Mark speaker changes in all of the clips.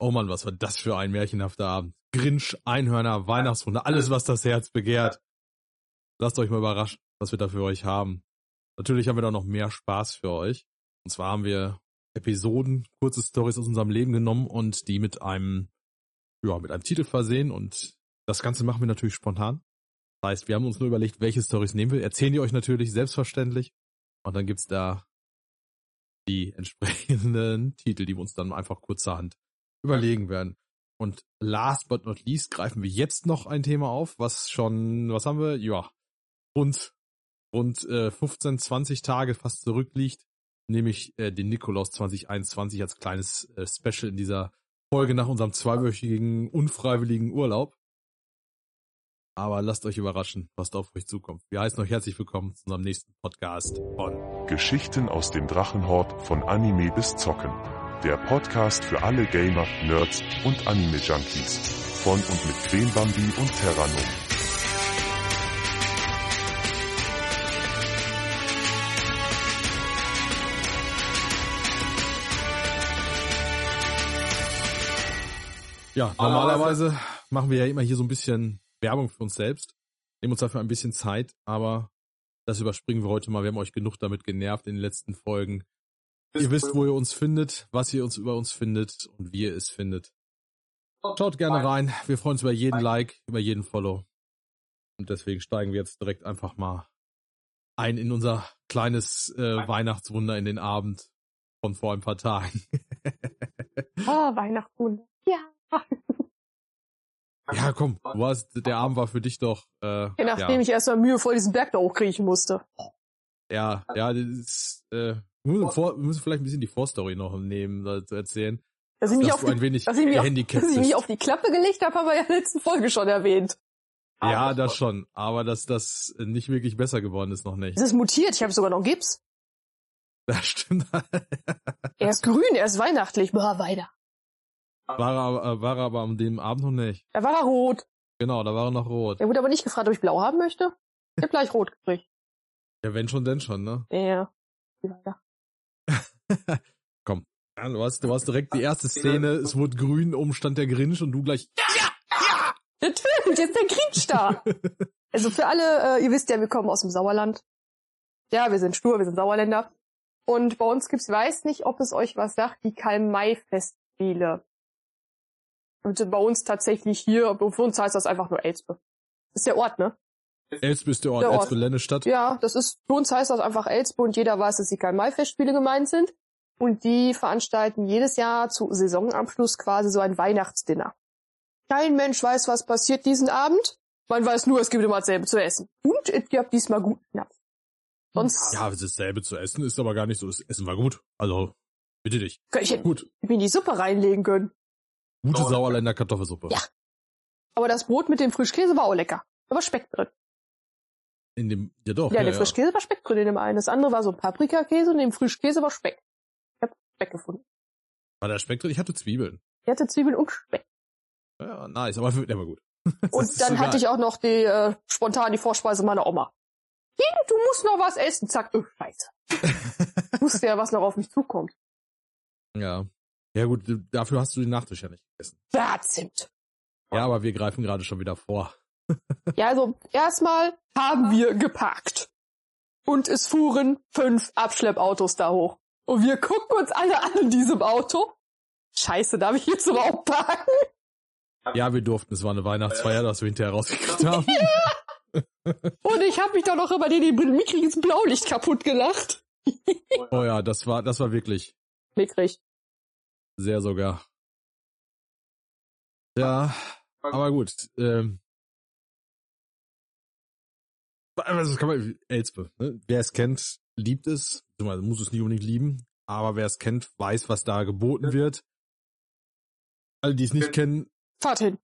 Speaker 1: Oh Mann, was war das für ein märchenhafter Abend. Grinch, Einhörner, Weihnachtswunder, alles, was das Herz begehrt. Lasst euch mal überraschen, was wir da für euch haben. Natürlich haben wir da noch mehr Spaß für euch. Und zwar haben wir Episoden, kurze Stories aus unserem Leben genommen und die mit einem, ja, mit einem Titel versehen und das Ganze machen wir natürlich spontan. Das heißt, wir haben uns nur überlegt, welche Stories nehmen wir, erzählen die euch natürlich selbstverständlich und dann gibt's da die entsprechenden Titel, die wir uns dann einfach kurzerhand überlegen werden. Und last but not least greifen wir jetzt noch ein Thema auf, was schon, was haben wir? Ja, rund, rund äh, 15, 20 Tage fast zurückliegt, nämlich äh, den Nikolaus 2021 als kleines äh, Special in dieser Folge nach unserem zweiwöchigen unfreiwilligen Urlaub. Aber lasst euch überraschen, was da auf euch zukommt. Wir heißen euch herzlich willkommen zu unserem nächsten Podcast von
Speaker 2: Geschichten aus dem Drachenhort von Anime bis Zocken. Der Podcast für alle Gamer, Nerds und Anime-Junkies. Von und mit Queen Bambi und Terranum.
Speaker 1: Ja, normalerweise machen wir ja immer hier so ein bisschen Werbung für uns selbst, nehmen uns dafür ein bisschen Zeit, aber das überspringen wir heute mal. Wir haben euch genug damit genervt in den letzten Folgen. Ihr wisst, wo ihr uns findet, was ihr uns über uns findet und wie ihr es findet. Schaut gerne rein. Wir freuen uns über jeden Like, über jeden Follow. Und deswegen steigen wir jetzt direkt einfach mal ein in unser kleines äh, Weihnachtswunder in den Abend von vor ein paar Tagen.
Speaker 3: Ah, Weihnachtswunder. Ja.
Speaker 1: Ja, komm, du warst, der Abend war für dich doch. Äh,
Speaker 3: Je nachdem
Speaker 1: ja.
Speaker 3: ich erstmal mühevoll diesen Berg da hochkriechen musste.
Speaker 1: Ja, ja, das ist, äh, wir müssen, vor, wir müssen vielleicht ein bisschen die Vorstory noch nehmen, da zu erzählen.
Speaker 3: Dass ich mich,
Speaker 1: Dass
Speaker 3: auf
Speaker 1: du ein
Speaker 3: die,
Speaker 1: wenig
Speaker 3: dass ich mich auf-
Speaker 1: gehandicapt
Speaker 3: dass ich mich
Speaker 1: bist.
Speaker 3: auf die Klappe gelegt habe, haben wir ja in der letzten Folge schon erwähnt.
Speaker 1: Ja, das schon. Aber dass das nicht wirklich besser geworden ist, noch nicht.
Speaker 3: Es ist mutiert, ich habe sogar noch Gips.
Speaker 1: Das stimmt. halt.
Speaker 3: Er ist grün, er ist weihnachtlich. Boah, weiter.
Speaker 1: War er, aber- war er aber an dem Abend noch nicht.
Speaker 3: Da war er rot.
Speaker 1: Genau, da war er noch rot.
Speaker 3: Er wurde aber nicht gefragt, ob ich blau haben möchte. Ich hab gleich rot gekriegt.
Speaker 1: Ja, wenn schon, denn schon, ne?
Speaker 3: Ja. Weiter.
Speaker 1: Ja, du hast, du hast direkt die erste
Speaker 3: genau.
Speaker 1: Szene, es wurde grün, umstand der Grinch und du gleich,
Speaker 3: Natürlich, jetzt der Grinch da. Also für alle, äh, ihr wisst ja, wir kommen aus dem Sauerland. Ja, wir sind stur, wir sind Sauerländer. Und bei uns gibt's, ich weiß nicht, ob es euch was sagt, die Karl-May-Festspiele. Und bei uns tatsächlich hier, für uns heißt das einfach nur Elspe. Ist der Ort, ne?
Speaker 1: Elspe ist der Ort,
Speaker 3: Der Ort.
Speaker 1: Elspe Lennestadt.
Speaker 3: Ja, das ist, für uns heißt das einfach Elspe und jeder weiß, dass die Karl-May-Festspiele gemeint sind. Und die veranstalten jedes Jahr zu Saisonabschluss quasi so ein Weihnachtsdinner. Kein Mensch weiß, was passiert diesen Abend. Man weiß nur, es gibt immer dasselbe zu essen. Und es gibt diesmal guten Napf. Sonst
Speaker 1: Ja, dasselbe zu essen ist aber gar nicht so. Das Essen war gut. Also, bitte dich.
Speaker 3: könnte ich hätte
Speaker 1: Gut.
Speaker 3: mir in die Suppe reinlegen können.
Speaker 1: Gute Sauerländer Kartoffelsuppe.
Speaker 3: Ja. Aber das Brot mit dem Frischkäse war auch lecker. Da war Speck drin.
Speaker 1: In dem, ja doch.
Speaker 3: ja, der Frischkäse war Speck drin in dem einen. Das andere war so Paprikakäse und im Frischkäse war Speck. Ich hab Speck gefunden.
Speaker 1: War der Speck drin? Ich hatte Zwiebeln.
Speaker 3: Ich hatte Zwiebeln und Speck.
Speaker 1: Ja, nice, aber für, der war gut. Das ist
Speaker 3: Und dann
Speaker 1: so geil.
Speaker 3: hatte ich auch noch die äh, spontan die Vorspeise meiner Oma. Hier, du musst noch was essen. Zack, öh, scheiße. Ich wusste ja, was noch auf mich zukommt.
Speaker 1: Ja. Ja gut, du- dafür hast du den Nachtisch ja nicht gegessen.
Speaker 3: Ja, Zimt.
Speaker 1: Ja, aber wir greifen gerade schon wieder vor.
Speaker 3: Ja, also erstmal haben wir geparkt. Und es fuhren fünf Abschleppautos da hoch. Und wir gucken uns alle an in diesem Auto. Scheiße, darf ich jetzt überhaupt parken?
Speaker 1: Ja, wir durften. Es war eine Weihnachtsfeier, das wir hinterher rausgekriegt haben.
Speaker 3: Und ich habe mich doch noch über den, den mickriges Blaulicht kaputt gelacht.
Speaker 1: Oh ja, das war, das war wirklich
Speaker 3: Mickrig.
Speaker 1: sehr sogar. Ja, aber gut. Ähm, also das kann man, Elspe, ne? wer es kennt, liebt es. Man muss es nicht unbedingt lieben, aber wer es kennt, weiß, was da geboten wird. Alle, die es nicht kennen,
Speaker 3: Fahrt hin.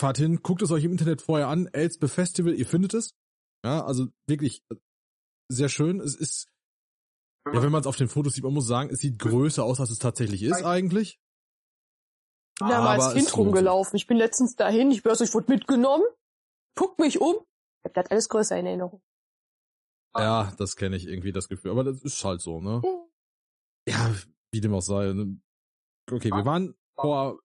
Speaker 1: fahrt hin, guckt es euch im Internet vorher an, Elsbe Festival, ihr findet es. Ja, also wirklich äh, sehr schön. Es ist, ja, wenn man es auf den Fotos sieht, man muss sagen, es sieht größer aus, als es tatsächlich ist eigentlich.
Speaker 3: bin damals
Speaker 1: Aber es
Speaker 3: Kind
Speaker 1: lohnt sich.
Speaker 3: rumgelaufen. Ich bin letztens dahin, ich weiß, nicht, ich wurde mitgenommen, guck mich um. Ich hab das alles größer in Erinnerung.
Speaker 1: Ja, das kenne ich irgendwie, das Gefühl. Aber das ist halt so, ne? Ja, wie dem auch sei. ne? Okay, wir waren vor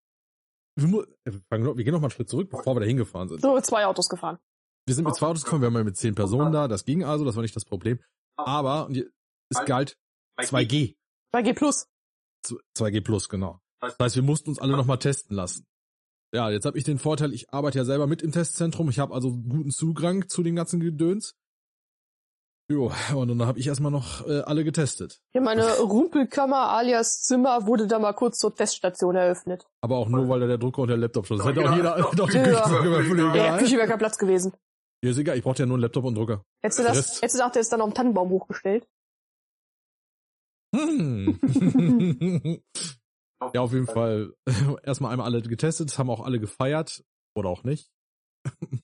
Speaker 1: wir, mu- wir fangen noch- wir gehen noch mal einen Schritt zurück, bevor wir da hingefahren sind.
Speaker 3: So zwei Autos gefahren.
Speaker 1: Wir sind mit zwei Autos gekommen, wir waren mal mit zehn Personen da, das ging also, das war nicht das Problem. Aber und je- es galt 2G.
Speaker 3: Bei G Plus.
Speaker 1: Z- 2G plus, genau. Das heißt, wir mussten uns alle nochmal testen lassen. Ja, jetzt habe ich den Vorteil, ich arbeite ja selber mit im Testzentrum, ich habe also guten Zugang zu dem ganzen Gedöns. Jo, und dann habe ich erstmal noch äh, alle getestet.
Speaker 3: Hier meine Rumpelkammer alias Zimmer wurde da mal kurz zur Teststation eröffnet.
Speaker 1: Aber auch nur, weil da der Drucker und der Laptop schon. Das
Speaker 4: Ja,
Speaker 1: hätte auch
Speaker 4: ja.
Speaker 1: jeder hätte auch die
Speaker 3: genau. Ja.
Speaker 1: Küche gemacht, voll
Speaker 4: Ja,
Speaker 3: Ja, ja
Speaker 1: egal.
Speaker 3: Küche wäre kein Platz gewesen.
Speaker 1: Mir ist egal, ich brauchte ja nur einen Laptop und einen Drucker.
Speaker 3: Hättest du
Speaker 1: Der
Speaker 3: das,
Speaker 1: Rest.
Speaker 3: hättest du das jetzt dann auf den Tannenbaum hochgestellt?
Speaker 1: Hm. ja, auf jeden Fall. Erstmal einmal alle getestet, haben auch alle gefeiert. Oder auch nicht.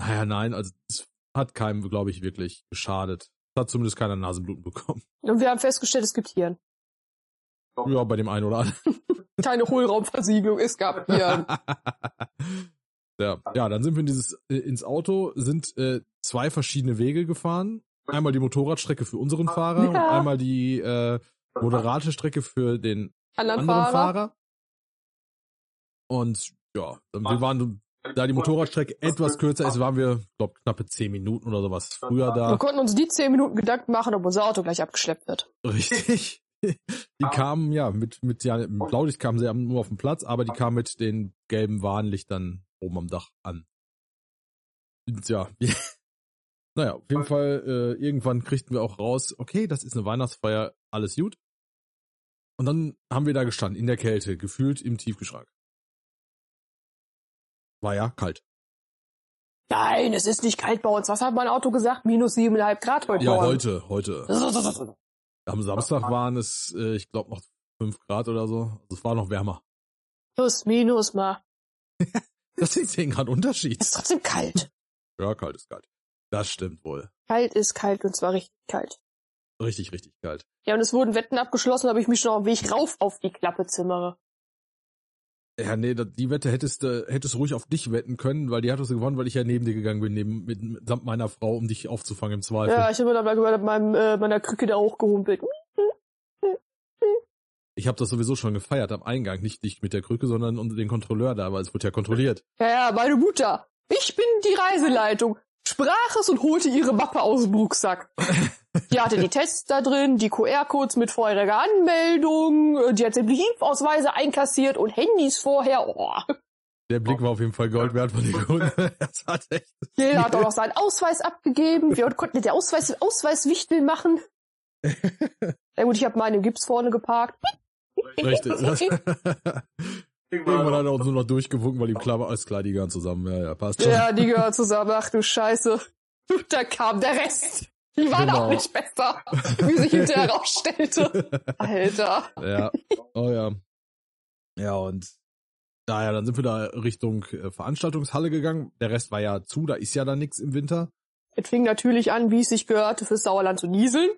Speaker 1: naja, nein, also es hat keinem, glaube ich, wirklich geschadet. Es hat zumindest keiner Nasenbluten bekommen.
Speaker 3: Und wir haben festgestellt, es gibt Hirn.
Speaker 1: Ja, bei dem einen oder anderen.
Speaker 3: Keine Hohlraumversiegelung, es gab Hirn.
Speaker 1: ja. ja, dann sind wir in dieses, äh, ins Auto, sind äh, zwei verschiedene Wege gefahren. Einmal die Motorradstrecke für unseren Fahrer und
Speaker 3: Ah. Ja.
Speaker 1: einmal die äh, moderate Strecke für den
Speaker 3: Anderen
Speaker 1: anderen Fahrer.
Speaker 3: Fahrer.
Speaker 1: Und ja, dann- wir waren da die Motorradstrecke etwas kürzer ist, waren wir, glaub, knappe zehn Minuten oder sowas früher
Speaker 3: Wir
Speaker 1: da.
Speaker 3: konnten uns die zehn Minuten Gedanken machen, ob unser Auto gleich abgeschleppt wird.
Speaker 1: Richtig. Die kamen ja mit mit ja mit Blaulicht kamen sie nur auf den Platz, aber die kamen mit den gelben Warnlichtern oben am Dach an. Und ja, naja, auf jeden Fall äh, irgendwann kriegten wir auch raus, okay, das ist eine Weihnachtsfeier, alles gut. Und dann haben wir da gestanden in der Kälte, gefühlt im Tiefgeschrank. War ja kalt.
Speaker 3: Nein, es ist nicht kalt bei uns. Was hat mein Auto gesagt? Minus siebeneinhalb Grad heute.
Speaker 1: Ja,
Speaker 3: Morgen.
Speaker 1: heute, heute. Am Samstag waren es, äh, ich glaube, noch fünf Grad oder so. Also es war noch wärmer.
Speaker 3: Plus, minus mal.
Speaker 1: Das sind zehn Grad Unterschied.
Speaker 3: Ist trotzdem kalt.
Speaker 1: Ja, kalt ist kalt. Das stimmt wohl.
Speaker 3: Kalt ist kalt und zwar richtig kalt.
Speaker 1: Richtig, richtig kalt.
Speaker 3: Ja, und es wurden Wetten abgeschlossen, habe ich mich schon auf dem Weg rauf auf die Klappe zimmere.
Speaker 1: Ja, nee, da- die Wette hättest du hättest ruhig auf dich wetten können, weil die hattest du gewonnen, weil ich ja neben dir gegangen bin, neben mit, samt meiner Frau, um dich aufzufangen im Zweifel.
Speaker 3: Ja, ich habe dann mal mit meinem, äh, meiner Krücke da hochgehumpelt.
Speaker 1: Ich habe das sowieso schon gefeiert am Eingang, nicht dich mit der Krücke, sondern unter den Kontrolleur da, weil es wurde ja kontrolliert.
Speaker 3: Ja, ja, meine Mutter. Ich bin die Reiseleitung. Sprach es und holte ihre Mappe aus dem Rucksack. Die hatte die Tests da drin, die QR-Codes mit vorheriger Anmeldung, äh, die hat sämtliche Impfausweise einkassiert und Handys vorher. Oh.
Speaker 1: Der Blick war auf jeden Fall Gold wert von den Kunden. Das hat echt.
Speaker 3: Jeder hat auch noch seinen Ausweis abgegeben. Wir konnten mit der Ausweis, Ausweiswichtel machen. Ja gut, ich habe meine Gips vorne geparkt.
Speaker 1: Richtig. Das, irgendwann hat er uns nur noch durchgewunken, weil ihm klar war, alles klar, die gehören zusammen. Ja, ja, passt schon.
Speaker 3: Ja, die gehören zusammen. Ach du Scheiße. Da kam der Rest. Die waren
Speaker 1: Genau.
Speaker 3: auch nicht besser, wie sich hinterher herausstellte. Alter.
Speaker 1: Ja, oh ja. Ja, und naja, dann sind wir da Richtung äh, Veranstaltungshalle gegangen. Der Rest war ja zu, da ist ja dann nichts im Winter.
Speaker 3: Es fing natürlich an, wie es sich gehörte, fürs Sauerland zu nieseln.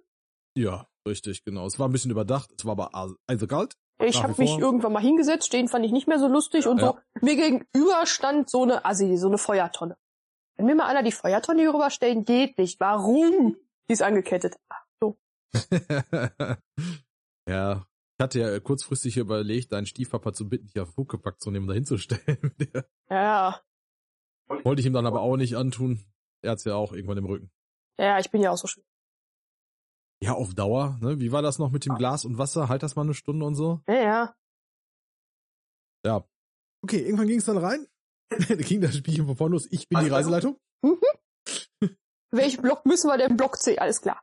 Speaker 1: Ja, richtig, genau. Es war ein bisschen überdacht, es war aber also as- eisekalt.
Speaker 3: Ich
Speaker 1: Nach wie
Speaker 3: habe mich
Speaker 1: vor.
Speaker 3: irgendwann mal hingesetzt, den fand ich nicht mehr so lustig und
Speaker 1: Ja.
Speaker 3: so. Mir gegenüber stand so eine Assi, so eine Feuertonne. Wenn mir mal einer die Feuertonne hier rüberstellen, geht nicht. Warum? Die ist angekettet.
Speaker 1: ja. Ich hatte ja kurzfristig überlegt, deinen Stiefpapa zu bitten, dich auf den Huckepack zu nehmen und dahin zu stellen.
Speaker 3: Ja,
Speaker 1: Wollte ich ihm dann aber auch nicht antun. Er hat's ja auch irgendwann im Rücken.
Speaker 3: ja, ich bin ja auch so schön.
Speaker 1: Ja, auf Dauer, ne? Wie war das noch mit dem Glas und Wasser? Halt das mal eine Stunde und so?
Speaker 3: Ja, ja.
Speaker 1: Okay, irgendwann ging es dann rein. Also, da ging das Spielchen von vorne los. Ich bin die Reiseleitung.
Speaker 3: Welchen Block müssen wir denn? Block C, alles klar.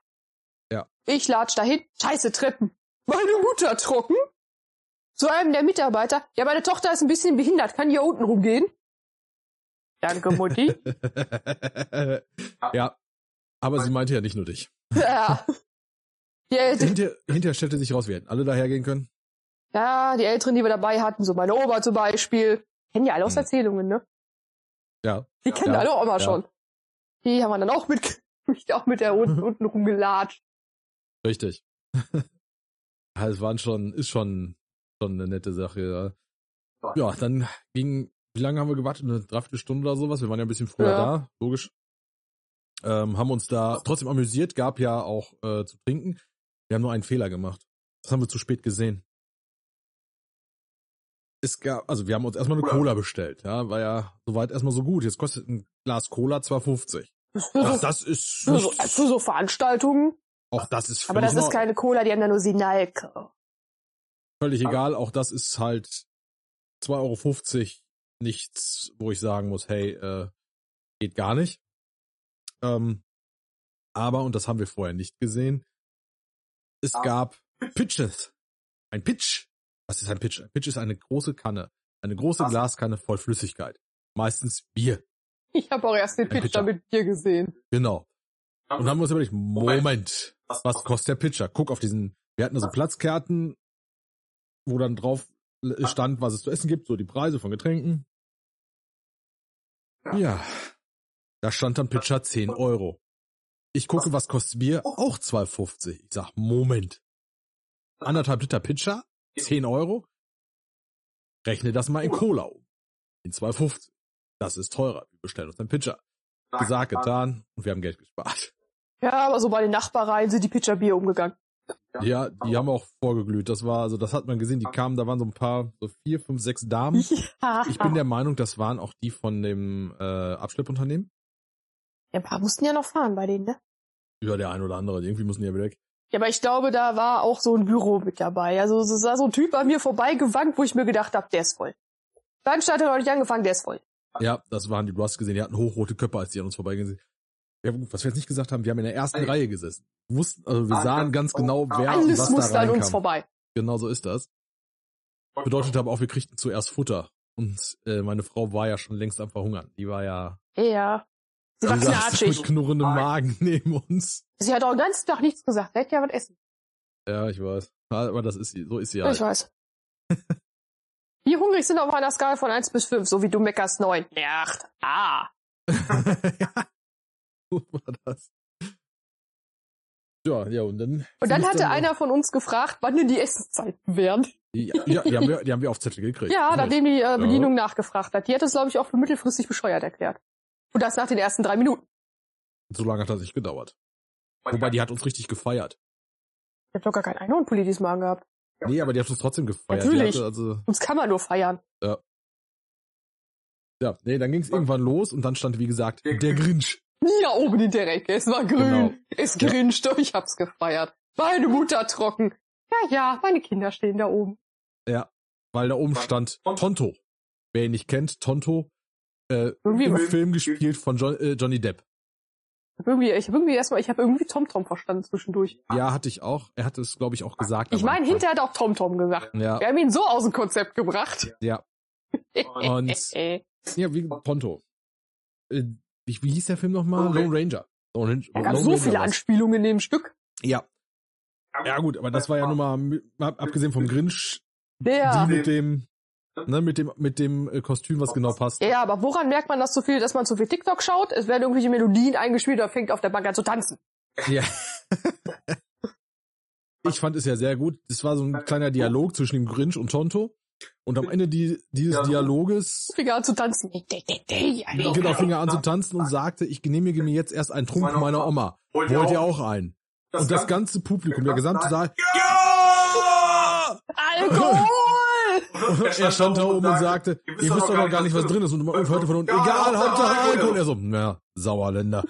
Speaker 1: Ja.
Speaker 3: Ich latsch dahin. Scheiße, Treppen. Meine Mutter trocken. Zu einem der Mitarbeiter. Ja, meine Tochter ist ein bisschen behindert. Kann die hier unten rumgehen? Danke, Mutti.
Speaker 1: ja. Aber sie meinte ja nicht nur dich.
Speaker 3: ja. Die Ält-
Speaker 1: Hinter, hinterher stellte sich raus, wir hätten alle dahergehen können.
Speaker 3: ja, die Älteren, die wir dabei hatten, so meine Oma zum Beispiel. Kennen ja alle aus
Speaker 1: Hm.
Speaker 3: Erzählungen, ne?
Speaker 1: Ja.
Speaker 3: Die kennen
Speaker 1: Ja.
Speaker 3: alle Oma
Speaker 1: Ja.
Speaker 3: schon. Die haben wir dann auch mit, auch mit der unten,
Speaker 1: Mhm.
Speaker 3: unten rumgelatscht.
Speaker 1: Richtig. ja, es waren schon, ist schon, schon eine nette Sache. Ja. ja, dann ging, wie lange haben wir gewartet? Eine Dreiviertelstunde oder sowas? Wir waren ja ein bisschen früher
Speaker 3: Ja.
Speaker 1: da, logisch. Ähm, haben uns da trotzdem amüsiert, gab ja auch äh, zu trinken. Wir haben nur einen Fehler gemacht. Das haben wir zu spät gesehen. es gab, also wir haben uns erstmal eine Cola bestellt, ja, war ja soweit erstmal so gut. Jetzt kostet ein Glas Cola 2,50. Das, das ist
Speaker 3: Für so,
Speaker 1: nicht,
Speaker 3: für so Veranstaltungen.
Speaker 1: auch das ist
Speaker 3: Aber
Speaker 1: völlig,
Speaker 3: das
Speaker 1: in
Speaker 3: ist
Speaker 1: Ordnung.
Speaker 3: keine Cola, die haben da nur Sinalke.
Speaker 1: völlig egal. Auch das ist halt 2,50 Euro nichts, wo ich sagen muss, hey, äh, geht gar nicht. Ähm, aber, und das haben wir vorher nicht gesehen, es
Speaker 4: Ah.
Speaker 1: gab Pitches. Ein Pitch. Was ist ein Pitch? Ein Pitch ist eine große Kanne. Eine große
Speaker 4: Was?
Speaker 1: Glaskanne voll Flüssigkeit. Meistens Bier.
Speaker 3: Ich habe auch erst den
Speaker 1: Ein Pitcher.
Speaker 3: Pitcher mit dir gesehen.
Speaker 1: Genau. Und haben uns überlegt,
Speaker 4: Moment.
Speaker 1: Moment, was kostet der Pitcher? Guck auf diesen, wir hatten also Platzkarten, wo dann drauf l- stand, was es zu essen gibt, so die Preise von Getränken.
Speaker 4: Ja.
Speaker 1: Ja, da stand dann Pitcher 10 Euro. Ich gucke, was kostet Bier? Auch 2,50. Ich sag, Moment. Anderthalb Liter Pitcher? 10 Euro? Rechne das mal in Cola um. In 2,50. Das ist teurer. Wir bestellen uns einen Pitcher.
Speaker 4: Ah.
Speaker 1: Gesagt, getan. Und wir haben Geld gespart.
Speaker 3: Ja, aber so bei den Nachbarreihen sind die Pitcher Bier umgegangen.
Speaker 1: Ja, die haben auch vorgeglüht. Das war, also das hat man gesehen. Die kamen, da waren so ein paar, so vier, fünf, sechs Damen. Ich bin der Meinung, das waren auch die von dem äh, Abschleppunternehmen.
Speaker 3: ja, ein paar mussten ja noch fahren bei denen, ne?
Speaker 1: Ja, der ein oder andere. Irgendwie mussten die ja wieder weg.
Speaker 3: Ja, aber ich glaube, da war auch so ein Büro mit dabei. Also es sah so ein Typ an mir vorbeigewankt, wo ich mir gedacht habe, der ist voll. Veranstalter hat noch nicht angefangen, der ist voll.
Speaker 1: Ja, das waren die. Du hast gesehen, die hatten hochrote Köpfe, als die an uns vorbeigesehen sind. Ja, gut, was wir jetzt nicht gesagt haben, wir haben in der ersten
Speaker 4: Hey.
Speaker 1: Reihe gesessen. Wir wussten, also wir sahen ganz genau, wer und
Speaker 3: Alles
Speaker 1: was da
Speaker 3: musste an uns
Speaker 1: reinkam.
Speaker 3: vorbei.
Speaker 1: Genau so ist das. Bedeutet aber auch, wir kriegten zuerst Futter. Und äh, meine Frau war ja schon längst am Verhungern. Die war ja
Speaker 3: Ja. Sie war
Speaker 1: die saß mit
Speaker 3: knatschig.
Speaker 1: knurrendem Magen neben uns.
Speaker 3: Sie hat auch den ganzen Tag nichts gesagt. Sie hätte ja was essen.
Speaker 1: Ja, ich weiß. Ah, Aber das ist sie, so ist sie halt.
Speaker 3: Ich weiß. Wie hungrig sind auf einer Skala von 1 bis 5, so wie du meckerst 9. Ja, 8. Ah.
Speaker 1: ja. So war das. Ja, ja, und dann.
Speaker 3: Und dann
Speaker 1: fing es
Speaker 3: hatte einer von uns gefragt, wann denn die Essenszeiten wären.
Speaker 1: Ja, ja, die, haben wir, die haben wir auf Zettel gekriegt.
Speaker 3: Ja,
Speaker 1: Richtig.
Speaker 3: nachdem die äh, Bedienung nachgefragt hat. Die hat es, glaube ich, auch für mittelfristig bescheuert erklärt. Und das nach den ersten drei Minuten.
Speaker 1: So lange hat das nicht gedauert. Wobei, die hat uns richtig gefeiert.
Speaker 3: Ich hab doch gar keinen Einhornpulli diesmal angehabt.
Speaker 1: Nee, aber die hat uns trotzdem gefeiert. Die
Speaker 3: Natürlich.
Speaker 1: hatte also,
Speaker 3: Uns kann man nur feiern.
Speaker 1: ja, nee, dann ging es irgendwann los und dann stand, wie gesagt, der Grinch.
Speaker 3: Ja, oben in der Ecke. Es war grün.
Speaker 1: Genau.
Speaker 3: Es
Speaker 1: Ja.
Speaker 3: grinschte. Ich hab's gefeiert. Meine Mutter trocken. Ja, ja, meine Kinder stehen da oben.
Speaker 1: Weil da oben stand Tonto. Wer ihn nicht kennt, Tonto. Äh,
Speaker 3: Irgendwie,
Speaker 1: Im Film gespielt von John, äh, Johnny Depp.
Speaker 3: irgendwie, ich hab irgendwie erstmal, ich habe irgendwie TomTom verstanden zwischendurch.
Speaker 1: Ja, hatte ich auch. Er hatte es, glaube ich, auch gesagt.
Speaker 3: Ich
Speaker 1: am
Speaker 3: meine,
Speaker 1: Anfang.
Speaker 3: hinterher hat auch TomTom gesagt.
Speaker 1: Ja,
Speaker 3: Wir haben ihn so aus dem Konzept gebracht.
Speaker 1: ja.
Speaker 3: Äh,
Speaker 1: Und- Ja, wie Ponto. Äh, Wie, wie hieß der Film nochmal?
Speaker 4: Lone
Speaker 1: Lone Ranger. Lone, Ran-
Speaker 3: da gab
Speaker 1: Lone
Speaker 3: so
Speaker 1: Ranger
Speaker 3: viele
Speaker 1: war's.
Speaker 3: Anspielungen in dem Stück.
Speaker 1: Ja. Ja gut, aber das war ja nun mal, m- ab- abgesehen vom Grinch,
Speaker 3: Ja.
Speaker 1: die mit dem, ne, mit dem, mit dem äh, Kostüm, was genau passt.
Speaker 3: Ja, aber woran merkt man das so viel, dass man zu viel TikTok schaut? Es werden irgendwelche Melodien eingespielt oder fängt auf der Bank an zu tanzen.
Speaker 1: Ich fand es ja sehr gut. Es war so ein kleiner Dialog zwischen dem Grinch und Tonto. Und am Ende die, dieses Dialoges,
Speaker 3: Fing an zu tanzen.
Speaker 1: genau, fing er an zu tanzen und sagte, ich genehmige mir jetzt erst einen Trunk meiner Oma. Wollt ihr auch einen? Und das ganze Publikum, der gesamte Saal, ja!
Speaker 3: Alkohol!
Speaker 1: er stand da oben und sagte, ihr wisst doch gar, nicht, was drin ist. Und man hörte von unten, egal, Hauptsache Alkohol. Er so, na, Sauerländer.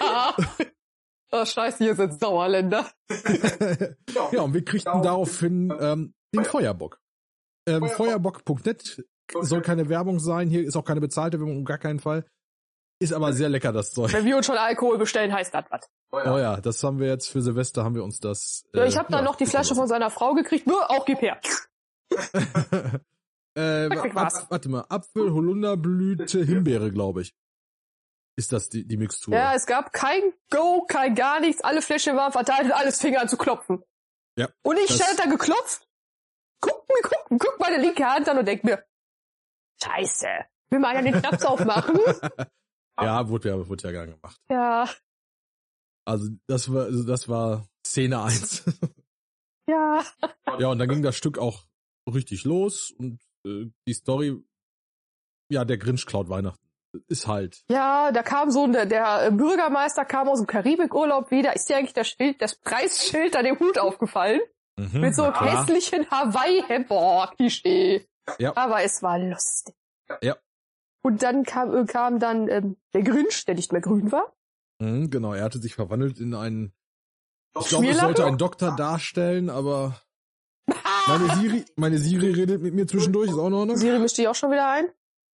Speaker 3: Ja. Oh, scheiße, hier sind Sauerländer.
Speaker 1: ja, und wir kriegten daraufhin ähm, den Feuerbock. Ähm, Feuerbock.net soll keine Werbung sein. Hier ist auch keine bezahlte Werbung, um gar keinen Fall. Ist aber sehr lecker, das Zeug.
Speaker 3: Wenn wir uns schon Alkohol bestellen, heißt das was.
Speaker 1: Oh ja, das haben wir jetzt für Silvester, haben wir uns das...
Speaker 3: So, ich habe
Speaker 1: Äh, ja, genau.
Speaker 3: dann noch die Flasche von seiner Frau gekriegt. Nö, auch gib her.
Speaker 1: äh,
Speaker 3: Zack, zack,
Speaker 1: warte,
Speaker 3: war's.
Speaker 1: warte mal, Apfel, Holunderblüte, Himbeere, glaube ich. Ist das die, die Mixtur?
Speaker 3: Ja, also- es gab kein Go, kein gar nichts. Alle Fläschchen waren verteilt und alles fing an zu klopfen.
Speaker 1: Ja,
Speaker 3: Und ich
Speaker 1: das-
Speaker 3: stand da geklopft. Guck mir, guck, guck meine linke Hand an und denk mir, Scheiße, will mal einer den Knaps aufmachen?
Speaker 1: ja wurde ja, wurde ja gern gemacht.
Speaker 3: Ja,
Speaker 1: Also das war, also das war Szene eins.
Speaker 3: ja.
Speaker 1: ja, und dann ging das Stück auch richtig los und äh, die Story, ja, der Grinch klaut Weihnachten. Ist halt.
Speaker 3: Ja, da kam so ein, der, der äh, Bürgermeister kam aus dem Karibikurlaub wieder. Ist dir eigentlich das Schild, das
Speaker 1: Mhm, Hm,
Speaker 3: Preisschild an dem Hut aufgefallen? Mit so einem
Speaker 1: Ja.
Speaker 3: hässlichen Hawaii-Hemd. Boah, Klischee.
Speaker 1: Ja.
Speaker 3: Aber es war lustig.
Speaker 1: Ja.
Speaker 3: Und dann kam, äh, kam dann ähm, der Grinch, der nicht mehr grün war.
Speaker 1: Mhm, genau, er hatte sich verwandelt in einen. Ich glaube, es
Speaker 3: Schmierlappen?
Speaker 1: sollte einen Doktor darstellen, aber meine Siri, meine Siri redet mit mir zwischendurch, ist auch noch eine.
Speaker 3: Siri mischt dich auch schon wieder ein.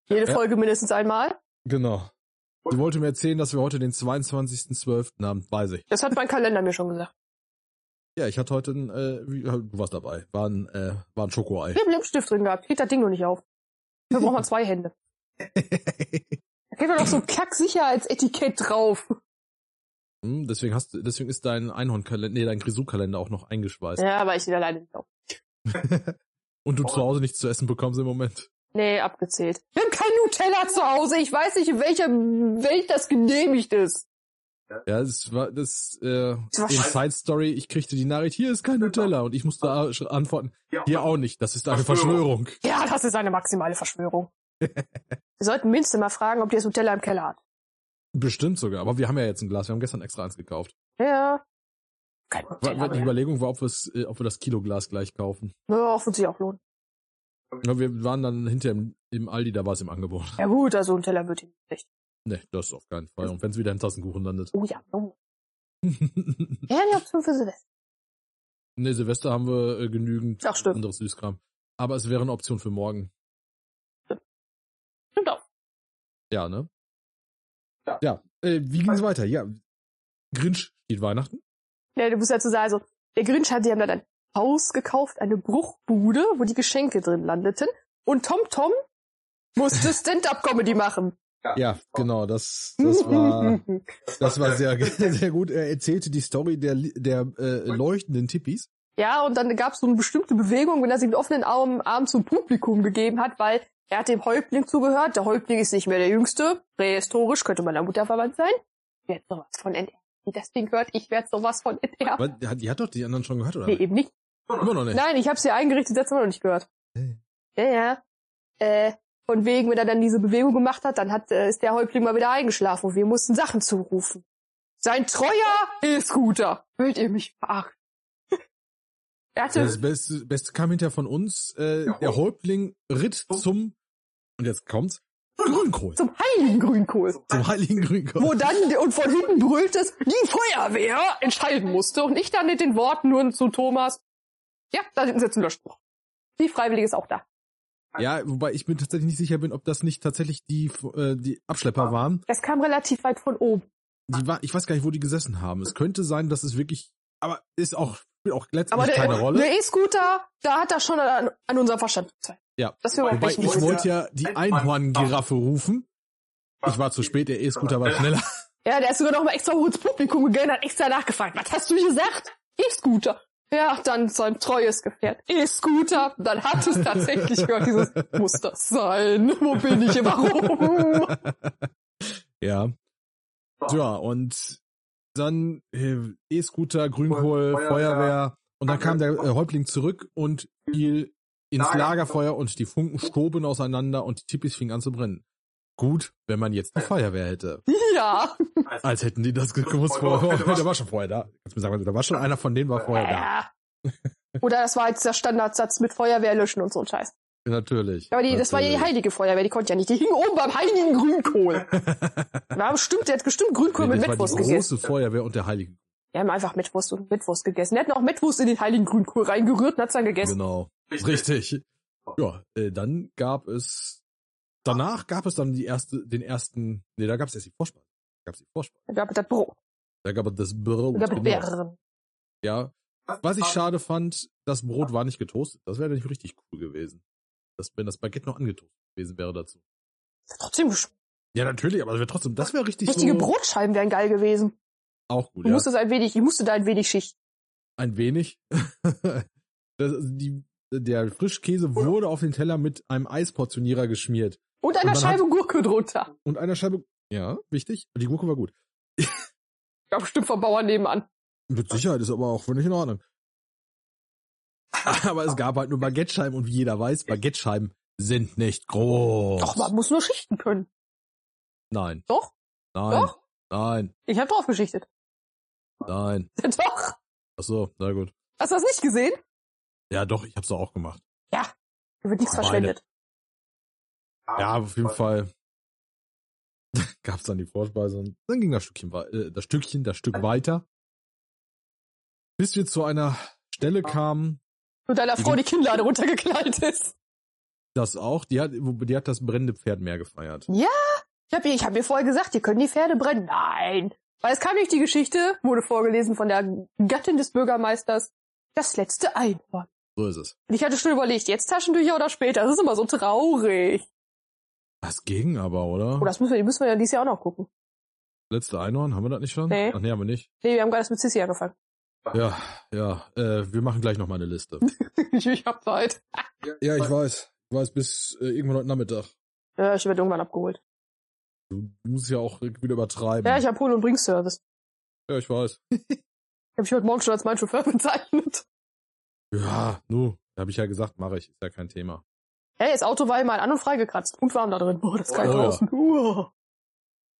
Speaker 3: Jede
Speaker 1: Ja.
Speaker 3: Folge mindestens einmal.
Speaker 1: Genau. Die wollte mir erzählen, dass wir heute den 22.12. haben, weiß ich.
Speaker 3: Das hat mein Kalender mir schon gesagt.
Speaker 1: Ja, ich hatte heute ein, äh, wie- du warst dabei, war ein, äh, war ein Schokoei.
Speaker 3: Ich hab einen Lippenstift drin gehabt. Geht das Ding nur nicht auf. Da braucht man zwei Hände. Da geht doch noch so ein Kack-Sicherheitsetikett drauf.
Speaker 1: Hm, deswegen hast du, deswegen ist dein Einhornkalender, nee, dein Grisou-Kalender auch noch eingeschweißt.
Speaker 3: Ja, aber ich nicht alleine nicht auf.
Speaker 1: Und du zu Hause nichts zu essen bekommst im Moment.
Speaker 3: Nee, abgezählt. Wir haben keinen Nutella zu Hause. Ich weiß nicht, in welcher Welt das genehmigt ist.
Speaker 1: Ja, das war das äh,
Speaker 3: Das war
Speaker 1: in
Speaker 3: scheiße.
Speaker 1: Side Story, ich kriegte die Nachricht, hier ist kein Nutella und ich musste a- sch- antworten, hier auch nicht, das ist eine Verschwörung.
Speaker 3: Ja, das ist eine maximale Verschwörung. Wir sollten Minze mal fragen, ob die das Nutella im Keller hat.
Speaker 1: Bestimmt sogar, aber wir haben ja jetzt ein Glas, wir haben gestern extra eins gekauft.
Speaker 3: Ja. Kein
Speaker 1: Weil,
Speaker 3: Nutella
Speaker 1: weil die
Speaker 3: mehr.
Speaker 1: Überlegung war, ob, wir's, äh, ob wir das Kiloglas gleich kaufen.
Speaker 3: Ja, auch wird sich auch lohnen.
Speaker 1: Ja, wir waren dann hinter im, im Aldi, da war es im Angebot.
Speaker 3: Ja gut, also ein Teller wird ihm nicht.
Speaker 1: Nee, das auf keinen Fall. Und wenn es wieder im Tassenkuchen landet.
Speaker 3: Oh ja, no. Ja, ich hab's nur für Silvester.
Speaker 1: nee, Silvester haben wir äh, genügend
Speaker 3: Ach, stimmt.
Speaker 1: anderes Süßkram. Aber es wäre eine Option für morgen.
Speaker 3: Stimmt auch.
Speaker 1: Ja, ne? Ja. Äh, wie ging es weiter? Ja. Grinch steht Weihnachten.
Speaker 3: Ja, du musst dazu sagen, also, der Grinch hat, die haben dann ein Haus gekauft, eine Bruchbude, wo die Geschenke drin landeten. Und Tom Tom musste Stand-Up-Comedy machen.
Speaker 1: Ja, genau, das, das war, das war sehr, sehr gut. Er erzählte die Story der, Li- der äh, leuchtenden Tippis.
Speaker 3: ja, und dann gab's so eine bestimmte Bewegung, wenn er sich mit offenen Armen, Armen zum Publikum gegeben hat, weil er hat dem Häuptling zugehört. Der Häuptling ist nicht mehr der Jüngste. Prähistorisch könnte meiner Mutter verwandt sein. Ich werd sowas von enterbt. Deswegen gehört, ich werd sowas von enterbt.
Speaker 1: Aber die hat- die hat doch die anderen schon gehört, oder?
Speaker 3: Nee, eben nicht.
Speaker 1: Immer noch nicht.
Speaker 3: Nein, ich hab's hier eingerichtet, das haben wir noch nicht gehört.
Speaker 1: Hey.
Speaker 3: Ja, ja. Äh, von wegen, wenn er dann diese Bewegung gemacht hat, dann hat, äh, ist der Häuptling mal wieder eingeschlafen und wir mussten Sachen zurufen. Sein treuer Hilfsguter. Wollt ihr mich verachten? er hatte,
Speaker 1: Das Beste, Beste kam hinterher von uns. Äh, der Häuptling ritt zum, und jetzt kommt's, Grünkohl.
Speaker 3: zum heiligen Grünkohl.
Speaker 1: Zum heiligen Grünkohl.
Speaker 3: Wo dann, und von hinten brüllt es, die Feuerwehr entscheiden musste und ich dann mit den Worten nur zu Thomas, ja, da hinten sitzt ein Löschspruch. Die Freiwillige ist auch da.
Speaker 1: Ja, wobei ich mir tatsächlich nicht sicher bin, ob das nicht tatsächlich die, äh, die Abschlepper waren.
Speaker 3: Das kam relativ weit von oben.
Speaker 1: Die war, ich weiß gar nicht, wo die gesessen haben. Es könnte sein, dass es wirklich, aber ist auch, spielt auch letztlich
Speaker 3: Aber der,
Speaker 1: keine Rolle.
Speaker 3: der E-Scooter, da hat er schon an, an unserem Verstand gezeigt.
Speaker 1: Ja.
Speaker 3: Dass wir
Speaker 1: Wobei
Speaker 3: überhaupt
Speaker 1: ich
Speaker 3: nicht
Speaker 1: wollte ja die Einhorngiraffe rufen. Ich war zu spät, der E-Scooter war schneller.
Speaker 3: Ja, der ist sogar noch mal extra hoch ins Publikum gegangen, hat extra nachgefragt. Was hast du gesagt? E-Scooter. Ja, dann sein treues Gefährt. E-Scooter. Dann hat es tatsächlich gehört, dieses, muss das sein? Wo bin ich? Warum?
Speaker 1: Ja. Ja, und dann äh, E-Scooter, Grünkohl,
Speaker 4: Feuerwehr.
Speaker 1: Feuerwehr. Und dann kam der äh, Häuptling zurück und fiel ins Lagerfeuer und die Funken stoben auseinander und die Tippis fingen an zu brennen. Gut, wenn man jetzt die Feuerwehr hätte.
Speaker 3: Ja.
Speaker 1: Als hätten die das gewusst. Vorher. Der war schon vorher da. Kannst mir sagen, da war schon einer von denen war vorher da.
Speaker 3: ja. Oder das war jetzt der Standardsatz mit Feuerwehr löschen und so ein Scheiß.
Speaker 1: Natürlich. äh,
Speaker 3: Aber die, das war ja die
Speaker 1: Natürlich.
Speaker 3: heilige Feuerwehr, die konnte ja nicht. Die hing oben beim heiligen Grünkohl. War bestimmt, der hat bestimmt Grünkohl
Speaker 1: Nee,
Speaker 3: mit
Speaker 1: das war
Speaker 3: Mettwurst
Speaker 1: die
Speaker 3: gegessen.
Speaker 1: große Feuerwehr und der Heilige.
Speaker 3: Wir haben einfach Mettwurst und Mettwurst gegessen. Wir hatten auch Mettwurst in den heiligen Grünkohl reingerührt und hat's dann gegessen.
Speaker 1: Genau. Richtig. Ja, äh, dann gab es, danach gab es dann die erste, den ersten, nee, da gab es erst die Vorspeise. Da gab es die Vorspeise.
Speaker 3: Dann gab es das Brot,
Speaker 1: Da gab es das Brot.
Speaker 3: dann gab es
Speaker 1: genau.
Speaker 3: Beeren.
Speaker 1: Ja. Was ich schade fand, das Brot war nicht getoastet. Das wäre nicht richtig cool gewesen. Das, wenn das Baguette noch angetoastet gewesen wäre dazu.
Speaker 3: Das hat Trotzdem gesch-
Speaker 1: Ja, natürlich, aber das wäre trotzdem, das wäre richtig
Speaker 3: richtige
Speaker 1: so
Speaker 3: Brotscheiben wären geil gewesen.
Speaker 1: auch gut.
Speaker 3: Du
Speaker 1: Ja.
Speaker 3: musstest ein wenig, ich musste da ein wenig schichten.
Speaker 1: Ein wenig. das, also die, der Frischkäse wurde auf den Teller mit einem Eisportionierer geschmiert. Und
Speaker 3: Und an der
Speaker 1: man hat-
Speaker 3: Scheibe Gurke drunter.
Speaker 1: Und einer Scheibe. Ja, wichtig. Die Gurke war gut.
Speaker 3: Ja, bestimmt vom Bauern nebenan.
Speaker 1: Mit Sicherheit ist aber auch völlig in Ordnung. Aber es gab halt nur Baguettescheiben und wie jeder weiß, Baguettescheiben sind nicht groß.
Speaker 3: Doch, man muss nur schichten können.
Speaker 1: Nein,
Speaker 3: Doch,
Speaker 1: nein,
Speaker 3: Doch.
Speaker 1: nein,
Speaker 3: ich habe drauf geschichtet.
Speaker 1: nein.
Speaker 3: Ja, doch.
Speaker 1: Ach so, na gut.
Speaker 3: Hast du das nicht gesehen?
Speaker 1: Ja, doch, ich hab's doch auch gemacht.
Speaker 3: Ja. Wird nichts
Speaker 1: Beide.
Speaker 3: verschwendet.
Speaker 1: Ja, auf jeden Fall gab's dann die Vorspeise und dann ging das Stückchen, wei- äh, das Stückchen, das Stück weiter. Bis wir zu einer Stelle kamen,
Speaker 3: Nur deiner Frau die Kinnlade runtergeknallt ist.
Speaker 1: das auch, die hat, wo- die hat das brennende Pferd mehr gefeiert.
Speaker 3: Ich habe ich hab mir vorher gesagt, hier können die Pferde brennen. Nein. Weil es kam nicht die Geschichte, wurde vorgelesen von der Gattin des Bürgermeisters. Das letzte Einhorn.
Speaker 1: So ist es.
Speaker 3: Und ich hatte schon überlegt, jetzt Taschentücher oder später. Das ist immer so traurig.
Speaker 1: Das ging aber, oder?
Speaker 3: Oh, das müssen wir, die müssen wir ja dieses Jahr auch noch gucken.
Speaker 1: Letzte Einhorn, haben wir das nicht schon?
Speaker 3: Nee.
Speaker 1: Ach nee, haben wir nicht.
Speaker 3: Nee, wir haben gerade erst mit Sissy angefangen.
Speaker 1: Ja, ja, äh, wir machen gleich nochmal eine Liste.
Speaker 3: ich, ich hab Zeit.
Speaker 1: ja, ich weiß. Ich weiß bis äh, irgendwann heute Nachmittag.
Speaker 3: Ja, ich werde irgendwann abgeholt.
Speaker 1: Du musst ja auch wieder übertreiben.
Speaker 3: Ja, ich hab Hol- und Bringservice.
Speaker 1: ja, ich weiß.
Speaker 3: Hab ich heute Morgen schon als mein Chauffeur bezeichnet.
Speaker 1: Ja, nu, habe ich ja gesagt, mache ich, ist ja kein Thema.
Speaker 3: Hey, das Auto war immer an und freigekratzt und warm da drin. Oh, das kann
Speaker 1: Oh, ja.
Speaker 3: draußen. Uah.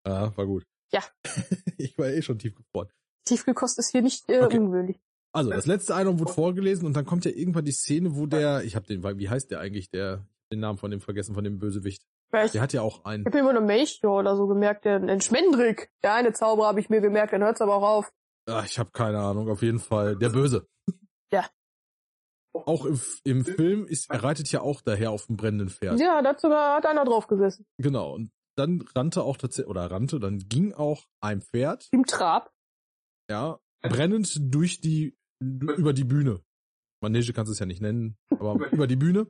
Speaker 1: Ja, war gut.
Speaker 3: Ja.
Speaker 1: ich war eh schon tief gefroren.
Speaker 3: Tiefgekost ist hier nicht äh,
Speaker 1: Okay.
Speaker 3: ungewöhnlich.
Speaker 1: Also, das letzte Einhorn wurde vorgelesen und dann kommt ja irgendwann die Szene, wo der, ich habe den, wie heißt der eigentlich, der, den Namen von dem vergessen, von dem Bösewicht.
Speaker 3: Ja, ich
Speaker 1: Der hat ja auch einen.
Speaker 3: Ich habe immer nur Melchior oder so gemerkt, den, den Schmendrick. Der eine Zauberer habe ich mir gemerkt, dann hört's aber auch auf.
Speaker 1: Ach, Ah, ich habe keine Ahnung, auf jeden Fall. Der Böse.
Speaker 3: Ja.
Speaker 1: Auch im, F- im Film ist, er reitet ja auch daher auf dem brennenden Pferd.
Speaker 3: Ja, da hat sogar hat einer drauf gesessen.
Speaker 1: Genau. Und dann rannte auch tatsächlich, oder rannte, dann ging auch ein Pferd,
Speaker 3: Im Trab.
Speaker 1: ja, brennend durch die, über die Bühne. Manege kannst du es ja nicht nennen, aber über die Bühne.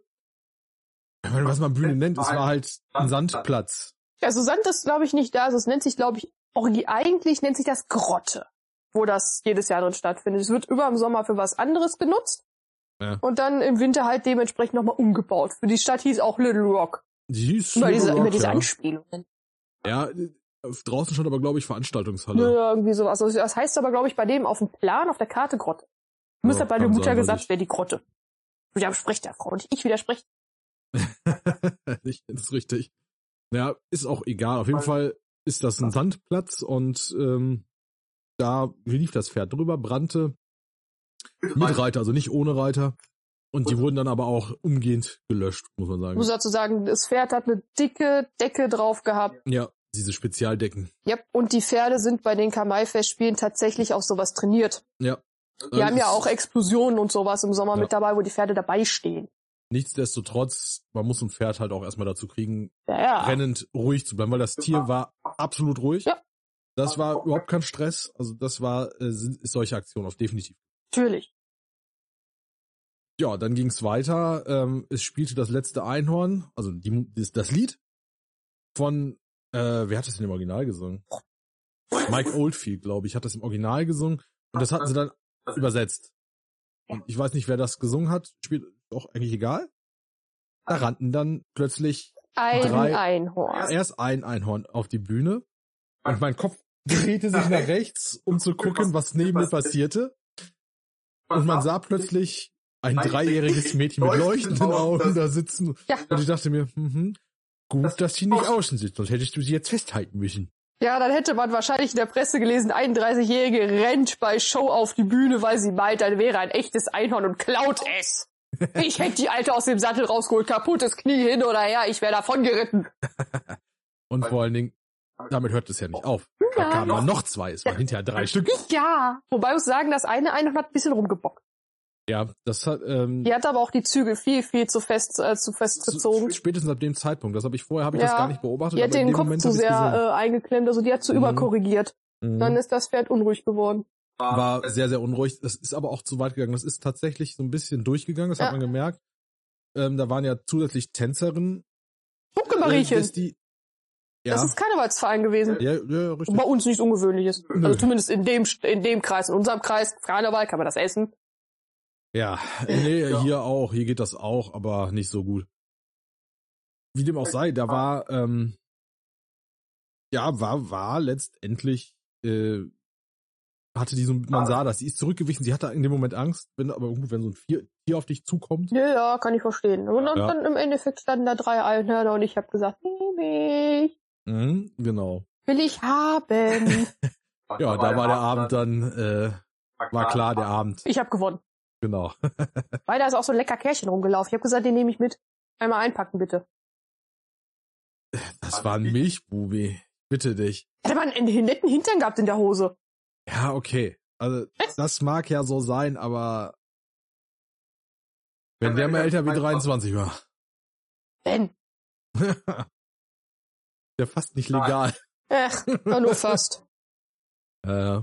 Speaker 1: Ich meine, was man Bühne nennt, es war halt ein Sandplatz.
Speaker 3: Also Sand ist, glaube ich, nicht da. Also es nennt sich, glaube ich, auch die, eigentlich nennt sich das Grotte, wo das jedes Jahr drin stattfindet. Es wird über im Sommer für was anderes genutzt.
Speaker 1: Ja.
Speaker 3: Und dann im Winter halt dementsprechend nochmal umgebaut. Für die Stadt hieß auch Little Rock.
Speaker 1: Die ist
Speaker 3: Über diese, über diese
Speaker 1: ja.
Speaker 3: Anspielungen.
Speaker 1: ja, draußen schon aber, glaube ich, Veranstaltungshalle.
Speaker 3: Ja, irgendwie sowas. Also das heißt aber, glaube ich, bei dem auf dem Plan, auf der Karte Grotte. Du
Speaker 1: Ja,
Speaker 3: ja, bei der
Speaker 1: kann
Speaker 3: Mutter
Speaker 1: sein, weiß
Speaker 3: gesagt,
Speaker 1: ich.
Speaker 3: wäre die Grotte. Widerspricht der Frau. Und ich widerspreche.
Speaker 1: ich finde es richtig. Ja, ist auch egal. Auf jeden Fall ist das ein Sandplatz und ähm, da lief das Pferd drüber, brannte mit Reiter, also nicht ohne Reiter. Und die wurden dann aber auch umgehend gelöscht, muss man
Speaker 3: Ich muss
Speaker 1: sagen.
Speaker 3: dazu sagen, das Pferd hat eine dicke Decke drauf gehabt.
Speaker 1: Ja, diese Spezialdecken.
Speaker 3: Yep. Und die Pferde sind bei den Kamai-Festspielen tatsächlich auf sowas trainiert. Die
Speaker 1: Ähm,
Speaker 3: haben ja
Speaker 1: ist-
Speaker 3: auch Explosionen und sowas im Sommer
Speaker 1: Ja.
Speaker 3: mit dabei, wo die Pferde dabei stehen.
Speaker 1: Nichtsdestotrotz, man muss ein Pferd halt auch erstmal dazu kriegen,
Speaker 3: Ja, ja.
Speaker 1: brennend ruhig zu bleiben, weil das Tier war absolut ruhig.
Speaker 3: Ja.
Speaker 1: Das war überhaupt kein Stress. Also das war äh, sind- ist solche Aktion auf definitiv.
Speaker 3: Natürlich.
Speaker 1: Ja, dann ging's weiter. Ähm, es spielte das letzte Einhorn, also die, das, das Lied von, äh, wer hat das denn im Original gesungen? Mike Oldfield, glaube ich, hat das im Original gesungen und das hatten sie dann übersetzt. Und ich weiß nicht, wer das gesungen hat, spielt auch eigentlich egal. Da rannten dann plötzlich
Speaker 3: Ein
Speaker 1: Drei-
Speaker 3: Einhorn.
Speaker 1: erst ein Einhorn auf die Bühne und mein Kopf drehte sich nach rechts, um zu gucken, was neben mir passierte. Und man sah plötzlich ein dreijähriges Mädchen mit leuchtenden Augen da sitzen.
Speaker 3: Ja.
Speaker 1: Und ich dachte mir, mhm, gut, dass sie nicht außen sitzt, sonst hättest du sie jetzt festhalten müssen.
Speaker 3: Ja, dann hätte man wahrscheinlich in der Presse gelesen, 31-Jährige rennt bei Show auf die Bühne, weil sie meint, dann wäre ein echtes Einhorn und klaut es. Ich hätte die Alte aus dem Sattel rausgeholt, kaputtes Knie hin oder her, ich wäre davon geritten.
Speaker 1: Und vor allen Dingen, damit hört es ja nicht auf. Da kamen dann noch zwei, es waren hinterher drei Stück.
Speaker 3: Ja. Wobei ich muss sagen, das eine Einhorn hat ein bisschen rumgebockt.
Speaker 1: Ja, das hat, ähm,
Speaker 3: Die hat aber auch die Zügel viel, viel zu fest, äh, zu fest
Speaker 1: zu,
Speaker 3: gezogen.
Speaker 1: spätens ab dem Zeitpunkt, das habe ich vorher, habe ich das
Speaker 3: Ja.
Speaker 1: gar nicht beobachtet.
Speaker 3: Die hat
Speaker 1: aber in
Speaker 3: den
Speaker 1: dem
Speaker 3: Kopf
Speaker 1: Moment
Speaker 3: zu
Speaker 1: habe ich's
Speaker 3: sehr äh, eingeklemmt, also die hat zu
Speaker 1: Mhm.
Speaker 3: überkorrigiert.
Speaker 1: gesehen. Mhm.
Speaker 3: Dann ist das Pferd unruhig geworden.
Speaker 1: war sehr, sehr unruhig. Das ist aber auch zu weit gegangen. Das ist tatsächlich so ein bisschen durchgegangen, das
Speaker 3: Ja.
Speaker 1: hat man gemerkt. Ähm, da waren ja zusätzlich Tänzerinnen.
Speaker 3: Gucke,
Speaker 1: Äh,
Speaker 3: Mariechen,
Speaker 1: dass die, ja,
Speaker 3: das ist Karnevalsverein gewesen.
Speaker 1: ja, ja, richtig.
Speaker 3: Bei uns nichts Ungewöhnliches.
Speaker 1: Nö.
Speaker 3: Also zumindest in dem, in dem Kreis, in unserem Kreis, Karneval kann man das essen.
Speaker 1: Ja, nee, Äh, hier auch, hier geht das auch, aber nicht so gut. Wie dem auch sei, da war, ähm, ja, war, war letztendlich, äh, hatte die so, man sah das, sie ist zurückgewichen, sie hatte in dem Moment Angst, wenn, aber gut, wenn so ein Tier, Tier auf dich zukommt,
Speaker 3: Ja, ja, kann ich verstehen. Und dann,
Speaker 1: Ja.
Speaker 3: dann im Endeffekt standen da drei Einhörner und ich habe gesagt, nehme ich,
Speaker 1: mhm, genau.
Speaker 3: will ich haben.
Speaker 1: Ja, da war der Abend dann, äh, war klar der Abend,
Speaker 3: ich habe gewonnen.
Speaker 1: genau.
Speaker 3: Weil da ist auch so ein lecker Kerlchen rumgelaufen. Ich habe gesagt, den nehme ich mit. Einmal einpacken, bitte.
Speaker 1: Das war ein Milchbubi. Bitte dich.
Speaker 3: Hätte man einen netten Hintern gehabt in der Hose.
Speaker 1: Ja, okay. Also, das mag ja so sein, aber wenn der mal älter wie 23 war.
Speaker 3: Ben.
Speaker 1: Der fast nicht legal.
Speaker 3: Ach, na nur fast.
Speaker 1: Äh,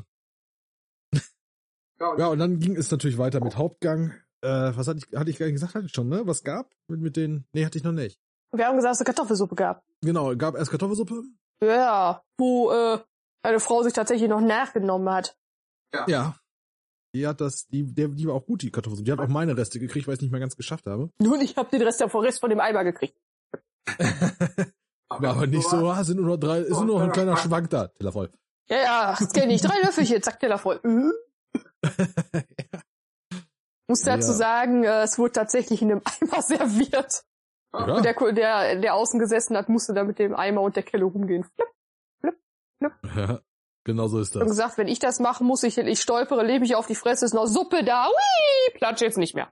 Speaker 1: ja, und dann ging es natürlich weiter mit Hauptgang. Äh, was hatte ich, hatte ich gerade gesagt, hatte ich schon, ne? Was gab mit, mit den, nee, hatte ich noch nicht.
Speaker 3: Wir haben gesagt, es eine Kartoffelsuppe gab.
Speaker 1: Genau, gab erst Kartoffelsuppe.
Speaker 3: Ja, wo äh, eine Frau sich tatsächlich noch nachgenommen hat.
Speaker 1: Ja. Die hat das, die, der, die war auch gut, die Kartoffelsuppe. Die hat auch meine Reste gekriegt, weil ich es nicht mehr ganz geschafft habe.
Speaker 3: Nun, ich habe den Rest, der Rest von dem Eimer gekriegt.
Speaker 1: Aber, nicht so, ah, sind nur noch drei, ist nur noch ein kleiner Schwank da. Teller voll.
Speaker 3: Ja, ja, das kenne ich. Drei Löffelchen, zack, Teller voll. Mhm. Muss dazu
Speaker 1: Ja.
Speaker 3: sagen, äh, es wurde tatsächlich in einem Eimer serviert. Und
Speaker 1: Ja.
Speaker 3: der, Ko- der, der außen gesessen hat, musste da mit dem Eimer und der Kelle rumgehen.
Speaker 1: ja. Genau so ist
Speaker 3: Und
Speaker 1: das.
Speaker 3: gesagt, wenn ich das machen muss, ich, ich stolpere, lebe mich auf die Fresse, ist noch Suppe da, ui, platsche jetzt nicht mehr.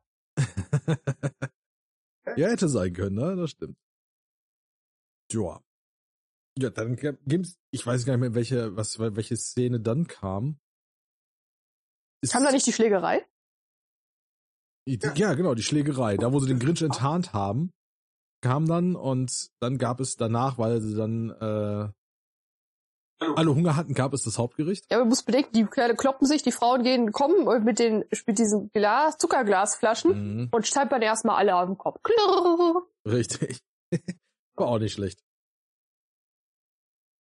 Speaker 1: Ja, hätte sein können, ne? Das stimmt. Joa. Ja, dann gab- gibt's, ich weiß gar nicht mehr, welche, was, welche Szene dann kam. Ist-
Speaker 3: Kam da nicht die Schlägerei?
Speaker 1: Die- Ja, genau, die Schlägerei. Da, wo sie den Grinch enttarnt haben, kam dann und dann gab es danach, weil sie dann äh, alle Hunger hatten, gab es das Hauptgericht.
Speaker 3: Ja, man muss bedenken, die Kerle kloppen sich, die Frauen gehen, kommen und mit den, mit diesen Glas, Zuckerglasflaschen
Speaker 1: Mhm.
Speaker 3: und scheppern erstmal alle auf den Kopf. Klirr.
Speaker 1: Richtig. War auch nicht schlecht.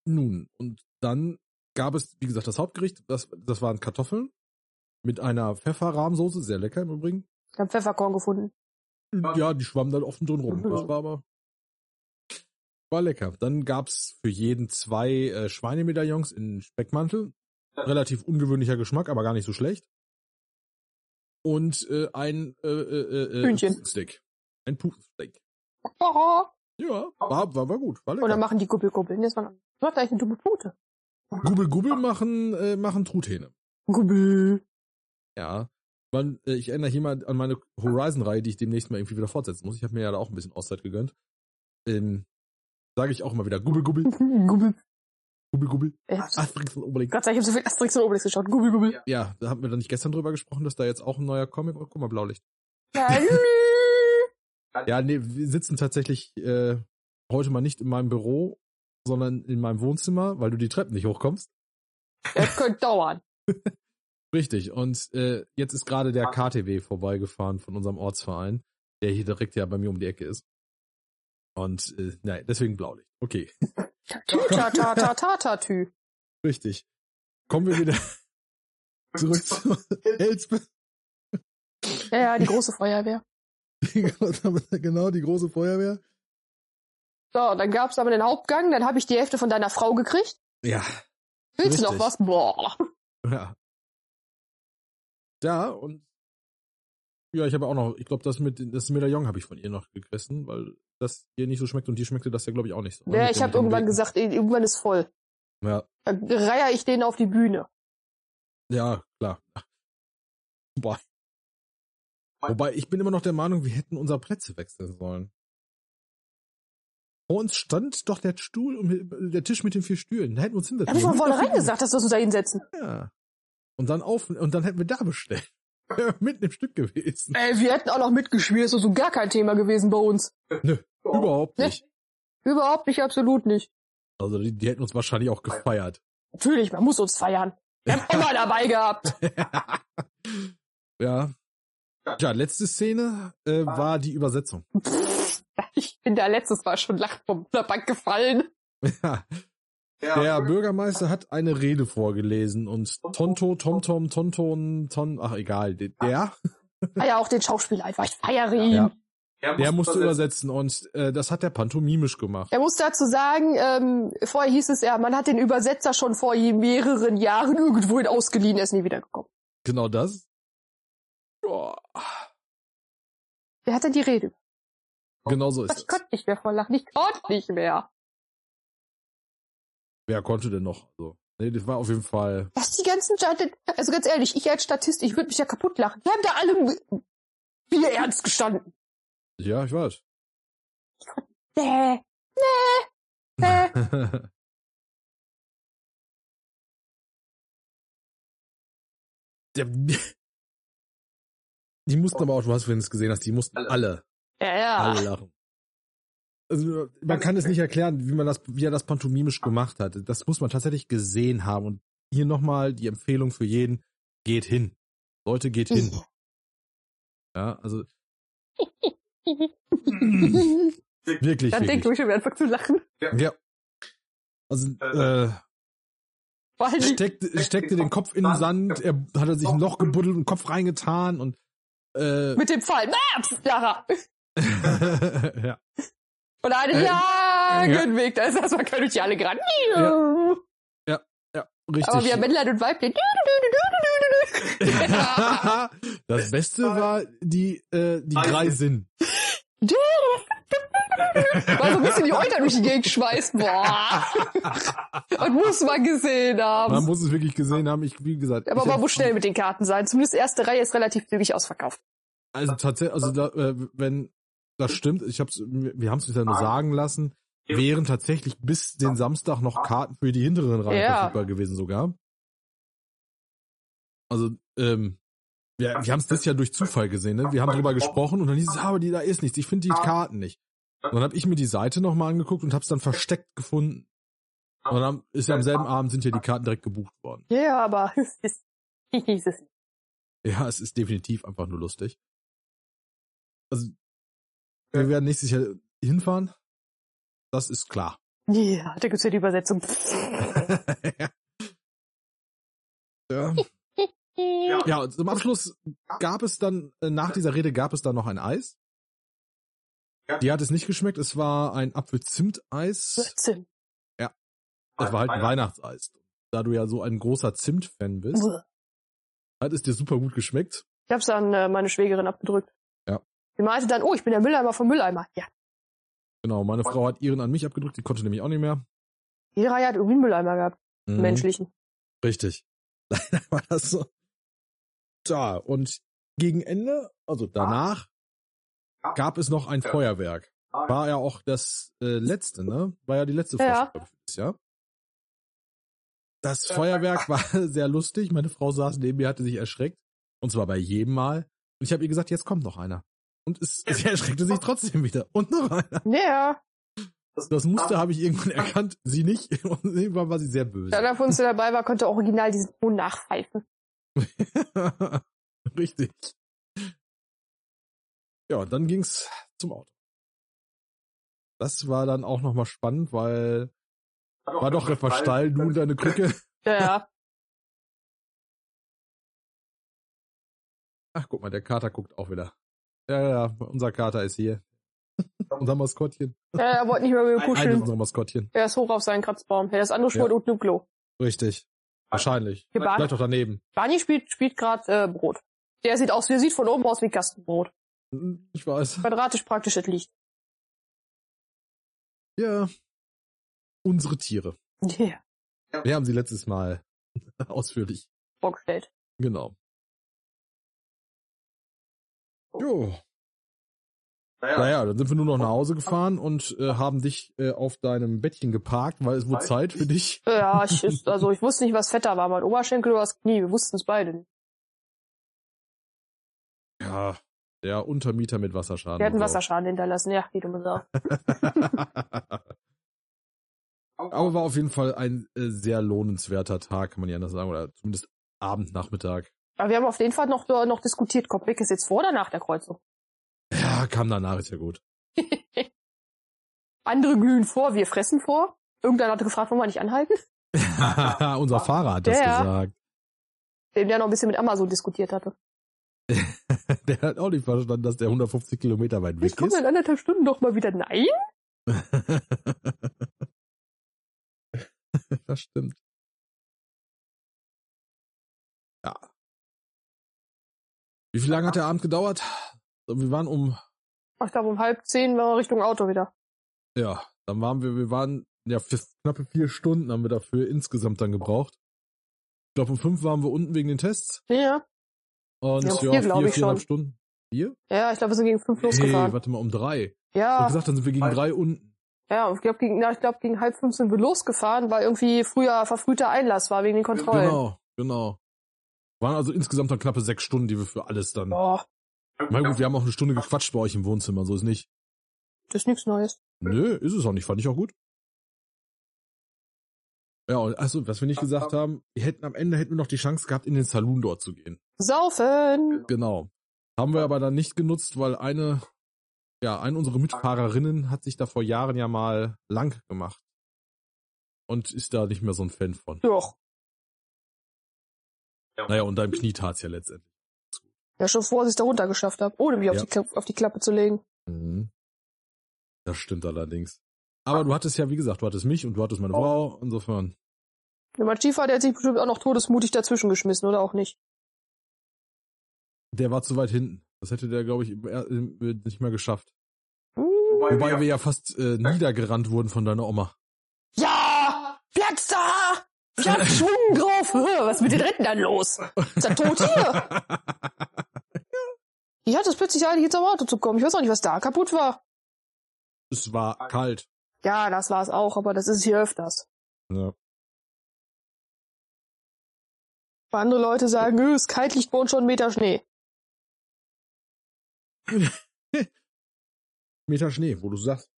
Speaker 1: Nun, und dann gab es, wie gesagt, das Hauptgericht. Das, das waren Kartoffeln mit einer Pfefferrahmsoße, sehr lecker im Übrigen.
Speaker 3: Ich hab Pfefferkorn gefunden.
Speaker 1: Ja, die schwammen dann offen drin rum.
Speaker 3: Mhm.
Speaker 1: Das war aber. War lecker. Dann gab's für jeden zwei äh, Schweinemedaillons in Speckmantel. Relativ ungewöhnlicher Geschmack, aber gar nicht so schlecht. Und äh, ein äh, äh, äh,
Speaker 3: Hühnchen.
Speaker 1: Putensteak. Ein Putensteak.
Speaker 3: Und
Speaker 1: Ja, war, war, war gut. War
Speaker 3: dann
Speaker 1: lecker.
Speaker 3: machen die Gubbelgubbeln. Jetzt waren, du hast eigentlich eine dumme Pute.
Speaker 1: Gubbel Gubbel machen, äh, machen Truthähne.
Speaker 3: Gubbel.
Speaker 1: Ja. Man, äh, ich erinnere hier mal an meine Horizon-Reihe, die ich demnächst mal irgendwie wieder fortsetzen muss. Ich habe mir ja da auch ein bisschen Auszeit gegönnt. Ähm, Sage ich auch immer wieder. Gubbel Gubbel.
Speaker 3: Gubbel.
Speaker 1: Gubbel Gubbel.
Speaker 3: Äh,
Speaker 1: Asterix und Obelix.
Speaker 3: Gott sei Dank, ich hab so viel Asterix und Obelix geschaut. Gubbel, gubbel.
Speaker 1: Ja, da haben wir dann nicht gestern drüber gesprochen, dass da jetzt auch ein neuer Comic. Oh, guck mal, Blaulicht. Ja, nee, wir sitzen tatsächlich äh, heute mal nicht in meinem Büro, sondern in meinem Wohnzimmer, weil du die Treppen nicht hochkommst.
Speaker 3: Das könnte dauern.
Speaker 1: Richtig. Und äh, jetzt ist gerade der KTW vorbeigefahren von unserem Ortsverein, der hier direkt ja bei mir um die Ecke ist. Und äh, nein, deswegen Blaulicht. Okay,
Speaker 3: Tü, ta, ta, ta, ta, ta, tü.
Speaker 1: richtig. Kommen wir wieder zurück zu Elsbeth.
Speaker 3: Ja, ja, die große Feuerwehr.
Speaker 1: genau, die große Feuerwehr.
Speaker 3: So, dann gab's aber den Hauptgang, dann habe ich die Hälfte von deiner Frau gekriegt.
Speaker 1: Ja,
Speaker 3: Willst du noch
Speaker 1: Richtig.
Speaker 3: was? Boah.
Speaker 1: Ja. Da und ja, ich habe auch noch, ich glaube, das mit das Medaillon habe ich von ihr noch gegessen, weil das ihr nicht so schmeckt und die schmeckte das ja, glaube ich, auch nicht so.
Speaker 3: Ja,
Speaker 1: Mit
Speaker 3: ich
Speaker 1: dem-
Speaker 3: habe
Speaker 1: mit dem
Speaker 3: irgendwann
Speaker 1: Bacon.
Speaker 3: gesagt, ey, irgendwann ist voll.
Speaker 1: Ja,
Speaker 3: Dann reiher ich den auf die Bühne.
Speaker 1: ja, klar. Wobei. Wobei, ich bin immer noch der Meinung, wir hätten unsere Plätze wechseln sollen. Vor uns stand doch der Stuhl und der Tisch mit den vier Stühlen. Da hätten wir uns
Speaker 3: Da habe ich
Speaker 1: hinsetzen.
Speaker 3: von vornherein gesagt, dass wir uns da hinsetzen.
Speaker 1: Ja. Und dann auf und dann hätten wir da bestellt. Wäre Mitten im Stück gewesen.
Speaker 3: Ey, wir hätten auch noch mitgespielt, ist so gar kein Thema gewesen bei uns.
Speaker 1: Überhaupt
Speaker 3: Ne?
Speaker 1: nicht.
Speaker 3: Überhaupt nicht, absolut nicht.
Speaker 1: Also die, die hätten uns wahrscheinlich auch gefeiert.
Speaker 3: Natürlich, man muss uns feiern. Wir haben immer dabei gehabt.
Speaker 1: Ja. Ja, letzte Szene äh, war die Übersetzung.
Speaker 3: Ich bin da letztes Mal schon lachend von der Bank gefallen.
Speaker 1: Ja. Der Bürgermeister hat eine Rede vorgelesen und Tonto, Tomtom, Tonton, Ton, ach egal, de- der,
Speaker 3: Ah ja, auch den Schauspieler einfach. Ich feiere ihn.
Speaker 1: Ja. der musste übersetzen und äh, das hat der pantomimisch gemacht.
Speaker 3: Er muss dazu sagen, ähm, vorher hieß es ja, man hat den Übersetzer schon vor je- mehreren Jahren irgendwohin ausgeliehen, er ist nie wiedergekommen.
Speaker 1: Genau das. Ja,
Speaker 3: Wer hat denn die Rede?
Speaker 1: genau so
Speaker 3: Ich
Speaker 1: ist es.
Speaker 3: konnte nicht mehr vor Lachen, ich konnte nicht mehr.
Speaker 1: Wer konnte denn noch? So. Nee, das war auf jeden Fall.
Speaker 3: Was die ganzen, Sta- also ganz ehrlich, ich als Statist, ich würde mich ja kaputt lachen. Die haben da alle Bier ernst gestanden.
Speaker 1: Ja, ich weiß.
Speaker 3: Nee, nee,
Speaker 1: Der, die mussten aber auch, du hast vorhin es gesehen hast, die mussten Oh. alle,
Speaker 3: nee. Ja, ja.
Speaker 1: alle lachen. Also, man kann es nicht erklären, wie man das, wie er das pantomimisch gemacht hat. Das muss man tatsächlich gesehen haben. Und hier nochmal die Empfehlung für jeden, geht hin. Leute, geht hin. Ja, also, wirklich,
Speaker 3: Dann denk
Speaker 1: wirklich.
Speaker 3: ich schon wieder einfach zu lachen.
Speaker 1: Ja. Also, äh,
Speaker 3: Vor allem,
Speaker 1: steckte, steckte den Kopf in den Sand, er hat er sich ein Loch gebuddelt und den Kopf reingetan und äh,
Speaker 3: mit dem Pfeil. Maps, Lara.
Speaker 1: ja.
Speaker 3: Und einen
Speaker 1: Äh,
Speaker 3: langen Weg. Da ist erstmal können durch die alle gerannt.
Speaker 1: ja, richtig.
Speaker 3: Aber wir haben Männlein und Weiblein.
Speaker 1: das Beste war die äh, die drei Sinn.
Speaker 3: War so ein bisschen die Euter durch die Gegend schmeißt. Boah. Und muss man gesehen
Speaker 1: Man
Speaker 3: haben.
Speaker 1: muss es wirklich gesehen haben. Ich wie gesagt,
Speaker 3: Aber
Speaker 1: ich
Speaker 3: man muss schnell mit den Karten sein. Zumindest erste Reihe ist relativ zügig ausverkauft.
Speaker 1: Also tatsächlich, also da, äh, wenn das stimmt, ich hab's, wir haben es uns ja nur sagen lassen, wären tatsächlich bis den Samstag noch Karten für die hinteren Reihen
Speaker 3: Ja.
Speaker 1: verfügbar gewesen sogar. Also, ähm, wir, wir haben es das ja durch Zufall gesehen, ne? Wir haben drüber gesprochen und dann hieß es, ah, aber die, da ist nichts, ich finde die Karten nicht. Und dann habe ich mir die Seite nochmal angeguckt und habe es dann versteckt gefunden. Und dann ist ja am selben Abend sind ja die Karten direkt gebucht worden.
Speaker 3: Ja, aber es ist, es ist
Speaker 1: Ja, es ist definitiv einfach nur lustig. Also, wir werden nächstes Jahr hinfahren. Das ist klar.
Speaker 3: Ja, da gibt's ja die Übersetzung.
Speaker 1: ja. ja, und zum Abschluss gab es dann, äh, nach dieser Rede gab es dann noch ein Eis. Die hat es nicht geschmeckt. Es war ein Apfel-Zimt-Eis.
Speaker 3: Blödsinn.
Speaker 1: Es war halt ein Weihnachtseis. Da du ja so ein großer Zimt-Fan bist,
Speaker 3: Buh.
Speaker 1: hat es dir super gut geschmeckt.
Speaker 3: Ich hab's an äh, meine Schwägerin abgedrückt.
Speaker 1: Ja.
Speaker 3: Die meinte dann, oh, ich bin der Mülleimer vom Mülleimer. Ja,
Speaker 1: Genau, meine Frau hat ihren an mich abgedrückt. Die konnte nämlich auch nicht mehr.
Speaker 3: jeder Reihe hat irgendwie einen Mülleimer gehabt.
Speaker 1: Mhm.
Speaker 3: Menschlichen.
Speaker 1: Richtig. Leider war das so. Da, und gegen Ende, also danach, gab es noch ein Feuerwerk. War ja auch das äh, letzte, ne? War ja die letzte
Speaker 3: Ja.
Speaker 1: Vorstellung dieses Jahr. Das Feuerwerk war sehr lustig. Meine Frau saß neben mir, hatte sich erschreckt. Und zwar bei jedem Mal. Und ich habe ihr gesagt, jetzt kommt noch einer. Und es, sie erschreckte sich trotzdem wieder. Und noch einer.
Speaker 3: Ja,
Speaker 1: Das Muster
Speaker 4: Ah.
Speaker 1: habe ich irgendwann erkannt. Sie nicht. Und irgendwann war sie sehr böse.
Speaker 3: der von uns, der dabei war, konnte original diesen Ton nachpfeifen.
Speaker 1: Richtig. Ja, dann ging's zum Auto. Das war dann auch nochmal spannend, weil war doch etwas steil, du und deine Krücke.
Speaker 3: Ja, ja.
Speaker 1: Ach, guck mal, der Kater guckt auch wieder. Ja, ja, unser Kater ist hier. unser Maskottchen.
Speaker 3: ja er wollte nicht mehr mit mir
Speaker 1: Eines
Speaker 3: kuscheln.
Speaker 1: unserer Maskottchen.
Speaker 3: Er ist hoch auf seinen Kratzbaum. Ja, das andere schwört
Speaker 1: Ja.
Speaker 3: unten im Klo.
Speaker 1: Richtig. Wahrscheinlich.
Speaker 3: Hier Barney,
Speaker 1: Vielleicht auch daneben.
Speaker 3: Barney spielt, spielt gerade äh, Brot. Der sieht aus, der sieht von oben aus wie Kastenbrot.
Speaker 1: Ich weiß.
Speaker 3: Quadratisch praktisch das Licht.
Speaker 1: Ja. Unsere Tiere.
Speaker 3: Ja,
Speaker 1: Wir haben sie letztes Mal ausführlich
Speaker 3: vorgestellt.
Speaker 1: Genau. Jo. Naja, dann sind wir nur noch nach Hause gefahren und äh, haben dich äh, auf deinem Bettchen geparkt, weil es wurde Zeit für dich.
Speaker 3: Ja, ich, ist- also ich wusste nicht, was fetter war. Mein Oberschenkel oder das Knie. Wir wussten es beide nicht.
Speaker 1: Ja, der Untermieter mit Wasserschaden.
Speaker 3: Wir hatten
Speaker 1: und
Speaker 3: Wasserschaden hinterlassen, ja, um wie dumme Sau.
Speaker 1: Aber war auf jeden Fall ein äh, sehr lohnenswerter Tag, kann man ja anders sagen, oder zumindest Abend, Nachmittag.
Speaker 3: Aber wir haben auf jeden Fall noch, äh, noch diskutiert, kommt Mick ist jetzt vor oder nach der Kreuzung?
Speaker 1: Ja, kam danach, ist ja gut.
Speaker 3: Andere glühen vor, wir fressen vor. Irgendeiner hat gefragt, wollen wir nicht anhalten?
Speaker 1: Unser Fahrer hat das
Speaker 3: Ja.
Speaker 1: gesagt.
Speaker 3: Dem der noch ein bisschen mit Amazon diskutiert hatte.
Speaker 1: Der hat auch nicht verstanden, dass der 150 Kilometer weit
Speaker 3: Ich
Speaker 1: weg
Speaker 3: komme
Speaker 1: ist.
Speaker 3: in anderthalb Stunden doch mal wieder. Nein?
Speaker 1: das stimmt. Ja. Wie viel lange hat der Abend gedauert? So, Wir waren um,
Speaker 3: Ich glaube, um halb zehn waren wir Richtung Auto wieder.
Speaker 1: ja, dann waren wir, wir waren, ja, für knappe vier Stunden haben wir dafür insgesamt dann gebraucht. Ich glaube, um fünf waren wir unten wegen den Tests.
Speaker 3: Ja.
Speaker 1: Und
Speaker 3: Ja,
Speaker 1: ja,
Speaker 3: um vier,
Speaker 1: vier,
Speaker 3: glaub
Speaker 1: vier
Speaker 3: ich
Speaker 1: viereinhalb
Speaker 3: schon.
Speaker 1: Stunden. Vier?
Speaker 3: Ja, ich glaube, wir sind gegen fünf losgefahren.
Speaker 1: warte mal, um drei. Ich hab
Speaker 3: ja,
Speaker 1: gesagt, dann sind wir gegen
Speaker 4: Weiß-
Speaker 1: drei unten.
Speaker 3: ja, ich glaube, gegen, ja, ich glaub, gegen halb fünf sind wir losgefahren, weil irgendwie früher verfrühter Einlass war wegen den Kontrollen.
Speaker 1: Genau, genau. Waren also insgesamt dann knappe sechs Stunden, die wir für alles dann.
Speaker 3: Boah,
Speaker 1: Na gut, wir haben auch eine Stunde gequatscht bei euch im Wohnzimmer, so ist nicht.
Speaker 3: das ist nichts Neues.
Speaker 1: Nö, ist es auch nicht, fand ich auch gut. Ja, und also, was wir nicht gesagt haben, wir hätten am Ende hätten wir noch die Chance gehabt, in den Saloon dort zu gehen.
Speaker 3: Saufen!
Speaker 1: Genau. Haben wir aber dann nicht genutzt, weil eine, ja, eine unserer Mitfahrerinnen hat sich da vor Jahren ja mal lang gemacht. Und ist da nicht mehr so ein Fan von.
Speaker 3: Doch.
Speaker 1: Naja, und deinem Knie tat's ja letztendlich.
Speaker 3: Ja, schon vor, dass ich da runter geschafft habe, ohne mich auf,
Speaker 1: Ja.
Speaker 3: die Klappe, auf die Klappe zu legen.
Speaker 1: Mhm. Das stimmt allerdings. Aber du hattest ja, wie gesagt, du hattest mich und du hattest meine Frau, insofern.
Speaker 3: Und mein Skifahrer, der hat sich bestimmt auch noch todesmutig dazwischen geschmissen, oder auch nicht?
Speaker 1: Der war zu weit hinten. Das hätte der, glaube ich, im Er- im- äh, nicht mehr geschafft.
Speaker 3: Hm?
Speaker 4: Wobei,
Speaker 1: Wobei wir ja fast äh, niedergerannt wurden von deiner Oma.
Speaker 3: Ja! Platz da! Ich hab Schwung drauf! Hö, Was ist mit den Ritten dann los? Ist das tot hier? Ich hatte es plötzlich eilig, jetzt am Auto zu kommen. Ich weiß auch nicht, was da kaputt war.
Speaker 1: Es war kalt.
Speaker 3: Ja, das war es auch, aber das ist hier öfters.
Speaker 1: Ja.
Speaker 3: Weil andere Leute sagen, es ist Kaltlicht bei uns schon einen Meter Schnee.
Speaker 1: Meter Schnee, wo du sagst.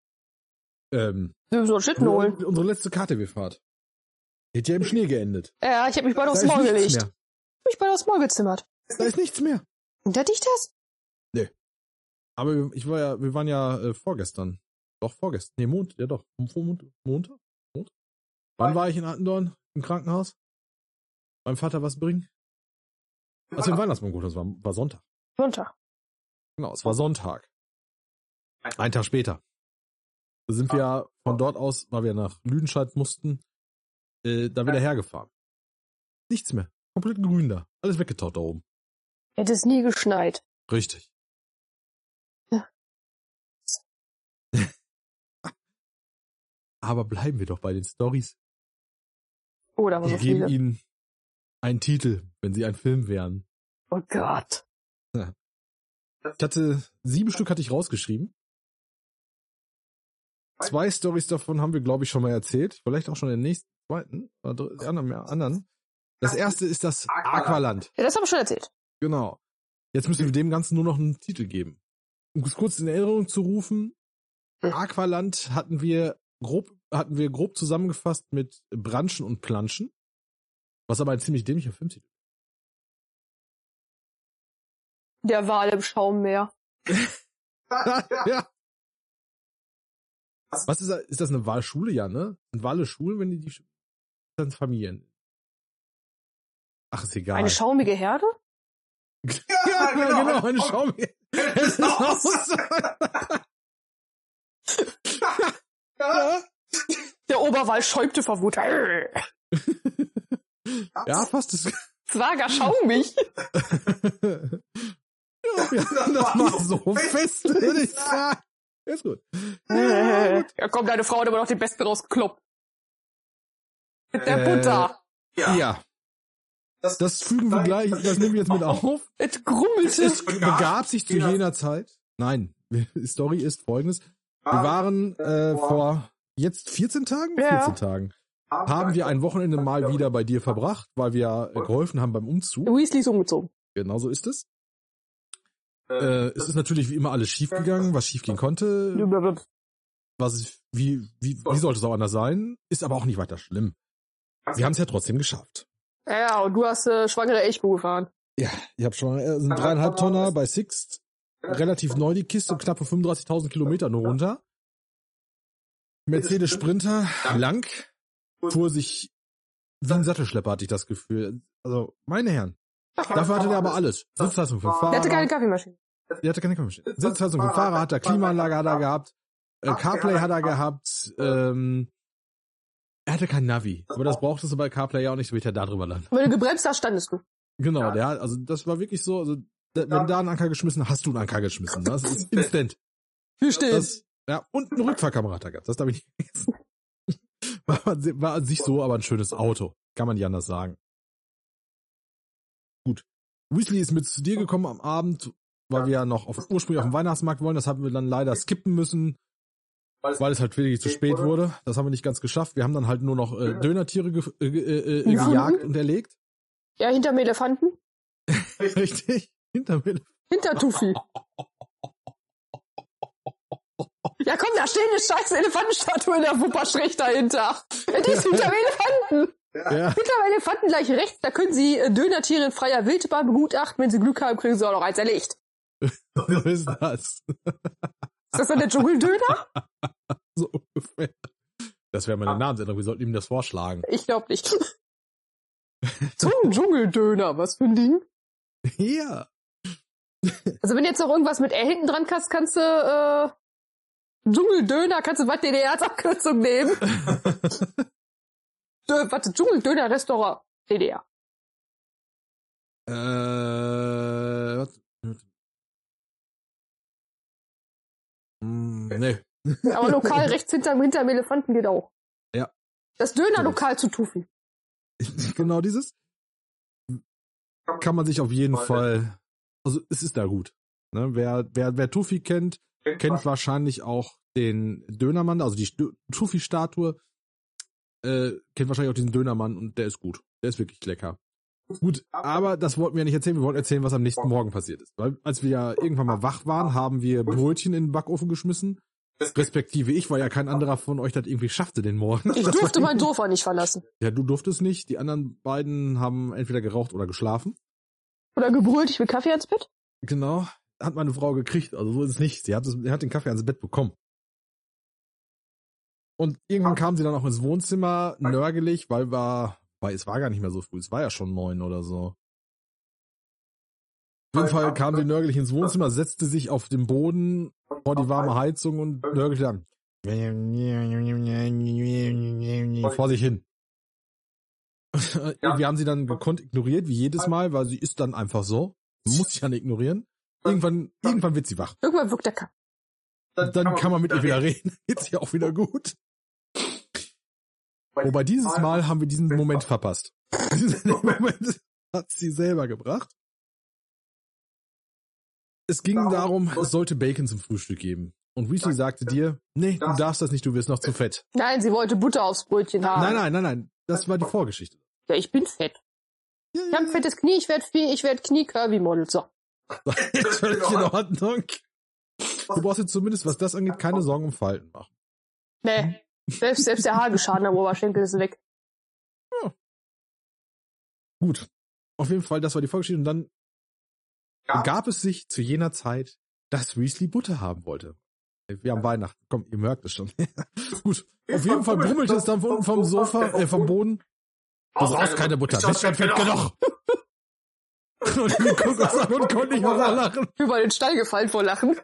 Speaker 1: Ähm,
Speaker 3: Wir müssen uns Schlitten holen.
Speaker 1: unsere letzte KTW-Fahrt. Hätte ja im Schnee geendet.
Speaker 3: Ja, ich hab mich beide aufs
Speaker 1: ist
Speaker 3: Maul gelegt.
Speaker 1: nichts
Speaker 3: Ich
Speaker 1: mehr.
Speaker 3: hab mich beide aufs Maul gezimmert.
Speaker 1: Da ist nichts mehr.
Speaker 3: Hinter dich das?
Speaker 1: Aber wir- ich war ja, wir waren ja äh, vorgestern. Doch, vorgestern. Nee, Mond, ja doch. Am Vormond, Montag? Mond? Wann war ich in Attendorn? Im Krankenhaus? Meinem Vater was bringen? Als wir den Weihnachtsbaum geholt haben, das war, war Sonntag.
Speaker 3: Runter.
Speaker 1: Genau, es war Sonntag. Ein Tag später. Da sind wir von dort aus, weil wir nach Lüdenscheid mussten, äh, da wieder hergefahren. Nichts mehr. Komplett grün da. Alles weggetaut da oben.
Speaker 3: Hätte es nie geschneit.
Speaker 1: Richtig.
Speaker 3: Ja.
Speaker 1: Aber bleiben wir doch bei den Stories.
Speaker 3: Oder was
Speaker 1: Wir
Speaker 3: Oh, so
Speaker 1: geben
Speaker 3: viele.
Speaker 1: ihnen einen Titel, wenn sie ein Film wären.
Speaker 3: Oh Gott.
Speaker 1: Ich hatte sieben Stück hatte ich rausgeschrieben. Zwei Stories davon haben wir, glaube ich, schon mal erzählt. Vielleicht auch schon den nächsten, zweiten oder dr- anderen, mehr anderen. Das erste ist das Aqualand.
Speaker 3: Ja, das haben wir schon erzählt.
Speaker 1: Genau. Jetzt müssen wir dem Ganzen nur noch einen Titel geben. Um es kurz in Erinnerung zu rufen, Hm. Aqualand hatten wir grob, hatten wir grob zusammengefasst mit Branchen und Planschen. Was aber ein ziemlich dämlicher Filmtitel.
Speaker 3: Der Wal im Schaummeer.
Speaker 1: ja. Was ist das? Ist das eine Wahlschule? Ja, ne? Sind Wale Schulen, wenn die die Schu- dann Familien? Ach, ist egal.
Speaker 3: Eine schaumige Herde?
Speaker 1: ja,
Speaker 4: Ja,
Speaker 1: genau,
Speaker 4: genau.
Speaker 1: eine Schaum. Es ist aus.
Speaker 3: Der Oberwal schäumte vor Wut. Arr.
Speaker 1: Ja, fast. Das,
Speaker 3: Zwager schaumig.
Speaker 1: ja, wir hatten das mal so fest, würde ich sagen. Ist gut. Ja, gut.
Speaker 3: ja, komm, deine Frau hat aber noch den besten rausgekloppt. Mit der
Speaker 1: Äh.
Speaker 3: Butter.
Speaker 1: Ja. Das, das fügen wir gleich, das nehmen wir jetzt mit auf.
Speaker 3: Es grummelte.
Speaker 1: Es begab sich zu jener Zeit. Nein, die Story ist folgendes. Wir waren äh, vor jetzt 14 Tagen?
Speaker 3: Ja.
Speaker 1: 14 Tagen. Haben wir ein Wochenende mal wieder bei dir verbracht, weil wir äh, geholfen haben beim Umzug.
Speaker 3: Weasley ist umgezogen.
Speaker 1: Genau so ist es.
Speaker 4: Äh,
Speaker 1: Äh, es ist natürlich wie immer alles schiefgegangen, was schiefgehen konnte. Was, wie, wie, wie sollte es auch anders sein? Ist aber auch nicht weiter schlimm. Wir haben es ja trotzdem geschafft.
Speaker 3: Ja, und du hast äh, schwangere Elchkuh gefahren.
Speaker 1: Ich habe schon äh, sind dreieinhalb Tonner bei Sixt. Relativ neu die Kiste, knappe 35.000 Kilometer nur runter. Mercedes Sprinter, lang, fuhr sich wie ein Sattelschlepper, hatte ich das Gefühl. Also, meine Herren. Dafür hatte der aber alles. Sitzheizung für
Speaker 3: Der hatte keine
Speaker 1: Fahrer.
Speaker 3: Kaffeemaschine.
Speaker 1: Der hatte keine Kaffee. Sitzheizung für Fahrer hat er, Klimaanlage hat er gehabt, äh, CarPlay hat er gehabt, ähm, er hatte kein Navi. Aber das brauchtest du bei CarPlay ja auch nicht, so wie ich ja da drüber landen.
Speaker 3: Wenn du gebremst hast, standest du.
Speaker 1: Genau, der hat, also das war wirklich so, also da, wenn da ein Anker geschmissen, hast du einen Anker geschmissen. ne? Das ist instant.
Speaker 3: Hier steht.
Speaker 1: Das, ja, und eine Rückfahrkamera hat er gehabt. Das darf ich nicht vergessen. War, an si- war an sich so, aber ein schönes Auto. Kann man nicht anders sagen. Gut. Weasley ist mit zu dir gekommen am Abend. weil wir ja noch auf, ursprünglich auf den Weihnachtsmarkt wollen. Das haben wir dann leider skippen müssen, weil es halt wirklich zu spät wurde. Das haben wir nicht ganz geschafft. Wir haben dann halt nur noch äh, Dönertiere ge äh, äh, äh,
Speaker 3: Ja.
Speaker 1: gejagt und erlegt.
Speaker 3: Ja, hinterm Elefanten.
Speaker 1: Richtig. Hinter mir.
Speaker 3: Hinter Tufi. Ja, komm, da steht eine scheiß Elefantenstatue in der Wupper schräg dahinter. Die ist hinterm Elefanten.
Speaker 1: Ja.
Speaker 3: Hinterm Elefanten gleich rechts, da können Sie äh, Dönertiere in freier Wildbahn begutachten. Wenn Sie Glück haben, kriegen Sie auch noch eins erlegt.
Speaker 1: So ist das.
Speaker 3: Ist das dann der Dschungeldöner?
Speaker 1: So ungefähr. Das wäre meine Namensänderung. Wir sollten ihm das vorschlagen.
Speaker 3: Ich glaube nicht. So ein Dschungeldöner, was für ein Ding.
Speaker 1: Ja.
Speaker 3: Also wenn jetzt noch irgendwas mit R hinten dran kannst, kannst du äh, Dschungeldöner, kannst du was DDR als Abkürzung nehmen. Dö, warte, Dschungeldöner Restaurant DDR.
Speaker 1: Äh, was? Hm, nee.
Speaker 3: Aber lokal rechts hinterm, hinterm Elefanten geht auch.
Speaker 1: Ja.
Speaker 3: Das Dönerlokal zu Tufi.
Speaker 1: genau dieses. Kann man sich auf jeden Fall, also es ist da gut. Ne? Wer, wer, wer Tufi kennt, kennt wahrscheinlich auch den Dönermann, also die Stu- Tufi-Statue, äh, kennt wahrscheinlich auch diesen Dönermann und der ist gut. Der ist wirklich lecker. Gut, aber das wollten wir ja nicht erzählen. Wir wollten erzählen, was am nächsten Morgen passiert ist. Weil als wir ja irgendwann mal wach waren, haben wir Brötchen in den Backofen geschmissen. Respektive ich, weil ja kein anderer von euch das irgendwie schaffte den Morgen.
Speaker 3: Ich durfte mein Dorf auch nicht verlassen.
Speaker 1: Ja, du durftest nicht. Die anderen beiden haben entweder geraucht oder geschlafen.
Speaker 3: Oder gebrüllt, ich will Kaffee ans Bett.
Speaker 1: Genau. Hat meine Frau gekriegt. Also so ist es nicht. Sie hat, es, sie hat den Kaffee ans Bett bekommen. Und irgendwann kam sie dann auch ins Wohnzimmer, nörgelig, weil war, weil es war gar nicht mehr so früh. Es war ja schon neun oder so. Auf jeden Fall kam sie nörgelig ins Wohnzimmer, setzte sich auf den Boden vor die warme Heizung und nörgelte dann vor sich hin. Wir haben sie dann gekonnt ignoriert, wie jedes Mal, weil sie ist dann einfach so. Man Muss ich dann ignorieren. Irgendwann, irgendwann wird sie wach.
Speaker 3: Irgendwann wirkt der Kaffee.
Speaker 1: Dann kann man mit ihr wieder reden. Geht's ihr auch wieder gut. Wobei dieses Mal haben wir diesen Moment verpasst. Diesen Moment hat sie selber gebracht. Es ging darum, es sollte Bacon zum Frühstück geben. Und Weasley sagte dir, nee, du darfst das nicht, du wirst noch zu fett.
Speaker 3: Nein, sie wollte Butter aufs Brötchen haben.
Speaker 1: Nein, nein, nein, nein, das war die Vorgeschichte.
Speaker 3: Ja, ich bin fett.
Speaker 1: Ja,
Speaker 3: Ich hab ein fettes Knie, ich werd, ich werd Knie-Curvy-Model. So.
Speaker 1: Jetzt völlig in Ordnung. Du brauchst jetzt zumindest, was das angeht, keine Sorgen um Falten machen.
Speaker 3: Nee. Selbst, selbst der Haargeschaden am Oberschenkel ist weg.
Speaker 1: Gut. Auf jeden Fall, das war die Vorgeschichte. Und dann
Speaker 4: Ja.
Speaker 1: gab es sich zu jener Zeit, dass Weasley Butter haben wollte. Wir haben Weihnachten. Komm, ihr merkt es schon. Gut. Auf jeden Fall brummelte es dann vom, vom Sofa, äh, vom Boden. Du brauchst keine Butter. Bist schon fett genug. Und wir gucken uns an und konnten nicht mehr lachen.
Speaker 3: Über den Stall gefallen vor Lachen.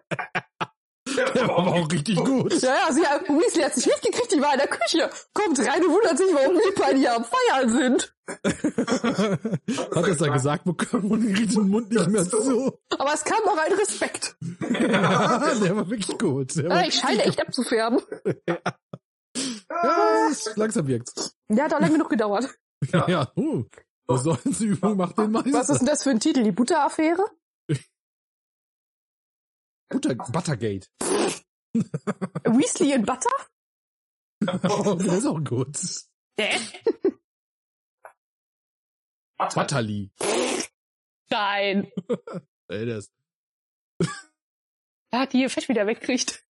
Speaker 1: Der war aber auch richtig gut.
Speaker 3: Ja, ja, sie, Weasley hat sich mitgekriegt, die war in der Küche. Kommt rein und wundert sich, warum wir beide hier am Feiern sind.
Speaker 1: Hat das dann gesagt bekommen und kriegt den Mund nicht mehr zu.
Speaker 3: Aber es kam auch ein Respekt.
Speaker 1: Der war wirklich gut. Der war
Speaker 3: Ah, ich scheine echt abzufärben.
Speaker 1: Ja, es- langsam wirkt's.
Speaker 3: Ja, hat auch lange genug gedauert.
Speaker 1: Ja. ja. Uh, was soll's? Übung macht den Meister.
Speaker 3: Was ist denn das für ein Titel? Die Butteraffäre?
Speaker 1: Butter, Buttergate.
Speaker 3: Weasley in Butter?
Speaker 1: Oh, das ist auch gut. Butterly.
Speaker 3: Nein.
Speaker 1: Ey, der ist,
Speaker 3: Er hat die ihr Fett wieder wegkriegt.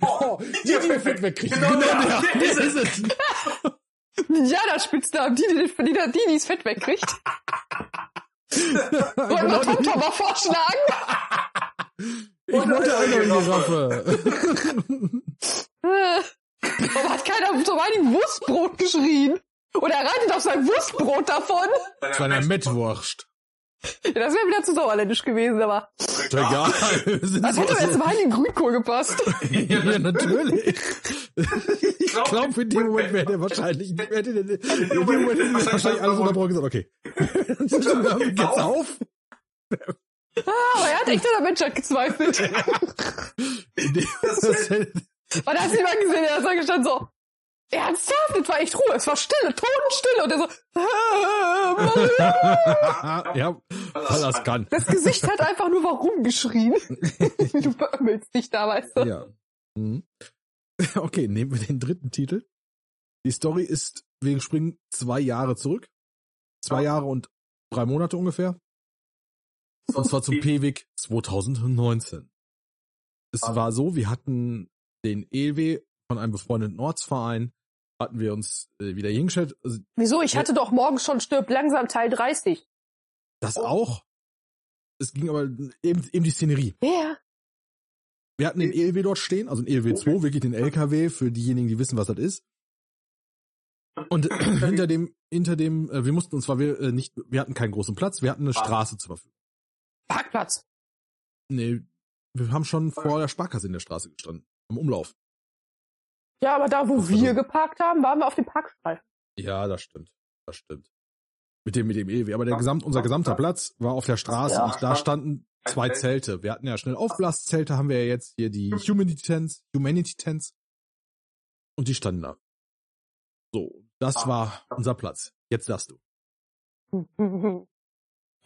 Speaker 1: oh, die die den Fett wegkriegen. Genau, der. Das ist es.
Speaker 3: Ja, das Spitznamen, die, die, die, die, die es Fett wegkriegt. Wollen wir
Speaker 1: Genau,
Speaker 3: Tom mal vorschlagen?
Speaker 1: ich wollte eine Giraffe.
Speaker 3: Äh, Warum hat keiner so meinem Wurstbrot geschrien? Und er reitet auf sein Wurstbrot davon.
Speaker 1: Zu einer Mettwurst.
Speaker 3: Ja, das wäre wieder zu sauerländisch gewesen, aber
Speaker 1: Ist doch Egal. Wir sind
Speaker 3: das hätte
Speaker 1: so-
Speaker 3: mir jetzt mal in den Grünkohl gepasst.
Speaker 1: Ja, natürlich. Ich glaube, in dem Moment wäre der wahrscheinlich, wäre der, in dem Moment hätte der wahrscheinlich alles unterbrochen gesagt, okay. Geht's auf?
Speaker 3: Aber er hat echt an der Menschheit gezweifelt.
Speaker 1: Das,
Speaker 3: Weil da hat jemand gesehen, der hat da gestanden so, Ernsthaft? Das war echt Ruhe. Es war stille, Totenstille. Und er so... "Äh,
Speaker 1: ja, Pallas kann.
Speaker 3: Das Gesicht hat einfach nur warum geschrien. du beömmelst dich da, weißt du.
Speaker 1: Ja. Mhm. Okay, nehmen wir den dritten Titel. Die Story ist, wir springen zwei Jahre zurück. Zwei Jahre und drei Monate ungefähr. Und zwar zum Pewig 2019. Es war so, wir hatten den EW von einem befreundeten Ortsverein, hatten wir uns äh, wieder hingestellt. Also
Speaker 3: Wieso? Ich hatte doch morgen schon Stirb langsam Teil 30.
Speaker 1: Das auch. Es ging aber eben, eben die Szenerie.
Speaker 3: Ja.
Speaker 1: Wir hatten den ELW dort stehen, also den ELW 2, wirklich den LKW, für diejenigen, die wissen, was das ist. Und hinter dem, hinter dem, äh, wir mussten uns zwar wir, äh, nicht, wir hatten keinen großen Platz, wir hatten eine Straße zur Verfügung.
Speaker 3: Parkplatz.
Speaker 1: Nee, wir haben schon vor der Sparkasse in der Straße gestanden, am Umlauf.
Speaker 3: Ja, aber da, wo
Speaker 1: Ach,
Speaker 3: wir
Speaker 1: verdammt.
Speaker 3: geparkt haben, waren wir auf dem Parkstreifen.
Speaker 1: Ja, das stimmt. Das stimmt. Mit dem, mit dem ELW. Aber der Gesamt, unser gesamter Platz war auf der Straße
Speaker 3: Ja.
Speaker 1: und da standen zwei Zelte. Wir hatten ja schnell Aufblaszelte, haben wir ja jetzt hier die Humanity Tents, Humanity Tents. Und die standen da. So,
Speaker 3: Ah,
Speaker 1: das war unser Platz. Jetzt darfst du.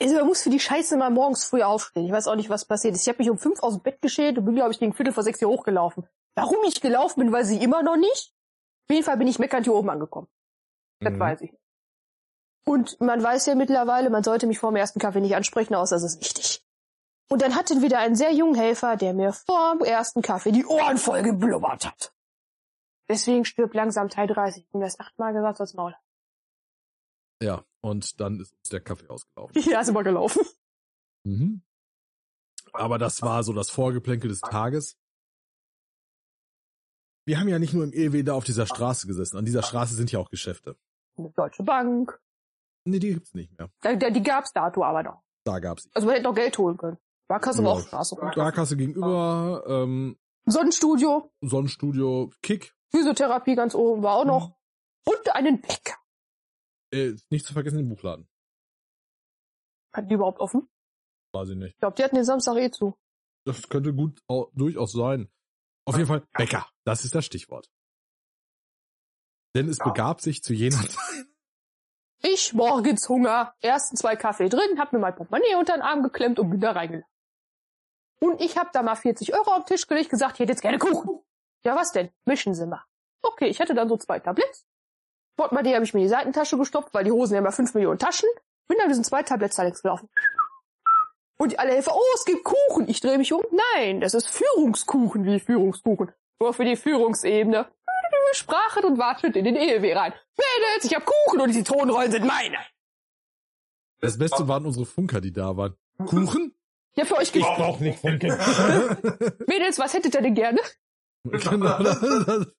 Speaker 3: Also man muss für die Scheiße mal morgens früh aufstehen. Ich weiß auch nicht, was passiert ist. Ich habe mich um fünf aus dem Bett geschält und bin, glaube ich, gegen Viertel vor sechs hier hochgelaufen. Warum ich gelaufen bin, weiß ich immer noch nicht. Auf jeden Fall bin ich meckernd hier oben angekommen. Das
Speaker 1: Mhm.
Speaker 3: weiß ich. Und man weiß ja mittlerweile, man sollte mich vor dem ersten Kaffee nicht ansprechen, außer es ist wichtig. Und dann hatte wieder ein sehr jungen Helfer, der mir vor dem ersten Kaffee die Ohren voll geblubbert hat. Deswegen stirbt langsam Teil 30. Ich hab mir das achtmal gesagt, sonst Maul.
Speaker 1: Ja, und dann ist uns der Kaffee ausgelaufen.
Speaker 3: Ja, ist immer gelaufen.
Speaker 1: Mhm. Aber das war so das Vorgeplänkel des Tages. Wir haben ja nicht nur im ELW da auf dieser Straße gesessen. An dieser Straße sind ja auch Geschäfte.
Speaker 3: Eine Deutsche Bank.
Speaker 1: Nee, die gibt's nicht mehr.
Speaker 3: Da, da, die gab's dato aber noch.
Speaker 1: Da gab's.
Speaker 3: Also man hätte noch Geld holen können. Sparkasse
Speaker 1: Ja.
Speaker 3: war auch Straße.
Speaker 1: Sparkasse gegenüber, ähm,
Speaker 3: Sonnenstudio,
Speaker 1: Sonnenstudio, Kick,
Speaker 3: Physiotherapie ganz oben war auch noch. Und einen Bäcker.
Speaker 1: äh, nicht zu vergessen den Buchladen.
Speaker 3: Hatten die überhaupt offen?
Speaker 1: Weiß ich nicht.
Speaker 3: Ich glaube, die hatten den Samstag eh zu.
Speaker 1: Das könnte gut au durchaus sein. Auf jeden Fall, Bäcker. Das ist das Stichwort. Denn es begab sich zu jener Zeit.
Speaker 3: Ich morgens Hunger, ersten zwei Kaffee drin, hab mir mein Portemonnaie unter den Arm geklemmt und bin da reingelaufen. Und ich hab da mal 40 Euro auf den Tisch gelegt, gesagt, ich hätte jetzt gerne Kuchen. Ja, was denn? Mischen Sie mal. Okay, ich hatte dann so zwei Tabletts. Portemonnaie habe ich mir in die Seitentasche gestopft, weil die Hosen ja immer 5 Millionen Taschen. Bin dann mit diesen zwei Tabletts da links gelaufen. Und die alle helfen, oh, es gibt Kuchen. Ich drehe mich um. Nein, das ist Führungskuchen, wie Führungskuchen. Nur für die Führungsebene. Sprachet und wartet in den ELW rein. Mädels, ich hab Kuchen und die Zitronenrollen sind meine.
Speaker 1: Das Beste waren unsere Funker, die da waren. Kuchen?
Speaker 3: Ja, für euch gibt's.
Speaker 1: brauche nicht Funken.
Speaker 3: Mädels, was hättet ihr denn gerne?
Speaker 1: genau, das, das,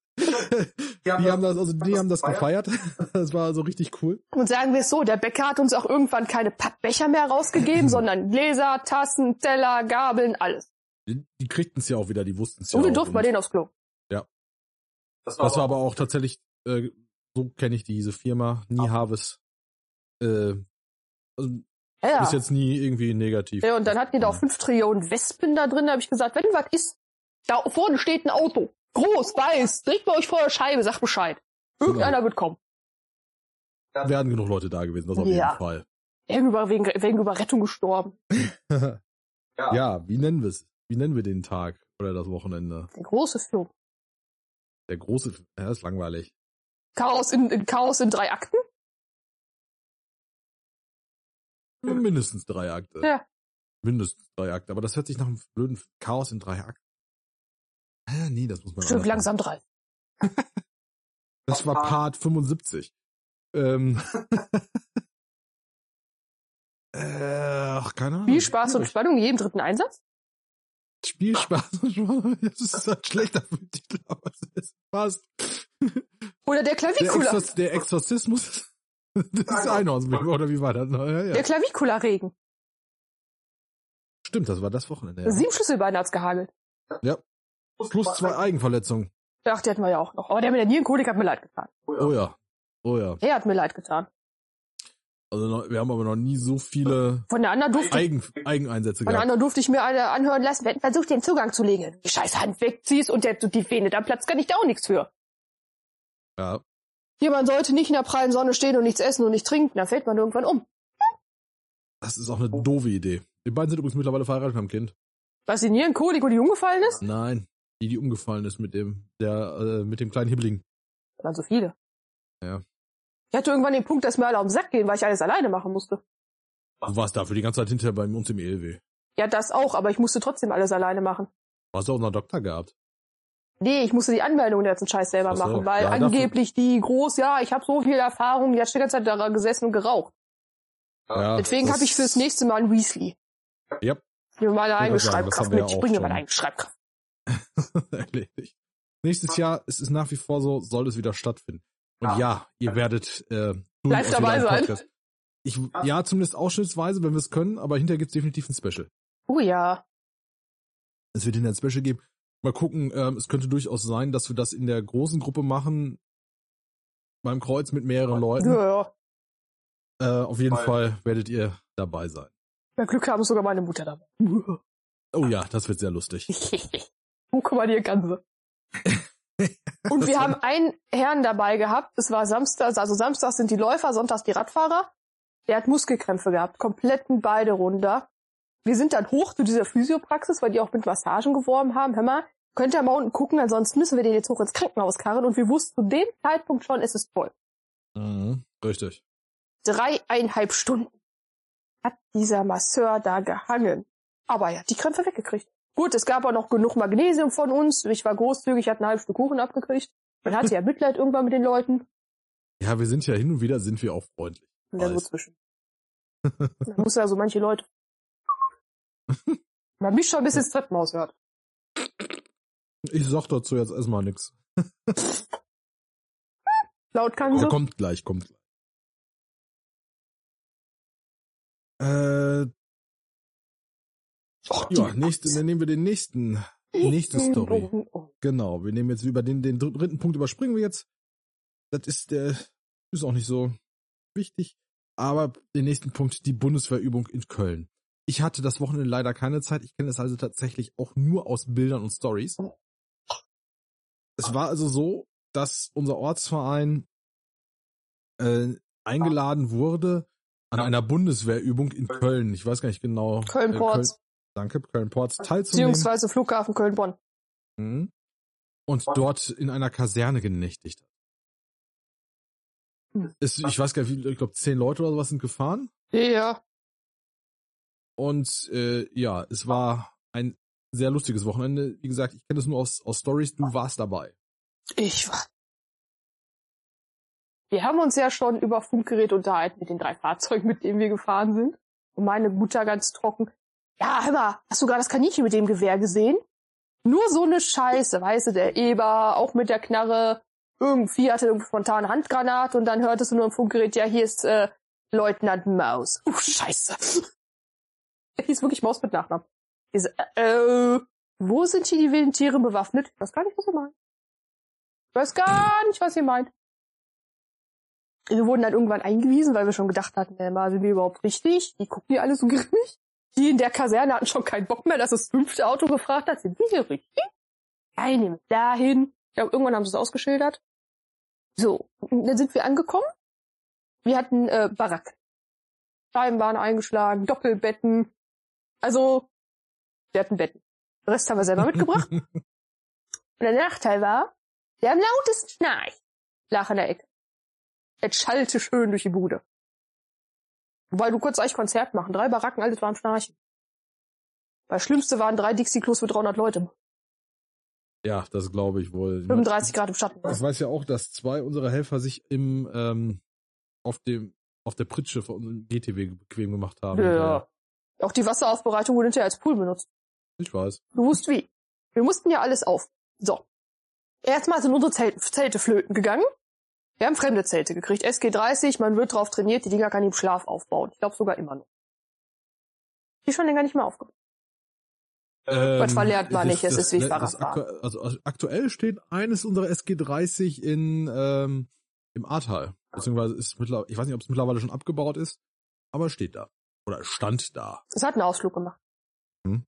Speaker 1: die haben das, also die haben das gefeiert. Das war so richtig cool.
Speaker 3: Und sagen wir es so, der Bäcker hat uns auch irgendwann keine Pappbecher mehr rausgegeben, sondern Gläser, Tassen, Teller, Gabeln, alles.
Speaker 1: Die, die kriegten es ja auch wieder, die wussten es ja
Speaker 3: und wir
Speaker 1: auch.
Speaker 3: durften bei denen aufs Klo.
Speaker 4: Das
Speaker 1: Das war aber auch tatsächlich, äh, so kenne ich diese Firma, Nie Harvest. Äh, also
Speaker 3: Ja.
Speaker 1: ist jetzt nie irgendwie negativ.
Speaker 3: ja, und dann hatten die da auch fünf Trillionen Wespen da drin. Da habe ich gesagt, wenn was ist, da vorne steht ein Auto. Groß, weiß, direkt bei euch vor der Scheibe, sagt Bescheid. Irgendeiner wird kommen.
Speaker 1: Wären genug Leute da gewesen, das auf
Speaker 3: Ja.
Speaker 1: jeden Fall.
Speaker 3: Irgendwer wegen, wegen Überrettung gestorben.
Speaker 1: Ja, wie nennen wir es? Wie nennen wir den Tag oder das Wochenende?
Speaker 3: Der große Film.
Speaker 1: Der große, ja, ist langweilig.
Speaker 3: Chaos in, in Chaos in drei Akten.
Speaker 1: Mindestens drei Akte.
Speaker 3: Hm. Ja.
Speaker 1: Mindestens drei Akte. Aber das hört sich nach einem blöden Chaos in drei Akten. Ah, nee, das muss man
Speaker 3: Stimmt,
Speaker 1: anders machen.
Speaker 3: langsam drei.
Speaker 1: Das war Part 75. Ähm. äh, ach, keine Ahnung.
Speaker 3: Viel Spaß und Spannung in jedem dritten Einsatz.
Speaker 1: Spielspaß und Spannung. Das ist ein schlechter Titel, aber es passt.
Speaker 3: Oder der
Speaker 1: Der,
Speaker 3: Klavikula.
Speaker 1: Exor der Exorzismus des Einhornsbaby, oder wie war das? Ja, ja.
Speaker 3: Der Klavikula-Regen.
Speaker 1: Stimmt, das war das Wochenende. Ja.
Speaker 3: Sieben Schlüsselbeine hat's gehagelt.
Speaker 1: Plus zwei Eigenverletzungen.
Speaker 3: Ach, die hatten wir ja auch noch. Aber der mit der Nierenkolik hat mir leid getan.
Speaker 1: Oh ja. Oh ja.
Speaker 3: Der hat mir leid getan.
Speaker 1: Also noch, wir haben aber noch nie so viele
Speaker 3: Von der anderen durfte,
Speaker 1: Eigen Eigeneinsätze
Speaker 3: von der
Speaker 1: gehabt.
Speaker 3: anderen durfte ich mir alle anhören lassen. Wir hätten versucht, den Zugang zu legen. Die scheiß Hand wegziehst und der, die Vene da platzt, kann ich da auch nichts für.
Speaker 1: Ja.
Speaker 3: Hier, man sollte nicht in der prallen Sonne stehen und nichts essen und nicht trinken, da fällt man irgendwann um.
Speaker 1: Das ist auch eine doofe Idee. Die beiden sind übrigens mittlerweile verheiratet und haben ein Kind.
Speaker 3: Was in ihren Kolik und die umgefallen ist?
Speaker 1: Nein. Die, die umgefallen ist mit dem, der, äh, mit dem kleinen Hibbling.
Speaker 3: Da waren so viele.
Speaker 1: Ja.
Speaker 3: Ich hatte irgendwann den Punkt, dass mir alle auf den Sack gehen, weil ich alles alleine machen musste.
Speaker 1: Du warst dafür die ganze Zeit hinterher bei uns im E ELW.
Speaker 3: Ja, das auch, aber ich musste trotzdem alles alleine machen.
Speaker 1: Hast du auch noch einen Doktor gehabt?
Speaker 3: Nee, ich musste die Anmeldung der ganzen Scheiß selber
Speaker 1: Ach so,
Speaker 3: machen, weil
Speaker 1: ja, dafür-
Speaker 3: angeblich die groß, ja, ich habe so viel Erfahrung, die hat schon die ganze Zeit daran gesessen und geraucht.
Speaker 1: Ja,
Speaker 3: Deswegen
Speaker 1: das-
Speaker 3: habe ich fürs nächste Mal einen Weasley.
Speaker 1: Ja.
Speaker 3: Nimm mal eine
Speaker 1: Ich würd
Speaker 3: eigene
Speaker 1: sagen, das
Speaker 3: Schreibkraft
Speaker 1: haben wir
Speaker 3: mit. Ich
Speaker 1: auch
Speaker 3: bringe
Speaker 1: schon.
Speaker 3: meine eigene Schreibkraft.
Speaker 1: erledigt. Nächstes Jahr, es ist nach wie vor so, soll es wieder stattfinden. Und ja, ihr werdet äh, tun,
Speaker 3: Bleibt
Speaker 1: aus
Speaker 3: dabei
Speaker 1: jedem
Speaker 3: sein.
Speaker 1: Podcast. Ich, ja, zumindest ausschnittsweise, wenn wir es können, aber hinterher gibt's definitiv ein Special.
Speaker 3: Oh ja.
Speaker 1: Es wird hinterher ein Special geben. Mal gucken, ähm, es könnte durchaus sein, dass wir das in der großen Gruppe machen, beim Kreuz mit mehreren Leuten.
Speaker 3: Ja, ja.
Speaker 1: Äh, auf jeden
Speaker 4: Voll.
Speaker 1: Fall werdet ihr dabei sein.
Speaker 3: Bei Glück haben es sogar meine Mutter dabei.
Speaker 1: Oh ja, das wird sehr lustig.
Speaker 3: Oh, guck mal, die Ganze. Und wir
Speaker 1: Das-
Speaker 3: haben einen Herrn dabei gehabt. Es war Samstag, also Samstags sind die Läufer, Sonntags die Radfahrer. Der hat Muskelkrämpfe gehabt, kompletten beide runter. Wir sind dann hoch zu dieser Physiopraxis, weil die auch mit Massagen geworben haben. Hör mal, könnt ihr mal unten gucken, ansonsten müssen wir den jetzt hoch ins Krankenhaus karren. Und wir wussten zu dem Zeitpunkt schon, es ist voll.
Speaker 1: Mhm. Richtig.
Speaker 3: Dreieinhalb Stunden hat dieser Masseur da gehangen. Aber er hat die Krämpfe weggekriegt. Gut, es gab auch noch genug Magnesium von uns. Ich war großzügig, hatte ein halbes Stück Kuchen abgekriegt. Man hatte ja Mitleid irgendwann mit den Leuten.
Speaker 1: Ja, wir sind ja hin und wieder sind wir auch freundlich.
Speaker 3: Und dann so
Speaker 1: Weiß.
Speaker 3: zwischen. Man muss ja so manche Leute. Man mich schon ein bisschen ins Treppenhaus hört.
Speaker 1: Ich sag dazu jetzt erstmal nichts.
Speaker 3: Laut kann
Speaker 1: Ja,
Speaker 3: so.
Speaker 1: Also kommt gleich, kommt gleich. Äh,
Speaker 3: Och, die-
Speaker 1: ja, nächste, dann nehmen wir den nächsten. Nächste Story.
Speaker 3: Oh, oh.
Speaker 1: Genau, wir nehmen jetzt über den, den dr- dritten Punkt überspringen wir jetzt. Das ist der, ist auch nicht so wichtig. Aber den nächsten Punkt, die Bundeswehrübung in Köln. Ich hatte das Wochenende leider keine Zeit. Ich kenne das also tatsächlich auch nur aus Bildern und Stories. Es war also so, dass unser Ortsverein äh, eingeladen wurde an einer Bundeswehrübung in Köln. Ich weiß gar nicht genau. äh,
Speaker 3: Köln-Ports.
Speaker 1: Köln, danke, Köln-Ports teilzunehmen.
Speaker 3: Beziehungsweise Flughafen Köln-Bonn.
Speaker 1: Mhm. Und dort in einer Kaserne genächtigt hat.
Speaker 3: Hm.
Speaker 1: Es, ich weiß gar nicht, wie- ich glaube, zehn Leute oder sowas sind gefahren.
Speaker 3: Ja.
Speaker 1: Und äh, ja, es war ein sehr lustiges Wochenende. Wie gesagt, ich kenne das nur aus, aus Stories. Du warst dabei.
Speaker 3: Ich war. Wir haben uns ja schon über Funkgerät unterhalten mit den drei Fahrzeugen, mit denen wir gefahren sind. Und meine Mutter ganz trocken. Ja, hör mal, hast du gerade das Kaninchen mit dem Gewehr gesehen? Nur so eine Scheiße, weißt du, der Eber, auch mit der Knarre. Irgendwie hatte irgendwie spontane Handgranate und dann hörtest du nur im Funkgerät, ja, hier ist äh, Leutnant Maus. Oh, Scheiße. Er hieß wirklich Maus mit Nachnamen. Ich so, äh, äh, wo sind hier die wilden Tiere bewaffnet? Ich weiß gar nicht, was er meint. Ich weiß gar nicht, was ihr meint. Wir wurden dann irgendwann eingewiesen, weil wir schon gedacht hatten, äh, mal, sind wir überhaupt richtig? Die gucken hier alle so grimmig. Die in der Kaserne hatten schon keinen Bock mehr, dass das fünfte Auto gefragt hat, sind wir hier richtig? Nein, nehmen wir dahin. Ich glaube, irgendwann haben sie es ausgeschildert. So, und dann sind wir angekommen. Wir hatten äh, Barack. Scheiben waren eingeschlagen, Doppelbetten. Also, wir hatten Betten. Den Rest haben wir selber mitgebracht. Und der Nachteil war, der am lautesten schnarcht, lag in der Ecke. Es schallte schön durch die Bude. Wobei du kurz eigentlich Konzert machen. Drei Baracken, alles war am Schnarchen. Das Schlimmste waren drei Dixie-Klos für 300 Leute.
Speaker 1: Ja, das glaube ich wohl. Ich mein,
Speaker 3: 35 Grad im Schatten.
Speaker 1: Ich weiß ja auch, dass zwei unserer Helfer sich im ähm, auf dem auf der Pritsche von unserem GTW bequem gemacht haben.
Speaker 3: Ja. Auch die Wasseraufbereitung wurde hinterher als Pool benutzt.
Speaker 1: äh, Ich weiß.
Speaker 3: Du wusst wie. Wir mussten ja alles auf. So. Erstmal sind unsere Zelte, Zelte flöten gegangen. Wir haben fremde Zelte gekriegt. SG30, man wird drauf trainiert, die Dinger kann ich im Schlaf aufbauen. Ich glaube sogar immer noch. Die schon länger nicht mehr aufgebaut.
Speaker 1: Ähm,
Speaker 3: verlernt man nicht, es ist wie
Speaker 1: das
Speaker 3: Fahrradfahren.
Speaker 1: aktu- also, also aktuell steht eines unserer SG30 in ähm, im Ahrtal. Beziehungsweise ist mittlerweile, ich weiß nicht, ob es mittlerweile schon abgebaut ist, aber es steht da. Oder stand da.
Speaker 3: Es hat einen Ausflug gemacht.
Speaker 1: Hm.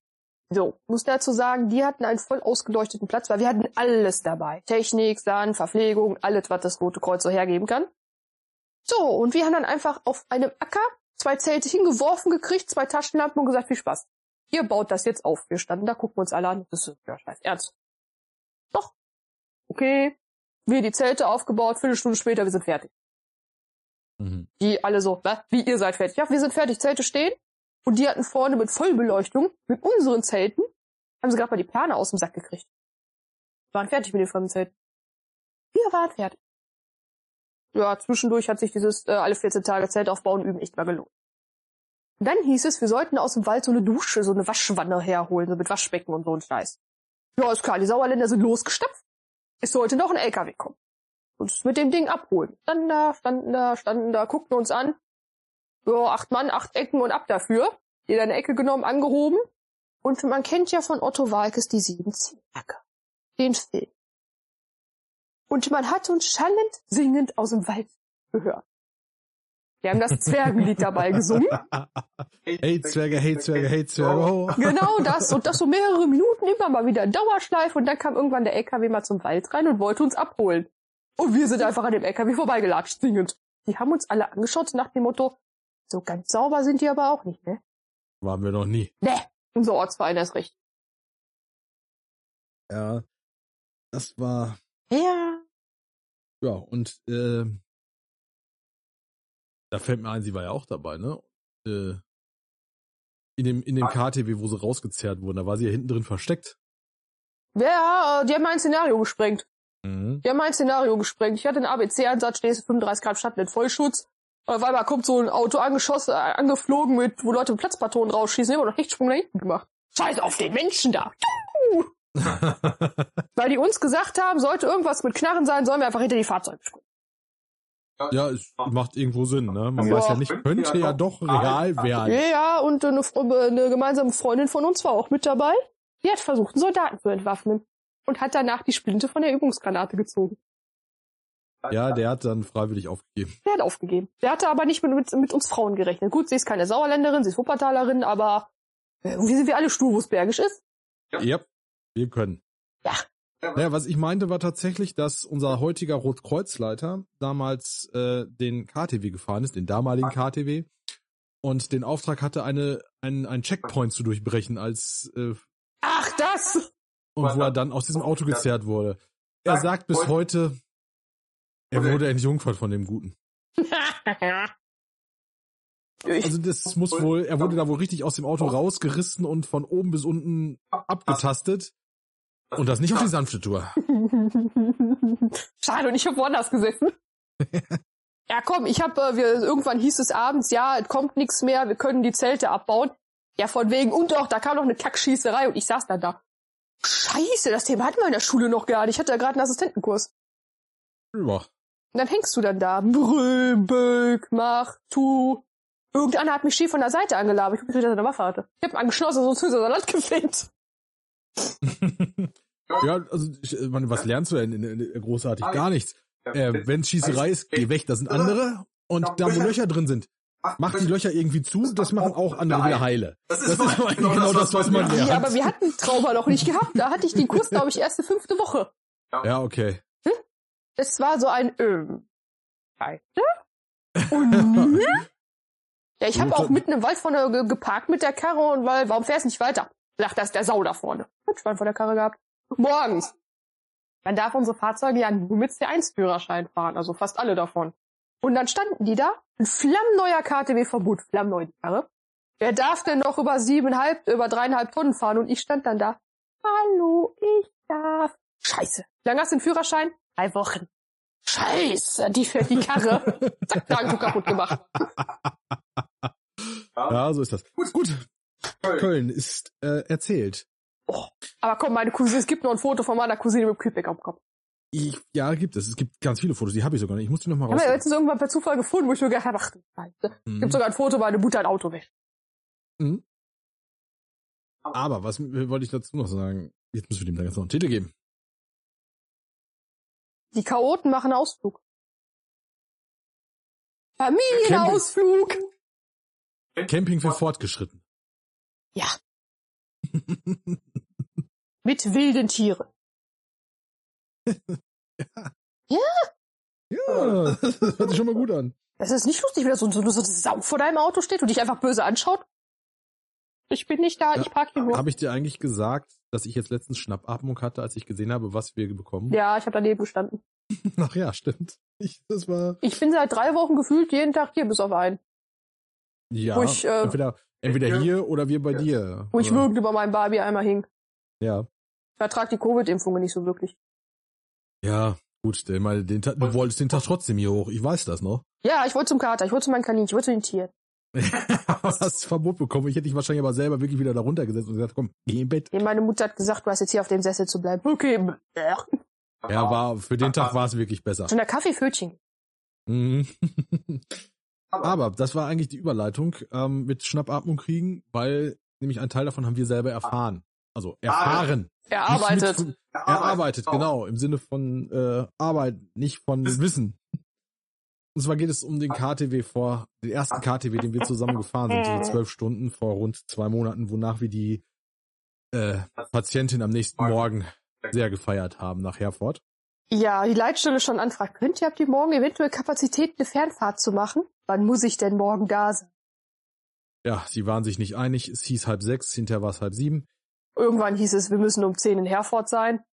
Speaker 3: So, muss dazu sagen, die hatten einen voll ausgeleuchteten Platz, weil wir hatten alles dabei. Technik, Sahn, Verpflegung, alles, was das Rote Kreuz so hergeben kann. So, und wir haben dann einfach auf einem Acker zwei Zelte hingeworfen gekriegt, zwei Taschenlampen und gesagt, viel Spaß. Ihr baut das jetzt auf. Wir standen da, gucken uns alle an. Das ist ja scheiß Ernst. Doch. Okay. Wir die Zelte aufgebaut, Viertelstunde später, wir sind fertig.
Speaker 1: Mhm.
Speaker 3: Die alle so, was? Wie ihr seid fertig? Ja, wir sind fertig, Zelte stehen. Und die hatten vorne mit Vollbeleuchtung, mit unseren Zelten, haben sie gerade mal die Plane aus dem Sack gekriegt. Waren fertig mit den fremden Zelten. Wir waren fertig. Ja, zwischendurch hat sich dieses äh, alle 14 Tage Zelt aufbauen üben echt mal gelohnt. Und dann hieß es, wir sollten aus dem Wald so eine Dusche, so eine Waschwanne herholen, so mit Waschbecken und so ein Scheiß. Ja, ist klar, die Sauerländer sind losgestapft. Es sollte noch ein LKW kommen. Uns mit dem Ding abholen. Standen da, standen da, standen da, guckten uns an. Ja, acht Mann, acht Ecken und ab dafür. Jeder eine Ecke genommen, angehoben. Und man kennt ja von Otto Walkes die sieben Zwerge. Den Film. Und man hat uns schallend, singend aus dem Wald gehört. Wir haben das Zwergenlied dabei gesungen.
Speaker 1: Hey Zwerge, hey Zwerge, hey Zwerge. ho.
Speaker 3: Genau das. Und das so mehrere Minuten immer mal wieder in Dauerschleife. Und dann kam irgendwann der LKW mal zum Wald rein und wollte uns abholen. Und wir sind einfach an dem LKW vorbeigelatscht, singend. Die haben uns alle angeschaut nach dem Motto, so ganz sauber sind die aber auch nicht, ne?
Speaker 1: Waren wir noch nie.
Speaker 3: Ne, unser Ortsverein ist recht.
Speaker 1: Ja. Das war.
Speaker 3: Ja.
Speaker 1: Ja, und äh, da fällt mir ein, sie war ja auch dabei, ne? Äh, in dem, in dem
Speaker 3: Ah.
Speaker 1: KTW, wo sie rausgezerrt wurden, da war sie ja hinten drin versteckt.
Speaker 3: Ja, äh, die haben mein Szenario gesprengt.
Speaker 1: Mhm.
Speaker 3: Die haben mein Szenario gesprengt. Ich hatte einen ABC-Ansatz, stehst du 35 Grad Schatten in Vollschutz. Und auf einmal kommt so ein Auto angeschossen, äh, angeflogen mit, wo Leute mit Platzpatronen rausschießen, immer noch Hechtsprung nach hinten gemacht. Scheiß auf den Menschen da. Weil die uns gesagt haben, sollte irgendwas mit Knarren sein, sollen wir einfach hinter die Fahrzeuge springen.
Speaker 1: ja, es macht irgendwo Sinn, ne? Man
Speaker 3: Ja.
Speaker 1: weiß ja nicht, könnte ja doch real werden.
Speaker 3: Ja, und eine, Fre- eine gemeinsame Freundin von uns war auch mit dabei. Die hat versucht, einen Soldaten zu entwaffnen. Und hat danach die Splinte von der Übungsgranate gezogen.
Speaker 1: Ja, der hat dann freiwillig aufgegeben.
Speaker 3: Der hat aufgegeben. Der hatte aber nicht mit, mit, mit uns Frauen gerechnet. Gut, sie ist keine Sauerländerin, sie ist Wuppertalerin, aber äh, wie sind wir alle stur, wo es bergisch ist?
Speaker 1: Ja.
Speaker 4: Ja.
Speaker 1: wir können.
Speaker 3: Ja.
Speaker 1: Naja, was ich meinte, war tatsächlich, dass unser heutiger Rotkreuzleiter damals äh, den KTW gefahren ist, den damaligen KTW, und den Auftrag hatte, eine, einen, einen Checkpoint zu durchbrechen, als äh,
Speaker 3: Ach, das!
Speaker 1: und wo er dann aus diesem Auto gezerrt wurde. Er sagt bis heute, er wurde entjungfert von dem Guten.
Speaker 3: ich,
Speaker 1: Also das muss wohl, er wurde da wohl richtig aus dem Auto rausgerissen und von oben bis unten abgetastet. Und das nicht auf die sanfte Tour.
Speaker 3: Schade, und ich habe woanders gesessen. ja, komm, ich habe, äh, wir irgendwann hieß es abends, ja, es kommt nichts mehr, wir können die Zelte abbauen. Ja, von wegen und auch, da kam noch eine Kackschießerei und ich saß dann da. Scheiße, das Thema hatten wir in der Schule noch gar nicht. Ich hatte ja gerade einen Assistentenkurs.
Speaker 1: Ja.
Speaker 3: Und dann hängst du dann da. Brüll, böck, mach, tu. Irgendeiner hat mich schief von der Seite angelabert. Ich hab gekriegt, dass er eine Waffe hatte. Ich hab ihn angeschlossen, sonst ist er sein Land gefegt.
Speaker 1: Ja, also ich, äh, man, was lernst du denn in, in, in- großartig?
Speaker 4: Ah,
Speaker 1: Gar nichts. Äh, Wenn Schießerei ist, geh weg, da sind andere. Und
Speaker 4: Ja,
Speaker 1: da, wo
Speaker 4: Löcher.
Speaker 1: Löcher drin sind, mach die Löcher irgendwie zu, das machen auch andere wieder heile.
Speaker 4: Das
Speaker 1: Das ist doch eigentlich genau das, was man
Speaker 3: Ja,
Speaker 1: lernt.
Speaker 3: aber wir hatten Trauma noch nicht gehabt. Da hatte ich den Kurs, glaube ich, erste fünfte Woche.
Speaker 1: Ja, okay.
Speaker 3: Es war so ein, ähm, Scheiße. Und, ja, ich habe auch mitten im Wald vorne ge geparkt mit der Karre und weil, warum fährst du nicht weiter? Lacht, da ist der Sau da vorne. Hat Schwein vor der Karre gehabt. Morgens. Man darf unsere Fahrzeuge ja nur mit C1-Führerschein fahren, also fast alle davon. Und dann standen die da, ein flammneuer KTW-Verbot, flammneu die Karre. Wer darf denn noch über siebeneinhalb, über dreieinhalb Tonnen fahren? Und ich stand dann da. Hallo, ich darf. Scheiße. Wie lange hast du den Führerschein? Drei Wochen. Scheiße, die fährt die Karre. Zack, da Handschuh kaputt gemacht.
Speaker 1: Ja, so ist das. Gut, gut. Köln ist äh, erzählt.
Speaker 3: Aber komm, meine Cousine, es gibt noch ein Foto von meiner Cousine mit dem Kühlpack am Kopf.
Speaker 1: Ich, ja, gibt es. Es gibt ganz viele Fotos, die habe ich sogar nicht. Ich muss die nochmal
Speaker 3: Haben wir
Speaker 1: raus.
Speaker 3: letztens irgendwann per Zufall gefunden, wo ich mir gedacht habe, ach du Scheiße.
Speaker 1: Mhm.
Speaker 3: Gibt sogar ein Foto, meine Mutter hat ein Auto weg.
Speaker 1: Aber was äh, wollte ich dazu noch sagen? Jetzt müssen wir dem da jetzt noch einen Titel geben.
Speaker 3: Die Chaoten machen Ausflug. Familienausflug!
Speaker 1: Camping für Fortgeschritten.
Speaker 3: Ja. Mit wilden Tieren.
Speaker 5: Ja, das hört sich schon mal gut an.
Speaker 3: Es ist nicht lustig, wenn da so, so, so eine Sau vor deinem Auto steht und dich einfach böse anschaut. Ich bin nicht da,
Speaker 1: Ja,
Speaker 3: ich park hier nur.
Speaker 1: Habe ich dir eigentlich gesagt, dass ich jetzt letztens Schnappatmung hatte, als ich gesehen habe, was wir bekommen?
Speaker 3: Ja, ich habe daneben gestanden.
Speaker 1: Ach ja, stimmt.
Speaker 5: Ich, das war,
Speaker 3: Ich bin seit drei Wochen gefühlt jeden Tag hier, bis auf einen.
Speaker 1: Ja,
Speaker 3: Wo ich, äh,
Speaker 1: entweder, entweder
Speaker 4: Ja.
Speaker 1: hier oder wir bei
Speaker 4: Ja.
Speaker 1: dir.
Speaker 3: Wo ich
Speaker 1: Oder-
Speaker 3: würgend über meinem Barbie einmal hing.
Speaker 1: Ja.
Speaker 3: Ich vertrag die Covid-Impfungen nicht so wirklich.
Speaker 1: Ja, gut, denn mal den Tag, du wolltest den Tag trotzdem hier hoch. Ich weiß das noch.
Speaker 3: Ja, ich wollte zum Kater, ich wollte zu meinem Kaninchen, ich wollte zu den Tieren.
Speaker 1: hast Verbot bekommen. Ich hätte dich wahrscheinlich aber selber wirklich wieder da runtergesetzt und gesagt, komm, geh im Bett.
Speaker 3: Nee, Meine Mutter hat gesagt, du hast jetzt hier auf dem Sessel zu bleiben. Okay. bäh.
Speaker 1: Ja, war, für den Tag war es wirklich besser.
Speaker 3: Schon der Kaffeefötchen.
Speaker 1: Mhm.
Speaker 4: Aber-
Speaker 1: Aber das war eigentlich die Überleitung ähm, mit Schnappatmung kriegen, weil nämlich ein Teil davon haben wir selber erfahren. Also erfahren.
Speaker 3: Er
Speaker 1: Nicht
Speaker 3: arbeitet.
Speaker 1: mit- Erarbeitet, genau, im Sinne von äh, Arbeit, nicht von
Speaker 4: Wissen.
Speaker 1: Wissen. Und zwar geht es um den KTW vor, den ersten KTW, den wir zusammen gefahren sind, diese zwölf Stunden vor rund zwei Monaten, wonach wir die äh, Patientin am nächsten Morgen sehr gefeiert haben nach Herford.
Speaker 3: Ja, die Leitstelle schon anfragt, könnt ihr ab die morgen eventuell Kapazität, eine Fernfahrt zu machen? Wann muss ich denn morgen da sein?
Speaker 1: Ja, sie waren sich nicht einig, es hieß halb sechs, hinterher war es halb sieben.
Speaker 3: Irgendwann hieß es, wir müssen um 10 in Herford sein.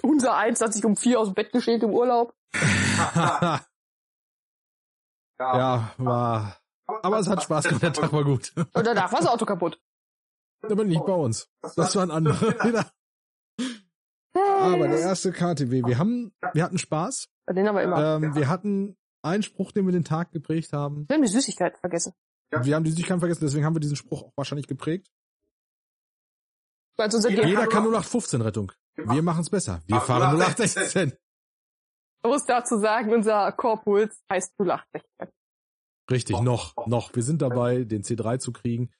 Speaker 3: Unser Eins hat sich um 4 aus dem Bett geschält im Urlaub.
Speaker 1: ja, war. Aber es hat Spaß gemacht, der Tag war gut.
Speaker 3: Und danach war das Auto kaputt.
Speaker 1: Aber nicht bei uns. Das waren andere wieder. Ah,
Speaker 5: aber der erste KTW. Wir haben,
Speaker 1: Wir hatten Spaß.
Speaker 3: Bei denen aber immer.
Speaker 1: Ähm, wir hatten einen Spruch, den wir den Tag geprägt haben.
Speaker 3: Wir haben die Süßigkeit vergessen.
Speaker 4: Ja.
Speaker 1: Wir haben die Süßigkeiten vergessen, deswegen haben wir diesen Spruch auch wahrscheinlich geprägt.
Speaker 3: Weil unser
Speaker 4: Jeder-
Speaker 3: Gehirn
Speaker 1: Jeder kann 0815 Rettung. Wir machen es besser. Wir
Speaker 4: Ach,
Speaker 1: fahren
Speaker 4: 0816.
Speaker 1: 0816.
Speaker 3: Man muss dazu sagen, unser Korpuls heißt 0816.
Speaker 1: Richtig, noch, noch. Wir sind dabei, den C3 zu kriegen.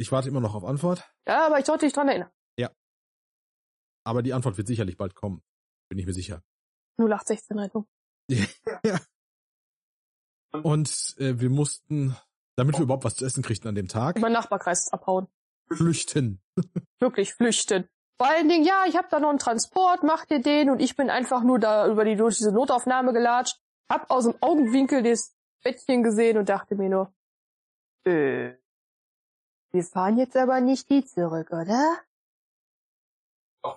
Speaker 1: Ich warte immer noch auf Antwort,
Speaker 3: Ja, aber ich sollte dich dran erinnern.
Speaker 1: aber die Antwort wird sicherlich bald kommen. Bin ich mir sicher.
Speaker 3: 0816 Rettung.
Speaker 1: Und äh, wir mussten, damit wir überhaupt was zu essen kriegten an dem Tag,
Speaker 3: Über den Nachbarkreis abhauen.
Speaker 1: flüchten.
Speaker 3: Wirklich flüchten. Vor allen Dingen, ja, ich habe da noch einen Transport, mach dir den und ich bin einfach nur da über die durch diese Notaufnahme gelatscht, hab aus dem Augenwinkel das Bettchen gesehen und dachte mir nur, äh, wir fahren jetzt aber nicht die zurück, oder?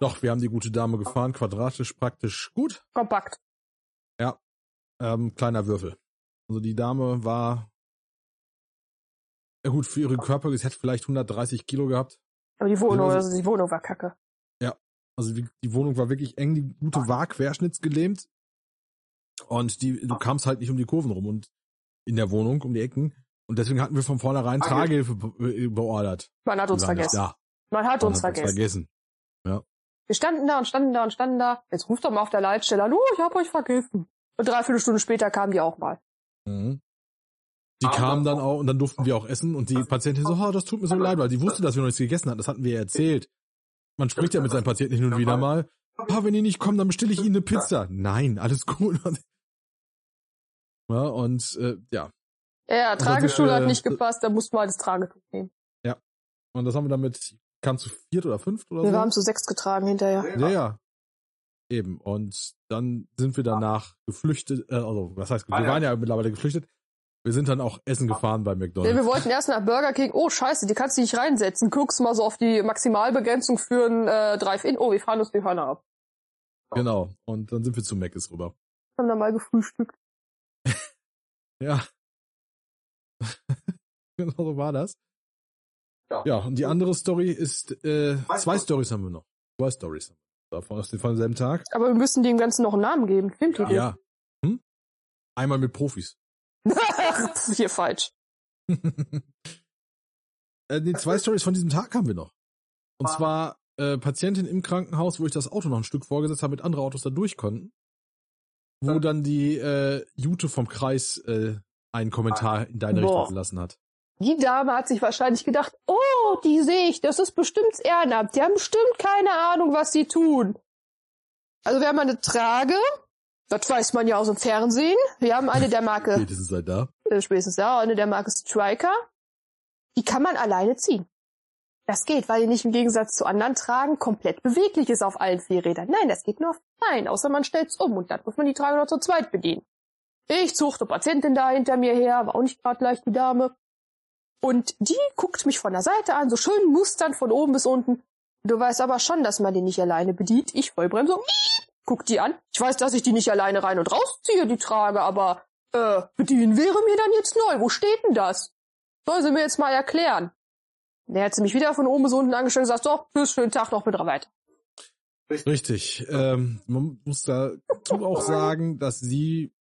Speaker 1: Doch, wir haben die gute Dame gefahren, quadratisch praktisch gut.
Speaker 3: Kompakt.
Speaker 1: Ähm, kleiner Würfel. Also die Dame war, ja gut, für ihren Körper, sie hat vielleicht 130 Kilo gehabt.
Speaker 3: Aber die Wohnung,
Speaker 1: Ja,
Speaker 3: also die Wohnung war kacke.
Speaker 1: Also die, die Wohnung war wirklich eng, die gute war querschnittsgelähmt. Und die, du kamst halt nicht um die Kurven rum und in der Wohnung, um die Ecken. Und deswegen hatten wir von vornherein
Speaker 4: Ah, ja.
Speaker 1: Tragehilfe be beordert.
Speaker 3: Man hat
Speaker 1: Die
Speaker 3: uns
Speaker 1: waren nicht
Speaker 3: vergessen.
Speaker 1: da.
Speaker 3: Man hat
Speaker 1: Man
Speaker 3: uns
Speaker 1: hat uns
Speaker 3: vergessen.
Speaker 1: vergessen.
Speaker 3: Wir standen da und standen da und standen da. Jetzt ruft doch mal auf der Leitstelle an, oh, ich hab euch vergessen. Und dreiviertel Stunde später kamen die auch mal.
Speaker 1: Mhm. Die
Speaker 4: Aber-
Speaker 1: kamen dann auch und dann durften wir auch essen und die Patientin so, oh, das tut mir so leid, weil die wusste, dass wir noch nichts gegessen hatten. Das hatten wir ihr erzählt. Man spricht ja mit seinen Patienten hin und wieder mal. Ah, wenn die nicht kommen, dann bestelle ich ihnen eine Pizza. Nein, alles gut. Ja, und äh, ja,
Speaker 3: Ja,
Speaker 1: Also,
Speaker 3: Tragestuhl
Speaker 1: äh,
Speaker 3: hat nicht gepasst, da mussten wir halt das Tragetuch nehmen.
Speaker 1: und das haben wir damit, kam zu viert oder fünft oder
Speaker 3: Wir
Speaker 1: so.
Speaker 3: waren zu sechs getragen hinterher.
Speaker 1: Ja, ja. Eben. Und dann sind wir danach geflüchtet, äh, also was heißt, wir
Speaker 4: Ah, ja.
Speaker 1: waren ja mittlerweile geflüchtet. Wir sind dann auch essen gefahren bei
Speaker 3: Ah. Ja,
Speaker 1: McDonalds.
Speaker 3: wir wollten erst nach Burger King. Oh, scheiße, die kannst du nicht reinsetzen. Guckst mal so auf die Maximalbegrenzung für ein äh, Drive-In. Oh, wir fahren uns die Hörner ab.
Speaker 1: Genau. Und dann sind wir zu Mc's rüber.
Speaker 3: Haben dann mal gefrühstückt.
Speaker 1: Ja. genau so war das.
Speaker 4: Ja.
Speaker 1: Ja, und die andere Story ist, äh,
Speaker 4: Weiß
Speaker 1: zwei
Speaker 4: was.
Speaker 1: Stories haben wir noch. Zwei Stories haben wir. Davon aus dem von demselben Tag.
Speaker 3: Aber wir müssen dem Ganzen noch einen Namen geben.
Speaker 1: Ja.
Speaker 3: Filmtitel.
Speaker 1: Hm? Einmal mit Profis.
Speaker 3: das ist hier falsch.
Speaker 1: äh, nee, zwei Stories von diesem Tag haben wir noch. Und
Speaker 4: Ah.
Speaker 1: zwar äh, Patientin im Krankenhaus, wo ich das Auto noch ein Stück vorgesetzt habe, mit andere Autos da durch konnten. Wo
Speaker 4: Ja.
Speaker 1: dann die äh, Jute vom Kreis äh, einen Kommentar in deine
Speaker 3: Boah.
Speaker 1: Richtung gelassen hat.
Speaker 3: Die Dame hat sich wahrscheinlich gedacht, oh, die sehe ich, das ist bestimmt Ehrenamt. Die haben bestimmt keine Ahnung, was sie tun. Also wir haben eine Trage, das weiß man ja aus dem Fernsehen. Wir haben eine der Marke
Speaker 1: Spätestens seit da.
Speaker 3: äh, spätestens ja, eine der Marke Striker. Die kann man alleine ziehen. Das geht, weil die nicht im Gegensatz zu anderen tragen komplett beweglich ist auf allen vier Rädern. Nein, das geht nur auf Beinen, außer man stellt's um und dann muss man die drei oder zu zweit bedienen. Ich zog eine Patientin da hinter mir her, war auch nicht gerade leicht die Dame. Und die guckt mich von der Seite an, so schön mustern von oben bis unten. Du weißt aber schon, dass man die nicht alleine bedient. Ich Vollbremse, miep, guck die an. Ich weiß, dass ich die nicht alleine rein und rausziehe, die Trage, aber äh, bedienen wäre mir dann jetzt neu. Wo steht denn das? Soll sie mir jetzt mal erklären. Der hat sie mich wieder von oben bis unten angestellt und gesagt, so, tschüss, schönen Tag noch mit dran weiter.
Speaker 1: Richtig. Ähm, man muss dazu auch sagen, dass sie,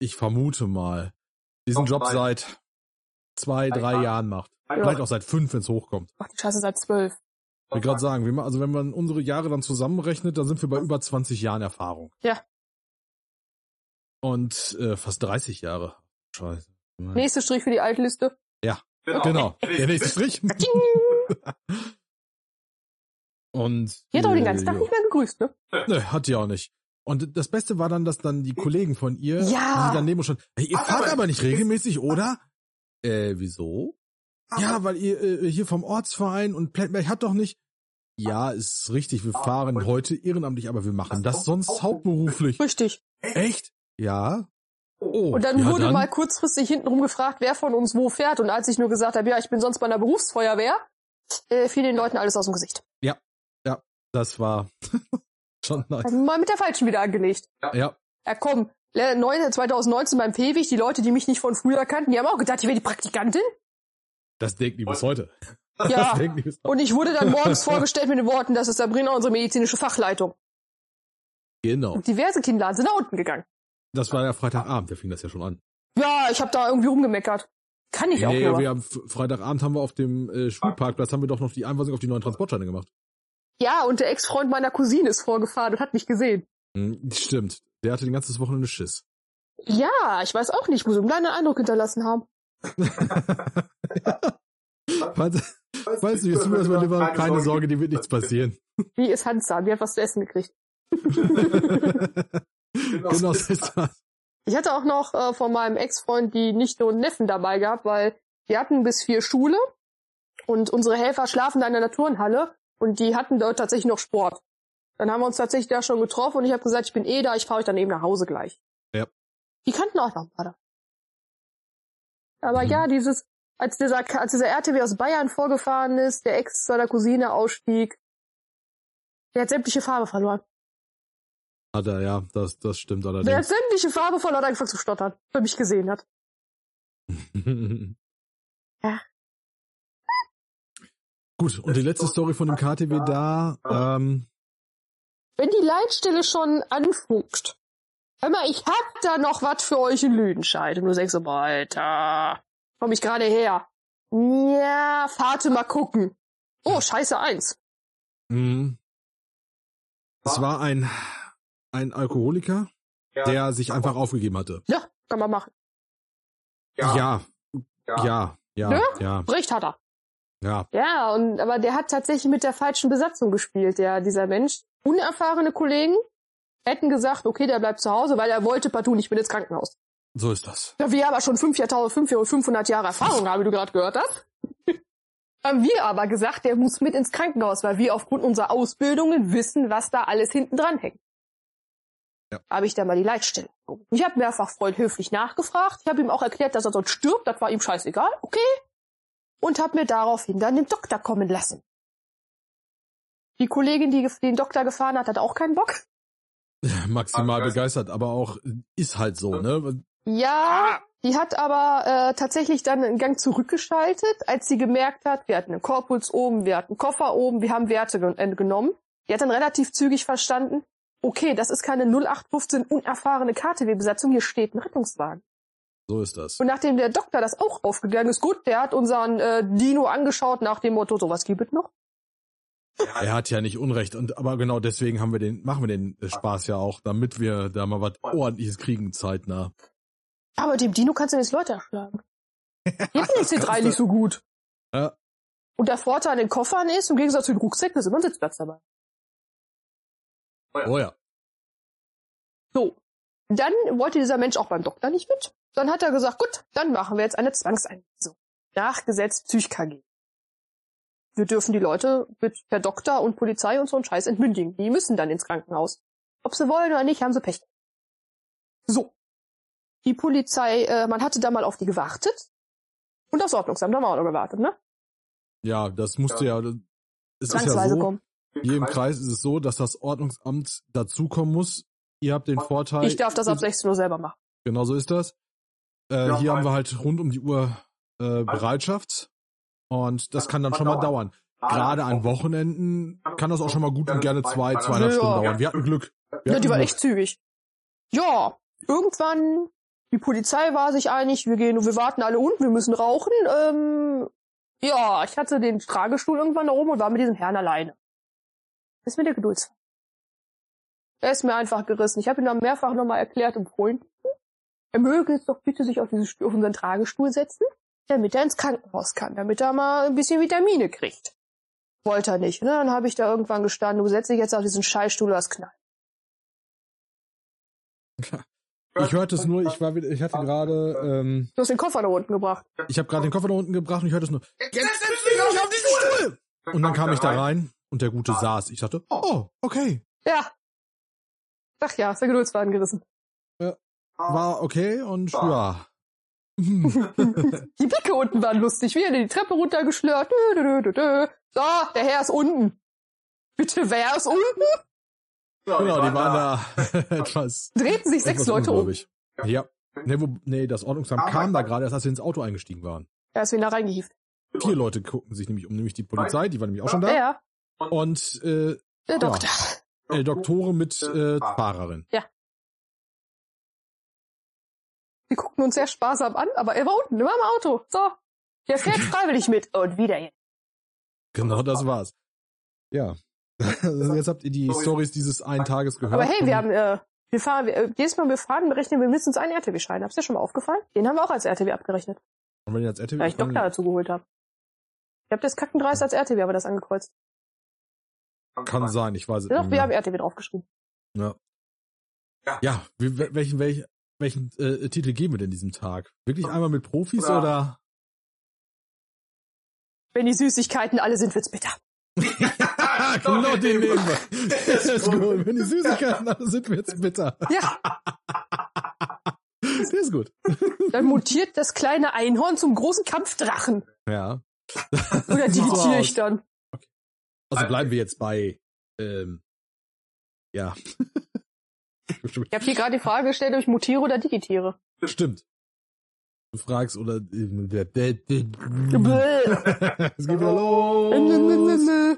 Speaker 1: ich vermute mal, diesen
Speaker 4: Doch,
Speaker 1: Job
Speaker 4: weil-
Speaker 1: seit zwei,
Speaker 4: Weil-
Speaker 1: drei Jahren macht.
Speaker 4: Ja.
Speaker 1: Vielleicht auch seit fünf, wenn es hochkommt.
Speaker 3: Ach, die Scheiße, seit zwölf.
Speaker 1: Ich wollte gerade sagen, wir ma- also wenn man unsere Jahre dann zusammenrechnet, dann sind wir bei über 20 Jahren Erfahrung.
Speaker 3: Ja.
Speaker 1: Und äh, fast 30 Jahre. Scheiße.
Speaker 3: Nächster Strich für die Altliste.
Speaker 1: Genau. Der nächste Strich.
Speaker 3: Katsching!
Speaker 1: Und
Speaker 3: Die hat auch den
Speaker 1: äh,
Speaker 3: ganzen Tag
Speaker 1: ja.
Speaker 3: nicht mehr gegrüßt, ne?
Speaker 1: Nö, hat die auch nicht. Und das Beste war dann, dass dann die Kollegen von ihr,
Speaker 3: Ja.
Speaker 1: die daneben schon, hey, ihr
Speaker 4: Ach,
Speaker 1: fahrt
Speaker 4: aber-
Speaker 1: aber nicht regelmäßig, oder? Äh, wieso? Ja, weil ihr äh, hier vom Ortsverein und Plättberg hat doch nicht. Ja, ist richtig, wir
Speaker 4: Ah,
Speaker 1: fahren
Speaker 4: und-
Speaker 1: heute ehrenamtlich, aber wir machen
Speaker 4: Das
Speaker 1: das
Speaker 4: auch-
Speaker 1: sonst
Speaker 4: auch-
Speaker 1: hauptberuflich.
Speaker 3: Richtig.
Speaker 1: Echt? Ja. Oh,
Speaker 3: Und dann
Speaker 1: ja,
Speaker 3: wurde mal kurzfristig hintenrum gefragt, wer von uns wo fährt. Und als ich nur gesagt habe, ja, ich bin sonst bei einer Berufsfeuerwehr, äh, fiel den Leuten alles aus dem Gesicht.
Speaker 1: Das war schon nice.
Speaker 3: Also mal mit der falschen wieder angelegt.
Speaker 1: Ja,
Speaker 3: Ja, komm, le- neun- 2019 beim Fewig, die Leute, die mich nicht von früher kannten, die haben auch gedacht, ich wäre die Praktikantin.
Speaker 1: das denkt die bis heute. Das
Speaker 3: Ja.
Speaker 1: denkt die bis heute.
Speaker 3: Und ich wurde dann morgens vorgestellt mit den Worten, das ist Sabrina, unsere medizinische Fachleitung.
Speaker 1: Genau.
Speaker 3: Und diverse Kinder sind nach unten gegangen.
Speaker 1: Das war ja Freitagabend, da fing das ja schon an.
Speaker 3: Ja, ich habe da irgendwie rumgemeckert. Kann ich
Speaker 1: nee,
Speaker 3: auch nur.
Speaker 1: wir haben F- Freitagabend haben wir auf dem äh, Schulparkplatz haben wir doch noch die Einweisung auf die neuen Transportscheine gemacht.
Speaker 3: Ja, und der Ex-Freund meiner Cousine ist vorgefahren und hat mich gesehen.
Speaker 1: Hm, stimmt. Der hatte den ganzen Wochenende Schiss.
Speaker 3: Ja, ich weiß auch nicht, muss einen kleinen Eindruck hinterlassen haben.
Speaker 1: Weißt weißt du, jetzt tun wir erstmal lieber keine Sorge, dir wird nichts passieren.
Speaker 3: Wie ist Hansa? Die hat was zu essen gekriegt.
Speaker 1: genau, das ist das.
Speaker 3: Ich hatte auch noch äh, von meinem Ex-Freund die Nichte und Neffen dabei gehabt, weil wir hatten bis vier Schule und unsere Helfer schlafen da in der Turnhalle und die hatten dort tatsächlich noch Sport. Dann haben wir uns tatsächlich da schon getroffen und ich habe gesagt, ich bin eh da, ich fahre euch dann eben nach Hause gleich.
Speaker 1: Ja.
Speaker 3: Die kannten auch noch ein paar da. Aber
Speaker 1: Mhm.
Speaker 3: ja, dieses, als dieser, als dieser RTW aus Bayern vorgefahren ist, der Ex seiner Cousine ausstieg, der hat sämtliche Farbe verloren.
Speaker 1: Hat er, ja, das, das stimmt
Speaker 3: Der hat
Speaker 1: allerdings.
Speaker 3: sämtliche Farbe von Leuten angefangen zu stottern, wenn er mich gesehen hat. Ja.
Speaker 1: Gut, und die letzte Story von dem KTW da, ähm,
Speaker 3: Wenn die Leitstelle schon anfunkt, hör mal, ich hab da noch was für euch in Lüdenscheid. Und du sagst so, boah, Alter, komm ich gerade her. Ja, Fahrt mal gucken. Oh, scheiße, eins.
Speaker 1: mh, mhm. es war ein, ein Alkoholiker, der sich einfach aufgegeben hatte.
Speaker 3: Ja, kann man machen.
Speaker 1: Ja, ja, ja,
Speaker 3: Ne?
Speaker 1: ja,
Speaker 3: Recht hat er.
Speaker 1: ja.
Speaker 3: Ja, und, aber der hat tatsächlich mit der falschen Besatzung gespielt, der, dieser Mensch. Unerfahrene Kollegen hätten gesagt, okay, der bleibt zu Hause, weil er wollte partout nicht mit ins Krankenhaus.
Speaker 1: So ist das.
Speaker 3: Da wir aber schon 5 Jahrtausend- 5 500 Jahre Erfahrung haben, wie du gerade gehört hast, haben wir aber gesagt, der muss mit ins Krankenhaus, weil wir aufgrund unserer Ausbildungen wissen, was da alles hinten dran hängt.
Speaker 1: Ja.
Speaker 3: Habe ich da mal die Leitstelle. geguckt. Ich habe mehrfach freundhöflich nachgefragt. Ich habe ihm auch erklärt, dass er sonst stirbt. Das war ihm scheißegal. Okay. Und habe mir daraufhin dann den Doktor kommen lassen. Die Kollegin, die gef- den Doktor gefahren hat, hat auch keinen Bock.
Speaker 1: Maximal
Speaker 4: Ah, geil.
Speaker 1: begeistert, aber auch ist halt so, ne?
Speaker 3: Ja, die hat aber äh, tatsächlich dann einen Gang zurückgeschaltet, als sie gemerkt hat, wir hatten einen Korpus oben, wir hatten einen Koffer oben, wir haben Werte gen- äh, genommen. Die hat dann relativ zügig verstanden, okay, das ist keine 0815 unerfahrene KTW-Besatzung, hier steht ein Rettungswagen.
Speaker 1: So ist das.
Speaker 3: Und nachdem der Doktor das auch aufgegangen ist, gut, der hat unseren äh, Dino angeschaut nach dem Motto, sowas gibt es noch.
Speaker 1: Er hat ja nicht Unrecht und aber genau deswegen haben wir den, machen wir den äh, Spaß ja auch, damit wir da mal was ordentliches kriegen zeitnah.
Speaker 3: Aber dem Dino kannst du jetzt Leute erschlagen. Hier ist die drei nicht so gut.
Speaker 1: Ja.
Speaker 3: Und der Vorteil an den Koffern ist, im Gegensatz zu den Rucksäcken, ist immer ein Sitzplatz dabei.
Speaker 1: Oh ja.
Speaker 3: So. Dann wollte dieser Mensch auch beim Doktor nicht mit. Dann hat er gesagt, gut, dann machen wir jetzt eine Zwangseinweisung. Nach Gesetz PsychKG. wir dürfen die Leute mit per Doktor und Polizei und so einen Scheiß entmündigen. Die müssen dann ins Krankenhaus. Ob sie wollen oder nicht, haben sie Pech. So. Die Polizei, äh, man hatte da mal auf die gewartet. Und das Ordnungsamt haben wir auch noch gewartet, ne?
Speaker 1: Ja, das musste ja, es ist ja
Speaker 3: Zwangsweise
Speaker 1: so,
Speaker 3: kommen.
Speaker 1: hier im Kreis ist es so, dass das Ordnungsamt dazukommen muss. Ihr habt den Vorteil.
Speaker 3: Ich darf das ab 16 Uhr selber machen.
Speaker 1: Genau so ist das. Äh,
Speaker 4: Ja,
Speaker 1: hier haben
Speaker 4: weil-
Speaker 1: wir halt rund um die Uhr äh, Bereitschaft. Und das
Speaker 4: Das
Speaker 1: kann dann
Speaker 4: kann
Speaker 1: schon mal
Speaker 4: dauern.
Speaker 1: dauern. Gerade an Wochenenden kann das auch schon mal gut und gerne zwei, zweieinhalb
Speaker 3: Ja.
Speaker 1: Stunden dauern. Wir hatten Glück. Wir
Speaker 3: Ja,
Speaker 1: hatten
Speaker 3: Ne, die war
Speaker 1: Glück.
Speaker 3: echt zügig. Ja, irgendwann, die Polizei war sich einig, wir gehen, wir warten alle unten, wir müssen rauchen. Ähm, ja, ich hatte den Tragestuhl irgendwann da oben und war mit diesem Herrn alleine. Ist mir der Geduldsfaden. Er ist mir einfach gerissen. Ich habe ihm dann mehrfach nochmal erklärt und Freunden, er möge jetzt doch bitte sich auf, diesen, Stuhl- auf unseren Tragestuhl setzen, damit er ins Krankenhaus kann, damit er mal ein bisschen Vitamine kriegt. Wollte er nicht. Ne? Dann habe ich da irgendwann gestanden, du setzt dich jetzt auf diesen Scheißstuhl, das knallt.
Speaker 1: Ich hörte es nur, ich,
Speaker 5: Ich war, wieder- ich hatte
Speaker 1: Ah,
Speaker 5: gerade, ähm,
Speaker 3: Du hast den Koffer nach unten gebracht.
Speaker 1: ich habe gerade den Koffer nach unten gebracht und ich hörte es nur. Jetzt setz dich auf diesen Stuhl! Und dann kam ich da rein und der Ah. Gute saß. Ich dachte, oh, okay.
Speaker 3: Ja. Ach ja, ist der Geduldsfaden gerissen.
Speaker 1: War okay und ja. Hm.
Speaker 3: Die Blicke unten waren lustig. Wir haben die Treppe runtergeschlört. Dö, dö, dö, dö, dö. So, der Herr ist unten. Bitte, wer ist unten?
Speaker 1: Genau, die waren da etwas
Speaker 3: Drehten sich sechs
Speaker 1: Etwas
Speaker 3: Leute um.
Speaker 1: ungläubig. Ja. Ah, Nee, wo, nee, das Ordnungsamt
Speaker 4: Aber-
Speaker 1: kam da gerade erst, als wir ins Auto eingestiegen waren.
Speaker 3: Er ist wieder reingehieft.
Speaker 1: Vier Leute guckten sich nämlich um, nämlich die Polizei, die war nämlich auch schon da.
Speaker 3: Er,
Speaker 1: Und äh,
Speaker 3: der Doktor.
Speaker 1: äh, Doktore mit äh, Fahrerin.
Speaker 3: Die guckten uns sehr sparsam an, aber er war unten, er war im Auto. So, der fährt freiwillig mit. Und wieder jetzt.
Speaker 1: Genau das war's. Also
Speaker 5: ja.
Speaker 1: Jetzt habt ihr die Stories dieses einen Tages gehört.
Speaker 3: Aber hey, wir haben, äh, wir fahren, wir, äh, jedes Mal, wenn wir fahren, berechnen wir mindestens einen RTW-Schein. Hab's dir schon mal aufgefallen? Den haben wir auch als RTW abgerechnet,
Speaker 1: Und wenn ihr jetzt RTW
Speaker 3: weil ich Doktor dazu geholt habe. Ich habe das Kacken 30 als RTW, aber das angekreuzt.
Speaker 1: kann sein, ich weiß es
Speaker 3: Ja,
Speaker 1: nicht.
Speaker 3: wir haben
Speaker 1: Mehr.
Speaker 3: RTW draufgeschrieben.
Speaker 1: Ja, wie, wel- welchen, welchen, welchen äh, Titel geben wir denn diesem Tag? Wirklich einmal mit Profis
Speaker 4: Ja.
Speaker 1: oder?
Speaker 3: Wenn die Süßigkeiten alle sind, wird's bitter.
Speaker 1: genau den nehmen wir. Das ist gut. Wenn die Süßigkeiten alle sind, wird's bitter.
Speaker 3: Ja,
Speaker 1: Der ist gut.
Speaker 3: dann mutiert das kleine Einhorn zum großen Kampfdrachen.
Speaker 1: Ja.
Speaker 3: Oder
Speaker 1: Sieht so
Speaker 3: digitiere
Speaker 1: aus.
Speaker 3: ich dann.
Speaker 1: Also bleiben wir jetzt bei, ähm, ja.
Speaker 3: Ich habe hier gerade die Frage gestellt, ob ich mutiere oder digitiere.
Speaker 1: Stimmt. Du fragst oder ähm, der- der- der-
Speaker 3: Bäh.
Speaker 1: es geht wieder
Speaker 3: Äh, Nö, nö, nö,
Speaker 1: los.
Speaker 3: nö.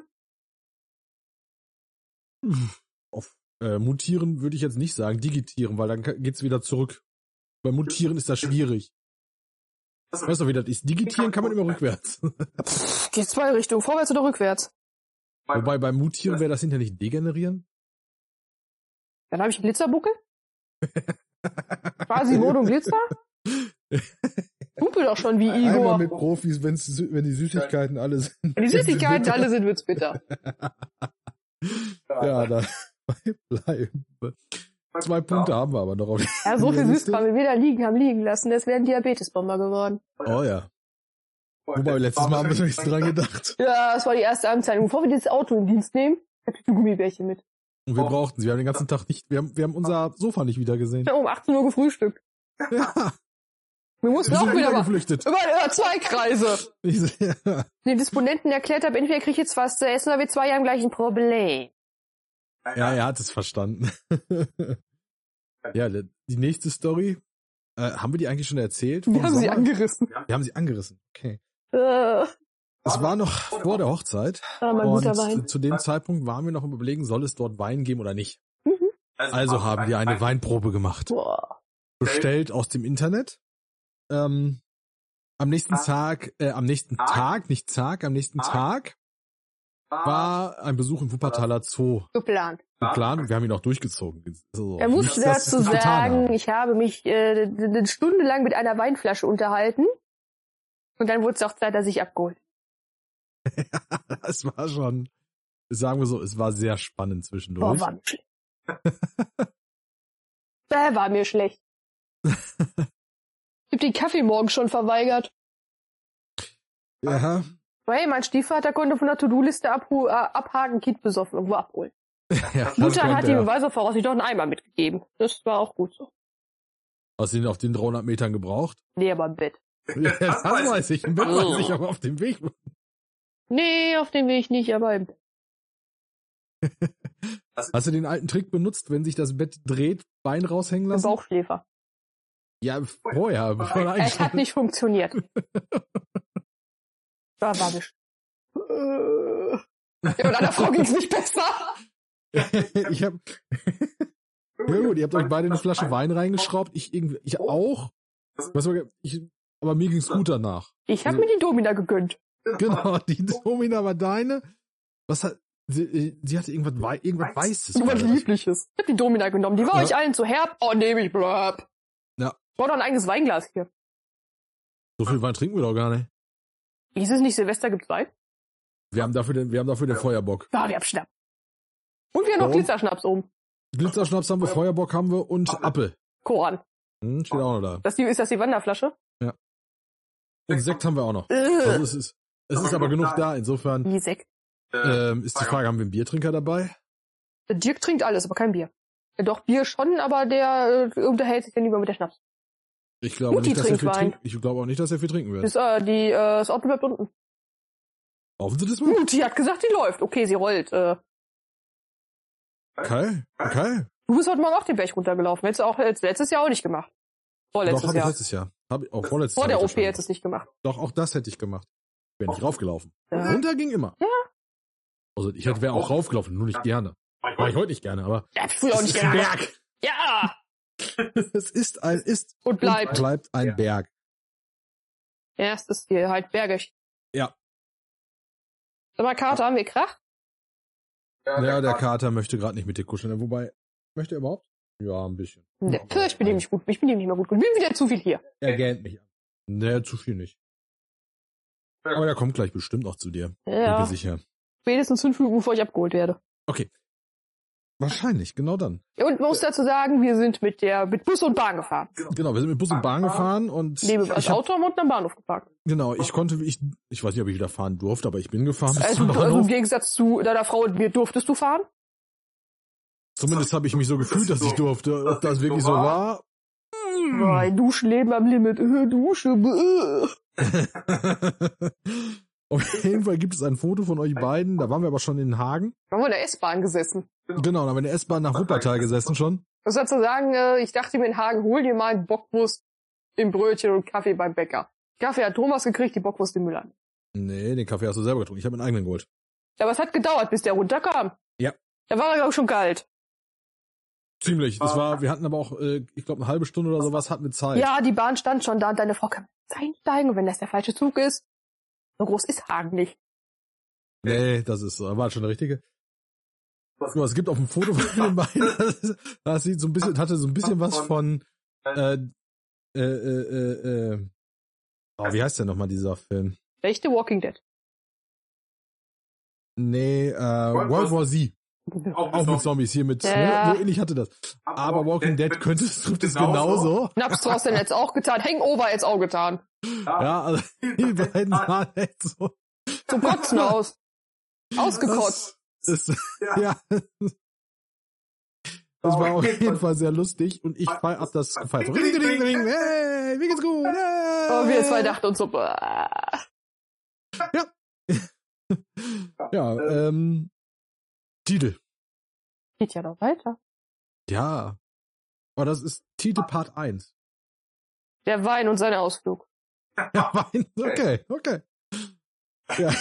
Speaker 1: Auf, äh, mutieren würde ich jetzt nicht sagen, digitieren, weil dann ka- geht's wieder zurück. Bei mutieren ist das schwierig.
Speaker 5: Also,
Speaker 1: Weißt du, wie das ist? Digitieren kann man immer rückwärts.
Speaker 3: Pff, Geht zwei Richtungen, vorwärts oder rückwärts.
Speaker 1: Wobei beim Mutieren wäre das hinterher nicht degenerieren.
Speaker 3: Dann habe ich einen Glitzerbuckel. Quasi Mode und Glitzer. Hupe doch schon wie
Speaker 5: Einmal
Speaker 3: Igor.
Speaker 5: mit Profis, wenn's, sü- wenn die Süßigkeiten alle sind.
Speaker 3: Wenn die Süßigkeiten alle sind, wird's bitter.
Speaker 5: Ja, da bleiben.
Speaker 1: Zwei Punkte haben wir aber noch auf.
Speaker 3: Ja, so viel
Speaker 5: Ja,
Speaker 3: Süßkram, wie wir da liegen haben liegen lassen, das wären Diabetesbomber geworden.
Speaker 1: Oh ja. Wobei, letztes Mal haben wir nicht dran gedacht.
Speaker 3: Ja, das war die erste Anzeige. Bevor wir dieses Auto in Dienst nehmen, hab ich die Gummibärchen mit.
Speaker 1: Und wir brauchten sie. Wir haben den ganzen Tag nicht, wir haben, wir haben unser Sofa nicht wieder gesehen.
Speaker 3: Ich hab um 18 Uhr gefrühstückt.
Speaker 1: Ja.
Speaker 3: Wir mussten
Speaker 1: Wir
Speaker 3: auch
Speaker 1: sind
Speaker 3: wieder
Speaker 1: wieder
Speaker 3: über,
Speaker 1: geflüchtet.
Speaker 3: über zwei Kreise.
Speaker 1: Ja.
Speaker 3: Den Disponenten erklärt habe, entweder kriege ich jetzt was zu essen oder wir zwei haben gleich ein Problem.
Speaker 1: Ja, er hat es verstanden. ja, le- die nächste Story. Äh, haben wir die eigentlich schon erzählt?
Speaker 3: Wir
Speaker 1: Vom
Speaker 3: haben sie
Speaker 1: Sommer?
Speaker 3: angerissen.
Speaker 1: wir haben sie angerissen. Okay.
Speaker 3: Äh,
Speaker 1: Es war noch vor der Hochzeit.
Speaker 3: ah, mein
Speaker 1: und
Speaker 3: guter Wein.
Speaker 1: zu dem Zeitpunkt waren wir noch am überlegen, soll es dort Wein geben oder nicht. Also
Speaker 4: Also
Speaker 1: haben wir eine Weinprobe gemacht.
Speaker 3: Boah.
Speaker 1: Bestellt aus dem Internet. Ähm, am nächsten Tag, äh, am nächsten Tag, nicht Tag, am nächsten Tag war ein Besuch im Wuppertaler Zoo
Speaker 3: Geplant.
Speaker 1: geplant und wir haben ihn auch durchgezogen. Also,
Speaker 3: Er
Speaker 1: nichts,
Speaker 3: musste
Speaker 1: dass wir
Speaker 3: dazu
Speaker 1: es getan
Speaker 3: sagen,
Speaker 1: haben.
Speaker 3: ich habe mich äh, eine Stunde lang mit einer Weinflasche unterhalten. Und dann wurde es auch Zeit, dass ich abgeholt.
Speaker 1: Es war schon, sagen wir so, es war sehr spannend
Speaker 3: Boah,
Speaker 1: zwischendurch.
Speaker 3: war mir schlecht. da war mir schlecht. Ich hab den Kaffee morgen schon verweigert.
Speaker 5: Ja,
Speaker 3: So, Oh, hey, mein Stiefvater konnte von der To-Do-Liste abhu- äh, abhaken, Kind besoffen, irgendwo abholen.
Speaker 1: Ja, das
Speaker 3: Mutter hat
Speaker 1: könnte
Speaker 3: die
Speaker 1: er.
Speaker 3: Beweise voraussichtlich doch einen Eimer mitgegeben. Das war auch gut so.
Speaker 1: Hast du ihn auf den 300 Metern gebraucht?
Speaker 3: Nee, aber im Bett.
Speaker 1: Ja, das,
Speaker 4: weiß
Speaker 1: weiß ich. Im Bett
Speaker 3: Oh.
Speaker 1: weiß ich, aber auf dem Weg.
Speaker 3: Nee, auf dem Weg nicht, aber im Bett.
Speaker 1: Hast du den alten Trick benutzt, wenn sich das Bett dreht, Bein raushängen
Speaker 3: Im
Speaker 1: lassen?
Speaker 3: Bauchschläfer.
Speaker 1: Ja, vorher, bevor er
Speaker 3: Es hat
Speaker 1: eingeschlafen
Speaker 3: nicht funktioniert. War war besch- Äh. Ja, und einer Frau ging's nicht besser.
Speaker 1: Ich hab, ja gut, ihr habt euch beide eine Flasche Wein reingeschraubt. Ich irgendwie, ich auch. Was war, ich, aber mir ging's gut danach.
Speaker 3: Ich habe mir die Domina gegönnt.
Speaker 1: Genau, die Domina war deine. Was hat, sie, äh, sie hatte irgendwas, wei- irgendwas Weißes.
Speaker 3: Irgendwas
Speaker 1: war das.
Speaker 3: Liebliches. Ich hab die Domina genommen. Die war
Speaker 1: Ja.
Speaker 3: euch allen zu herb. Oh, nehm ich, blab.
Speaker 1: Ja.
Speaker 3: Ich brauch doch ein eigenes Weinglas hier.
Speaker 1: So viel Wein trinken wir doch gar nicht.
Speaker 3: Ist es nicht Silvester, gibt's Wein?
Speaker 1: Wir haben dafür den, wir haben dafür den Feuerbock.
Speaker 3: Ja, wir haben Schnaps. Und wir haben noch
Speaker 1: Warum?
Speaker 3: Glitzerschnaps oben.
Speaker 1: Glitzerschnaps haben wir, Feuerbock haben wir und Apfel.
Speaker 3: Koran.
Speaker 1: Hm, steht auch noch da.
Speaker 3: Das die, ist das die Wanderflasche?
Speaker 1: Und Sekt haben wir auch noch.
Speaker 3: Äh.
Speaker 1: Also es ist, es ist aber genug da. Insofern
Speaker 3: Wie Sekt.
Speaker 1: ähm, ist die Frage, haben wir einen Biertrinker dabei?
Speaker 3: Der Dirk trinkt alles, aber kein Bier. Ja, doch, Bier schon, aber der äh, unterhält sich dann lieber mit der Schnaps.
Speaker 1: Ich glaube
Speaker 3: Mutti
Speaker 1: nicht, dass er
Speaker 3: trinkt
Speaker 1: viel
Speaker 3: Wein.
Speaker 1: trinken. Ich glaube auch nicht, dass er viel trinken wird.
Speaker 3: Das, äh, die, äh, das Auto bleibt unten.
Speaker 1: Hoffen Sie das mal?
Speaker 3: Mutti hat gesagt, die läuft. Okay, sie rollt. Äh,
Speaker 1: Okay, okay.
Speaker 3: du bist heute Morgen auch den Berg runtergelaufen. Hättest du auch jetzt letztes Jahr auch nicht gemacht.
Speaker 1: Doch,
Speaker 3: Vorletztes
Speaker 1: hab ich
Speaker 3: Jahr.
Speaker 1: letztes Jahr. Hab ich, auch vorletztes
Speaker 3: Vor
Speaker 1: Jahr.
Speaker 3: der
Speaker 1: hab ich
Speaker 3: OP
Speaker 1: das schon
Speaker 3: hättest du es nicht gemacht.
Speaker 1: gemacht. Doch, auch das hätte ich gemacht. Wäre nicht raufgelaufen.
Speaker 3: Äh, Ja.
Speaker 1: Runter ging immer. Ja. Also ich hätte wäre auch raufgelaufen, nur nicht gerne. War ich heute nicht gerne, aber
Speaker 3: Ja, hab ich früher auch nicht
Speaker 1: es ist ein
Speaker 3: gemacht.
Speaker 1: Berg.
Speaker 3: Ja!
Speaker 1: Es ist ein ist
Speaker 3: Und
Speaker 1: und
Speaker 3: bleibt.
Speaker 1: bleibt ein
Speaker 4: Ja.
Speaker 1: Berg.
Speaker 3: Ja, es ist hier halt bergisch.
Speaker 1: Ja.
Speaker 3: Sag mal, Kater, haben wir Krach?
Speaker 1: Ja, der Kater möchte gerade nicht mit dir kuscheln. Wobei, möchte er überhaupt? Ja, ein bisschen.
Speaker 3: Nee.
Speaker 1: Ja.
Speaker 3: Äh, Ich bin ihm nicht gut. Ich bin ihm nicht mehr gut. Ich bin wieder zu viel hier.
Speaker 1: Er gähnt mich an. Nee, zu viel nicht. Aber der kommt gleich bestimmt noch zu dir. Bin mir
Speaker 3: Ja.
Speaker 1: sicher.
Speaker 3: Spätestens fünf Minuten, bevor ich abgeholt werde.
Speaker 1: Wahrscheinlich, genau dann.
Speaker 3: Und man muss dazu sagen, wir sind mit der mit Bus und Bahn gefahren.
Speaker 1: Genau, wir sind mit Bus und Bahn gefahren und
Speaker 3: Neben das
Speaker 1: ich hab,
Speaker 3: Auto haben wir unten am Bahnhof geparkt.
Speaker 1: genau, ich konnte, ich, ich weiß nicht, ob ich wieder fahren durfte, aber ich bin gefahren bis
Speaker 3: Also,
Speaker 1: zum
Speaker 3: also im
Speaker 1: Bahnhof.
Speaker 3: Gegensatz zu deiner Frau und mir durftest du fahren.
Speaker 1: Zumindest habe ich mich so gefühlt, dass ich durfte. Ob das wirklich so war? Hm.
Speaker 3: Nein, Duschen leben am Limit. Äh, Dusche. bäh.
Speaker 1: Auf jeden Fall gibt es ein Foto von euch beiden. Da waren wir aber schon in Hagen.
Speaker 3: Da haben wir in der S-Bahn gesessen.
Speaker 1: Genau, da haben wir in der S-Bahn nach Wuppertal gesessen schon.
Speaker 3: Das dazu sagen, äh, ich dachte mir in Hagen, hol dir mal einen Bockwurst im Brötchen und Kaffee beim Bäcker. Kaffee hat Thomas gekriegt, die Bockwurst den Müller.
Speaker 1: Nee, den Kaffee hast du selber getrunken. Ich habe meinen eigenen geholt.
Speaker 3: Aber es hat gedauert, bis der runterkam.
Speaker 1: Ja.
Speaker 3: Da war er, glaube ich, schon kalt.
Speaker 1: Ziemlich. Das war, wir hatten aber auch, äh, ich glaube, eine halbe Stunde oder sowas hatten wir Zeit.
Speaker 3: Ja, die Bahn stand schon da und deine Frau kann einsteigen und wenn das der falsche Zug ist, so groß ist Hagen nicht.
Speaker 1: Nee, das ist so. War schon der richtige. Ja, es gibt auf dem Foto von den beiden, das, ist- das sieht so ein bisschen, hatte so ein bisschen was von, äh, äh, äh, äh, äh. Oh, wie heißt denn nochmal dieser Film?
Speaker 3: Rechte Walking Dead.
Speaker 1: Nee, äh, World War Z. Auch mit Zombies hier mit,
Speaker 3: Ja.
Speaker 1: ne? So ähnlich hatte das. Aber Walking Dead könnte, es trifft es
Speaker 4: genauso.
Speaker 1: genauso.
Speaker 3: Naps hast du jetzt auch getan. Hangover jetzt auch getan.
Speaker 1: Ja, also, die beiden sahen echt so,
Speaker 3: Zum Kotzen aus. Ausgekotzt.
Speaker 1: das ist, ja. Das war auf jeden Fall sehr lustig und ich feier ab das Gefeiert. Ring, ring, ring, hey, mir geht's gut, hey.
Speaker 3: Aber wir zwei dachten uns so, bah.
Speaker 1: Ja, ähm, Titel.
Speaker 3: geht ja noch weiter.
Speaker 1: Ja. Aber das ist Titel Part 1.
Speaker 3: Der Wein und sein Ausflug.
Speaker 1: Ja, Wein. Okay, okay. Ja.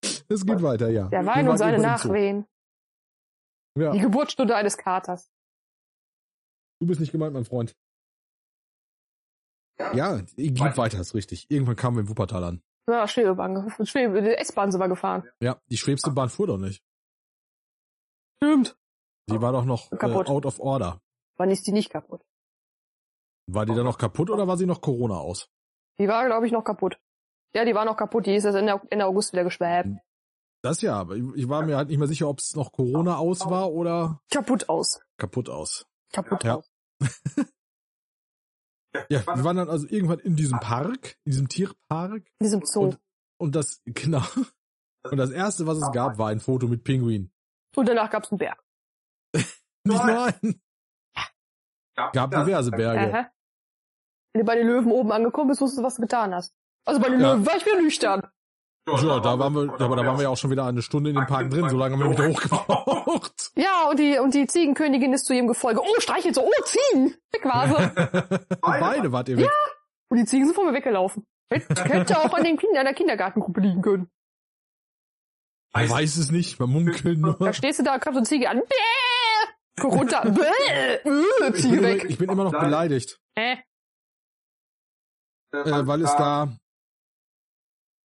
Speaker 1: Es geht weiter, ja.
Speaker 3: Der
Speaker 1: Wir
Speaker 3: Wein
Speaker 1: warten
Speaker 3: und seine
Speaker 1: über ihn zu.
Speaker 3: Nachwehen.
Speaker 1: Ja,
Speaker 3: Die Geburtsstunde eines Katers.
Speaker 1: du bist nicht gemeint, mein Freund. Ja, geht weiter, ist richtig. Irgendwann kamen wir in Wuppertal an.
Speaker 3: Ja, Schwebebahn. Schwebe, die S-Bahn sind wir gefahren.
Speaker 1: Ja, die schwebste Bahn fuhr doch nicht.
Speaker 3: Stimmt.
Speaker 1: Die war doch noch äh,
Speaker 3: Kaputt.
Speaker 1: out of order.
Speaker 3: Wann ist die nicht kaputt?
Speaker 1: War die dann noch kaputt oder war sie noch Corona aus?
Speaker 3: Die war, glaube ich, noch kaputt. Ja, die war noch kaputt. Die ist jetzt Ende, Ende August wieder geschwebt.
Speaker 1: Das ja, aber ich ich war mir halt nicht mehr sicher, ob es noch Corona aus war oder
Speaker 3: Kaputt aus.
Speaker 1: kaputt aus.
Speaker 3: Kaputt
Speaker 1: Ja.
Speaker 3: aus.
Speaker 1: Ja, wir waren dann also irgendwann in diesem Park, in diesem Tierpark
Speaker 3: In diesem Zoo.
Speaker 1: und Und das, genau. Und das erste, was es gab, war ein Foto mit Pinguin.
Speaker 3: Und danach gab's einen Berg.
Speaker 1: Nicht nur einen. Gab diverse Berge.
Speaker 3: Aha. Wenn du bei den Löwen oben angekommen bist, wusstest du, was du getan hast. Also bei den
Speaker 1: Ja.
Speaker 3: Löwen war ich wieder nüchtern.
Speaker 1: Ja, da waren wir, aber da waren wir ja auch schon wieder eine Stunde in dem Park drin, so lange haben wir wieder hochgebraucht.
Speaker 3: Ja, und die, und die Ziegenkönigin ist zu ihrem Gefolge. Oh, streichelt so. Oh, Ziegen! Weg war sie.
Speaker 1: Beide wart ihr weg.
Speaker 3: Und die Ziegen sind vor mir weggelaufen. Hätte- Hätte auch an, den Kindern, an der Kindergartengruppe liegen können.
Speaker 1: Man weiß es nicht, man munkelt nur.
Speaker 3: Da stehst du da, kommt so eine Ziege an. Bäh! Guck runter. Bäh! Äh,
Speaker 1: Ich bin,
Speaker 3: Ziege
Speaker 1: über,
Speaker 3: weg.
Speaker 1: ich bin immer noch beleidigt,
Speaker 3: Äh,
Speaker 1: äh, weil es da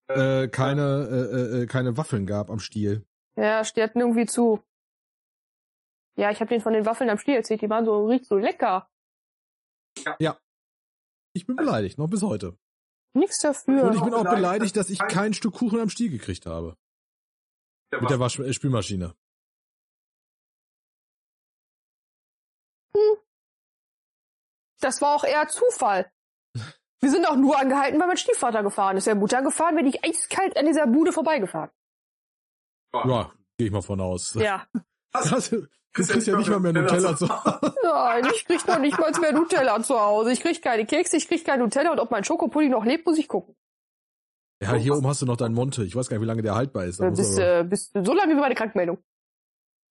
Speaker 1: äh, keine, äh, äh, keine Waffeln gab am Stiel.
Speaker 3: ja, steht irgendwie zu. Ja, ich habe den von den Waffeln am Stiel erzählt. Die waren so, riecht so lecker.
Speaker 1: Ich bin beleidigt, noch bis heute.
Speaker 3: Nix
Speaker 1: Und
Speaker 3: dafür.
Speaker 1: ich bin auch Äh. beleidigt, dass ich kein Stück Kuchen am Stiel gekriegt habe. Mit der Wasch äh, Spülmaschine.
Speaker 3: Das war auch eher Zufall. Wir sind auch nur angehalten, weil mein Stiefvater gefahren ist. Wäre Mutter gefahren, wäre ich eiskalt an dieser Bude vorbeigefahren.
Speaker 1: Ja, gehe ich mal von aus.
Speaker 3: Ja.
Speaker 1: Das, du kriegst ja nicht mal mehr Nutella zu
Speaker 3: Nein, ich krieg noch nicht mal mehr Nutella zu Hause. Ich krieg keine Kekse, ich krieg kein Nutella und ob mein Schokopudding noch lebt, muss ich gucken.
Speaker 1: Ja, hier oben hast du noch deinen Monte. Ich weiß gar nicht, wie lange der haltbar ist. Da muss
Speaker 3: Bis,
Speaker 1: aber-
Speaker 3: äh, bis so lange wie meine Krankmeldung.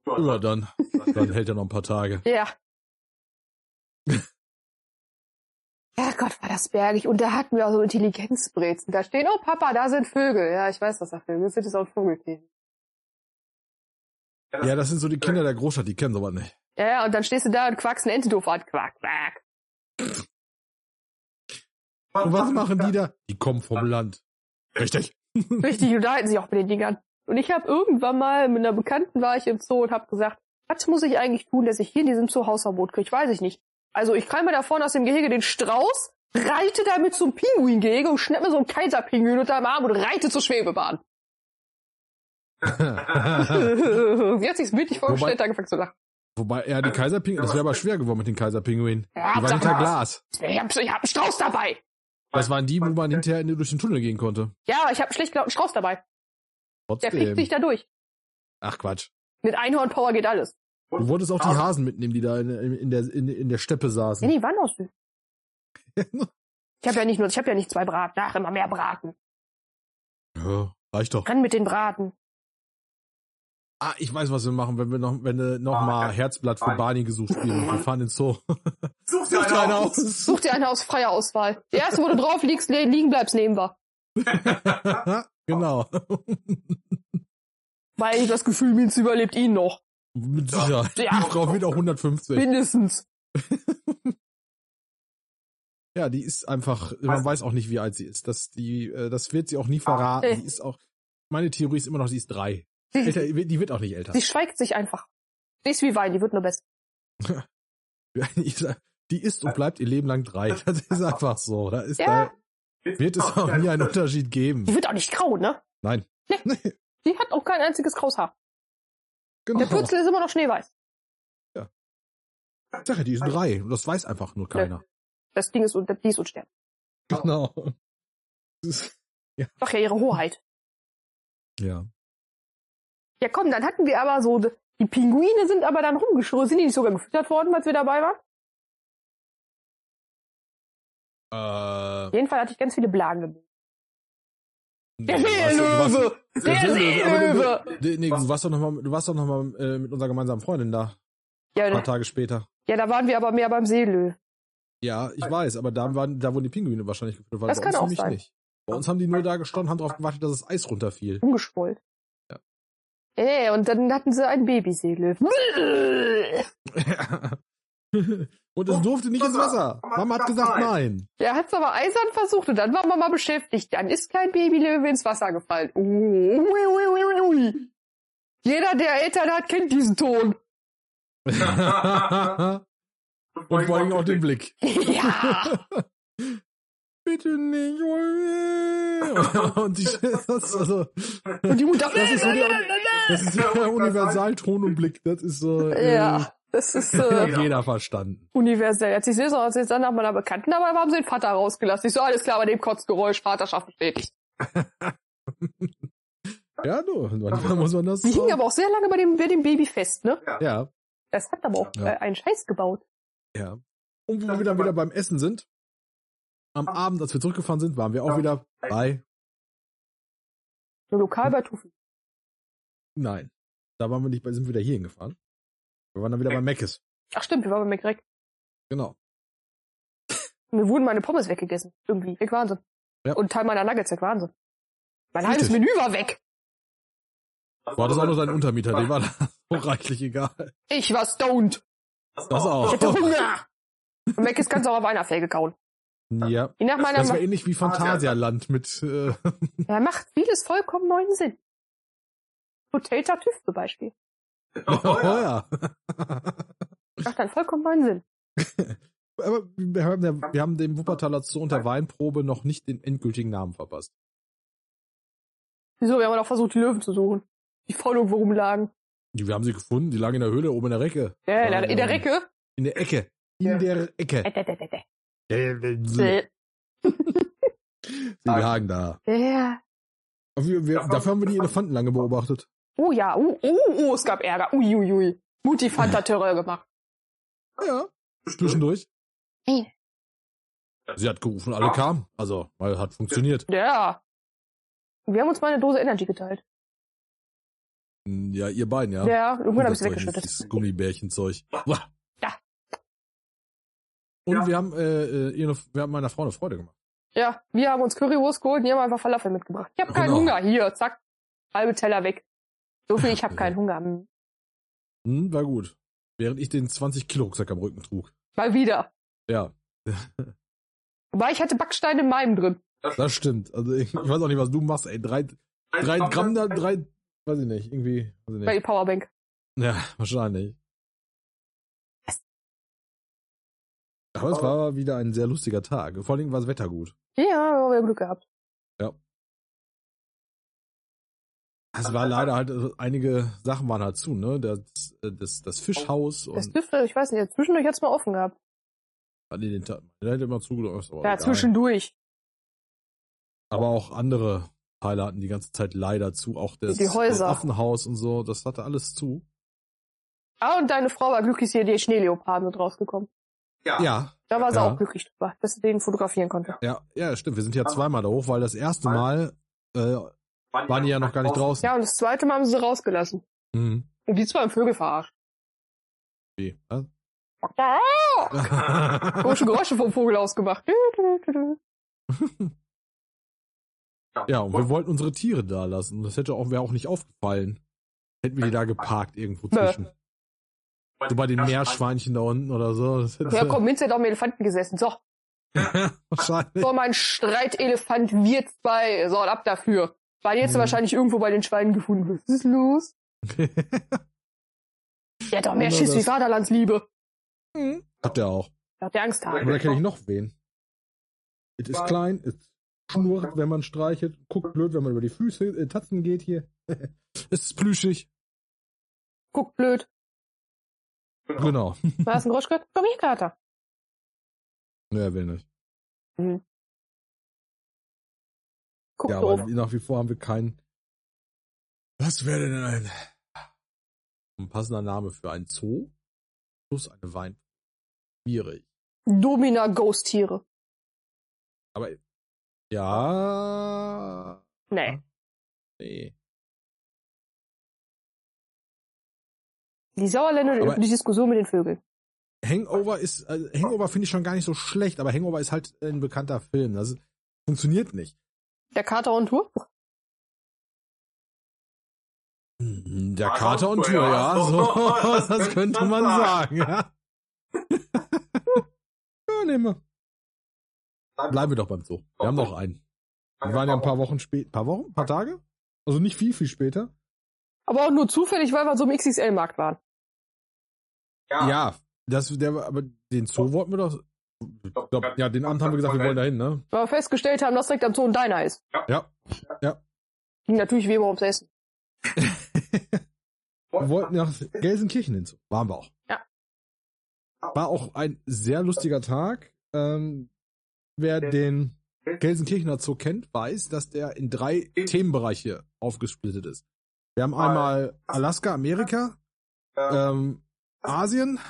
Speaker 1: ja, dann, dann hält er noch ein paar Tage.
Speaker 3: Ja. Herrgott, war das bergig. Und da hatten wir auch so Intelligenzbrezen. Da stehen, oh Papa, da sind Vögel. Ja, ich weiß, dass da Vögel sind. Das ist auch ein Vogelkäfig.
Speaker 1: Ja, das sind so die Kinder der Großstadt, die kennen sowas nicht.
Speaker 3: Ja, ja, und dann stehst du da und quackst eine Ente doof an. Quack, quack.
Speaker 1: Und was machen die da? Die kommen vom Land. Richtig.
Speaker 3: Richtig, und da halten sich auch mit den Dingern. Und ich habe irgendwann mal mit einer Bekannten war ich im Zoo und habe gesagt, was muss ich eigentlich tun, dass ich hier in diesem Zoo Hausverbot kriege? Weiß ich nicht. Also ich krall mir da vorne aus dem Gehege den Strauß, reite damit zum Pinguingehege und schnapp mir so einen Kaiserpinguin unter dem Arm und reite zur Schwebebahn. Sie hat sich's bildlich vorgestellt, da angefangen zu lachen.
Speaker 1: Wobei, ja, die Kaiserpinguin, das wäre aber schwer geworden mit den Kaiserpinguinen. Die
Speaker 3: Ja,
Speaker 1: waren
Speaker 3: sag
Speaker 1: hinter
Speaker 3: mal.
Speaker 1: Glas.
Speaker 3: Ich hab, ich hab einen Strauß dabei.
Speaker 1: Das waren die, wo man hinterher in- durch den Tunnel gehen konnte.
Speaker 3: Ja, ich hab einen schlecht gelaunten Strauß dabei. Der
Speaker 1: Trotzdem.
Speaker 3: kriegt dich da durch.
Speaker 1: Ach Quatsch.
Speaker 3: Mit Einhornpower geht alles.
Speaker 1: Du wolltest auch
Speaker 4: Ah.
Speaker 1: die Hasen mitnehmen, die da in, in, der, in, in der Steppe
Speaker 3: Ja,
Speaker 1: saßen.
Speaker 3: die waren auch süß. Ich habe ja nicht nur, ich habe ja nicht zwei Braten, ach, immer mehr Braten.
Speaker 1: Ja, reicht doch.
Speaker 3: Ran mit den Braten.
Speaker 1: Ah, ich weiß, was wir machen, wenn wir noch, wenn du noch
Speaker 4: Ah,
Speaker 1: mal
Speaker 4: ja.
Speaker 1: Herzblatt für
Speaker 4: Nein.
Speaker 1: Barney gesucht spielen. Wir fahren ins Zoo.
Speaker 4: Such dir
Speaker 1: Such dir eine
Speaker 4: eine aus.
Speaker 1: aus.
Speaker 3: Such dir eine aus freier Auswahl. Der erste, wo du drauf liegst, le- liegen bleibst, nehmen wir.
Speaker 1: genau.
Speaker 3: Weil ich das Gefühl, Minz überlebt ihn noch.
Speaker 1: Mit Sicherheit.
Speaker 3: Ja.
Speaker 1: Die Frau wird auch 150.
Speaker 3: Mindestens.
Speaker 1: Ja, die ist einfach, man weiß auch nicht, wie alt sie ist. Das, die, äh, das wird sie auch nie
Speaker 3: Ah,
Speaker 1: verraten.
Speaker 3: nee.
Speaker 1: Die ist auch, meine Theorie ist immer noch, die ist drei. Älter,
Speaker 3: Sie,
Speaker 1: die wird auch nicht älter.
Speaker 3: sie schweigt sich einfach. Sie ist wie Wein, die wird nur besser.
Speaker 1: Die ist- die ist und bleibt ihr Leben lang drei. Das ist einfach so. Da ist,
Speaker 3: Ja.
Speaker 1: da wird es auch nie einen Unterschied
Speaker 3: Die
Speaker 1: geben.
Speaker 3: wird auch nicht grau, ne?
Speaker 1: Nein.
Speaker 3: Nee. Die hat auch kein einziges graues Haar. Der
Speaker 1: Genau.
Speaker 3: Pürzel ist immer noch schneeweiß.
Speaker 1: Ich sag ja, die ist drei. Und das weiß einfach nur keiner.
Speaker 3: Das Ding ist, un- die ist unsterblich.
Speaker 1: Genau.
Speaker 3: Doch ja, ihre Hoheit.
Speaker 1: Ja.
Speaker 3: Ja komm, dann hatten wir aber so, die Pinguine sind aber dann rumgeschrien. Sind die nicht sogar gefüttert worden, als wir dabei waren?
Speaker 1: Äh,
Speaker 3: Auf jeden Fall hatte ich ganz viele Blagen gebildet. Der
Speaker 1: du warst- du warst-
Speaker 3: Seelöwe! Der Seelöwe!
Speaker 1: Du, du, nee, du warst doch nochmal, du warst doch noch mal, äh, mit unserer gemeinsamen Freundin da, ein
Speaker 3: Ja,
Speaker 1: paar Tage später.
Speaker 3: ja, da waren wir aber mehr beim Seelöwe.
Speaker 1: Ja, ich weiß, aber da waren, da wurden die Pinguine wahrscheinlich gefüttert, weil
Speaker 3: Das
Speaker 1: bei
Speaker 3: kann
Speaker 1: uns
Speaker 3: auch
Speaker 1: nämlich
Speaker 3: sein.
Speaker 1: nicht. Bei uns haben die nur da gestanden, haben darauf gewartet, dass das Eis runterfiel.
Speaker 3: Umgeschwollt.
Speaker 1: Ja.
Speaker 3: Äh, und dann hatten sie ein Babyseelöwen.
Speaker 1: Und es durfte nicht ins Wasser. Mama hat gesagt nein.
Speaker 3: Er hat's aber eisern versucht und dann war Mama beschäftigt. Dann ist kein Babylöwe ins Wasser gefallen. Ui, ui, ui, ui, ui. Jeder, der Eltern hat, kennt diesen Ton.
Speaker 1: Und vor allem auch den Blick.
Speaker 3: ja.
Speaker 1: Bitte nicht. Und die, das, ist also,
Speaker 3: Und die Mutter.
Speaker 1: das ist so der, das ist der Universalton und Blick. Das ist so, äh,
Speaker 3: ja, das ist äh,
Speaker 1: hat jeder verstanden.
Speaker 3: universell. Als ich sehe, so als jetzt dann nach meiner Bekannten, aber haben sie den Vater rausgelassen. Ich so, alles klar, bei dem Kotzgeräusch, Vaterschaft bestätigt.
Speaker 5: Ja, du, manchmal muss man das
Speaker 3: Die hingen
Speaker 5: so-
Speaker 3: aber auch sehr lange bei dem, bei dem Baby fest, ne?
Speaker 1: Ja,
Speaker 3: Das hat aber auch
Speaker 5: Ja.
Speaker 3: äh, einen Scheiß gebaut.
Speaker 1: ja. Und wo wir dann wieder beim Essen sind, am Abend, als wir zurückgefahren sind, waren wir auch wieder bei,
Speaker 3: So lokal bei Tufi.
Speaker 1: nein, da waren wir nicht bei, sind wir wieder hier hingefahren. Wir waren dann wieder bei Meckes.
Speaker 3: Ach stimmt, wir waren bei McGregor.
Speaker 1: Genau.
Speaker 3: Mir wurden meine Pommes weggegessen. Irgendwie. Weg waren sie.
Speaker 1: Ja.
Speaker 3: Und Teil meiner Nuggets weg waren sie. Mein halbes
Speaker 1: Richtig.
Speaker 3: Menü war weg.
Speaker 1: War das auch nur sein Untermieter, dem war das so reichlich egal.
Speaker 3: Ich war stoned.
Speaker 1: Das auch.
Speaker 3: Ich hatte Hunger. Und Mac ist ganz auch auf einer Felge kauen.
Speaker 1: Ja.
Speaker 3: Je nach meiner
Speaker 1: Das war
Speaker 3: Ma
Speaker 1: ähnlich wie Phantasialand mit, äh,
Speaker 3: Er macht vieles vollkommen neuen Sinn. Hotel Tartüff zum Beispiel.
Speaker 1: oh ja.
Speaker 3: Macht dann vollkommen neuen Sinn.
Speaker 1: Aber wir haben, der, wir haben dem Wuppertaler Zoo und der Weinprobe noch nicht den endgültigen Namen verpasst.
Speaker 3: Wieso? Wir haben doch versucht, die Löwen zu suchen. Die voll irgendwo rumlagen.
Speaker 1: Die- Wir haben sie gefunden, die lagen in der Höhle oben in der Recke.
Speaker 3: Ja, in
Speaker 1: Ja,
Speaker 3: der, in der
Speaker 1: ja.
Speaker 3: Recke.
Speaker 1: In der Ecke. In
Speaker 4: Ja.
Speaker 1: der Ecke.
Speaker 3: Äh, dä, dä, dä, dä.
Speaker 1: Sie lagen da.
Speaker 3: Ja.
Speaker 5: Aber Wir, wir, dafür haben wir die Elefanten lange beobachtet.
Speaker 3: Oh ja, oh, oh, oh, es gab Ärger. Uiuiui. Ui, ui. Mutti fand da Terror gemacht.
Speaker 1: Ja. Zwischendurch.
Speaker 3: Hey.
Speaker 1: Sie hat gerufen, alle kamen. Also, weil hat funktioniert.
Speaker 3: Ja. Wir haben uns mal eine Dose Energy geteilt.
Speaker 1: Ja, ihr beiden, ja.
Speaker 3: Ja, irgendwann habe ich sie
Speaker 1: Das Zeug,
Speaker 3: weggeschüttet.
Speaker 1: Dieses Gummibärchenzeug. Uah.
Speaker 3: Da.
Speaker 1: Und
Speaker 4: Ja.
Speaker 1: wir haben, äh, äh, ihre, wir haben meiner Frau eine Freude gemacht.
Speaker 3: Ja, wir haben uns Currywurst geholt und die haben einfach Falafel mitgebracht. Ich habe keinen
Speaker 1: Genau.
Speaker 3: Hunger. Hier, zack. Halbe Teller weg. So viel, ich habe keinen Hunger. Hm.
Speaker 1: Hm, war gut. Während ich den 20 Kilo Rucksack am Rücken trug.
Speaker 3: Mal wieder.
Speaker 1: Ja,
Speaker 3: Wobei ich hatte Backsteine in meinem drin.
Speaker 1: das stimmt. Also ich, ich weiß auch nicht, was du machst, ey. Drei, drei Gramm da, drei, weiß ich nicht, irgendwie, weiß ich
Speaker 3: Bei der
Speaker 1: nicht.
Speaker 3: Powerbank.
Speaker 1: Ja, wahrscheinlich. Aber es war wieder ein sehr lustiger Tag. Vor allen Dingen war das Wetter gut.
Speaker 3: Ja, da haben wir Glück gehabt.
Speaker 1: Es war leider halt, also einige Sachen waren halt zu, ne? Das, äh, das, das Fischhaus
Speaker 3: Das
Speaker 1: und
Speaker 3: dürfte, ich weiß nicht, zwischendurch hat's mal offen gehabt.
Speaker 1: Ah, nee, den Tag, der hätte immer zugelassen. aber
Speaker 3: Ja,
Speaker 1: egal.
Speaker 3: zwischendurch.
Speaker 1: Aber auch andere Teile hatten die ganze Zeit leider zu. Auch das,
Speaker 3: Die Häuser.
Speaker 1: das Affenhaus und so, das hatte alles zu.
Speaker 3: Ah, und deine Frau war glücklich, hier die Schneeleoparden sind rausgekommen.
Speaker 1: Ja,
Speaker 3: Da war sie
Speaker 1: Ja.
Speaker 3: auch glücklich drüber, dass sie den fotografieren konnte.
Speaker 1: ja, ja, stimmt. Wir sind ja zweimal da hoch, weil das erste Mal äh, waren die ja noch gar
Speaker 4: Oh.
Speaker 1: nicht draußen.
Speaker 3: Ja, und das zweite Mal haben sie sie rausgelassen.
Speaker 1: Mhm.
Speaker 3: Und die zwei haben Vögel verarscht.
Speaker 1: Wie? Was?
Speaker 3: Komische Geräusche vom Vogel ausgemacht. Dü, dü, dü, dü.
Speaker 1: ja, und wir wollten unsere Tiere da lassen. Und Das hätte auch, wäre auch nicht aufgefallen. Hätten wir die da geparkt irgendwo
Speaker 3: Nö.
Speaker 1: zwischen. So bei den Meerschweinchen da unten oder so. Das hätte
Speaker 3: Ja, komm, Minze hat auf dem Elefanten gesessen. So,
Speaker 1: wahrscheinlich.
Speaker 3: so mein Streitelefant wird bei. So, und ab dafür. Weil jetzt
Speaker 1: Mhm.
Speaker 3: wahrscheinlich irgendwo bei den Schweinen gefunden wird. Was ist los? Der hat doch mehr
Speaker 1: Genau
Speaker 3: Schiss
Speaker 1: das.
Speaker 3: wie Vaterlandsliebe.
Speaker 1: Hat der auch.
Speaker 3: Da hat der Angst haben.
Speaker 5: Oder kenne ich noch wen? Es ist klein, es schnurrt, wenn man streichelt, guckt blöd, wenn man über die Füße, äh, Tatzen geht hier.
Speaker 1: Es ist plüschig.
Speaker 3: Guckt blöd.
Speaker 1: Genau.
Speaker 3: Da ist ein Grosch gehört. Komm hier, Kater.
Speaker 1: Nö, er will nicht.
Speaker 3: Guckt
Speaker 1: Ja,
Speaker 3: doof.
Speaker 1: aber nach wie vor haben wir keinen. Was wäre denn ein, ein passender Name für ein Zoo plus eine Wein? Schwierig.
Speaker 3: Domina Ghost-Tiere.
Speaker 1: Aber ja,
Speaker 3: Nee,
Speaker 1: nee.
Speaker 3: die Sauerländer
Speaker 1: Aber-
Speaker 3: über die Diskussion mit den Vögeln.
Speaker 1: Hangover ist also Hangover finde ich schon gar nicht so schlecht, aber Hangover ist halt ein bekannter Film. Das funktioniert nicht.
Speaker 3: Der Kater on Tour?
Speaker 1: Der
Speaker 4: Ah,
Speaker 1: Mhm, Kater und
Speaker 4: so,
Speaker 1: Tour,
Speaker 4: ja.
Speaker 1: ja, so, das könnte man sagen. Ja.
Speaker 5: Ja, nehmen wir.
Speaker 1: Bleiben wir doch beim Zoo. Wir haben noch einen.
Speaker 5: Wir waren ja ein paar Wochen spät,
Speaker 1: Paar Wochen? Paar Tage?
Speaker 5: also nicht viel, viel später.
Speaker 3: Aber auch nur zufällig, weil wir so im XXL-Markt waren.
Speaker 1: Ja. das, der, war- aber den Zoo wollten wir doch. Ich glaub, ja, den Abend haben wir gesagt, wir wollen dahin, ne?
Speaker 3: Weil wir festgestellt haben, dass direkt am Zoo ein Deiner ist.
Speaker 1: Ja.
Speaker 3: Ging natürlich wie immer ums Essen.
Speaker 5: Wir wollten nach Gelsenkirchen hinzu.
Speaker 1: Waren wir auch.
Speaker 3: Ja.
Speaker 1: War auch ein sehr lustiger Tag. Ähm, wer den Gelsenkirchener Zoo kennt, weiß, dass der in drei Themenbereiche aufgesplittet ist. Wir haben einmal Alaska, Amerika,
Speaker 4: Äh,
Speaker 1: ähm, Asien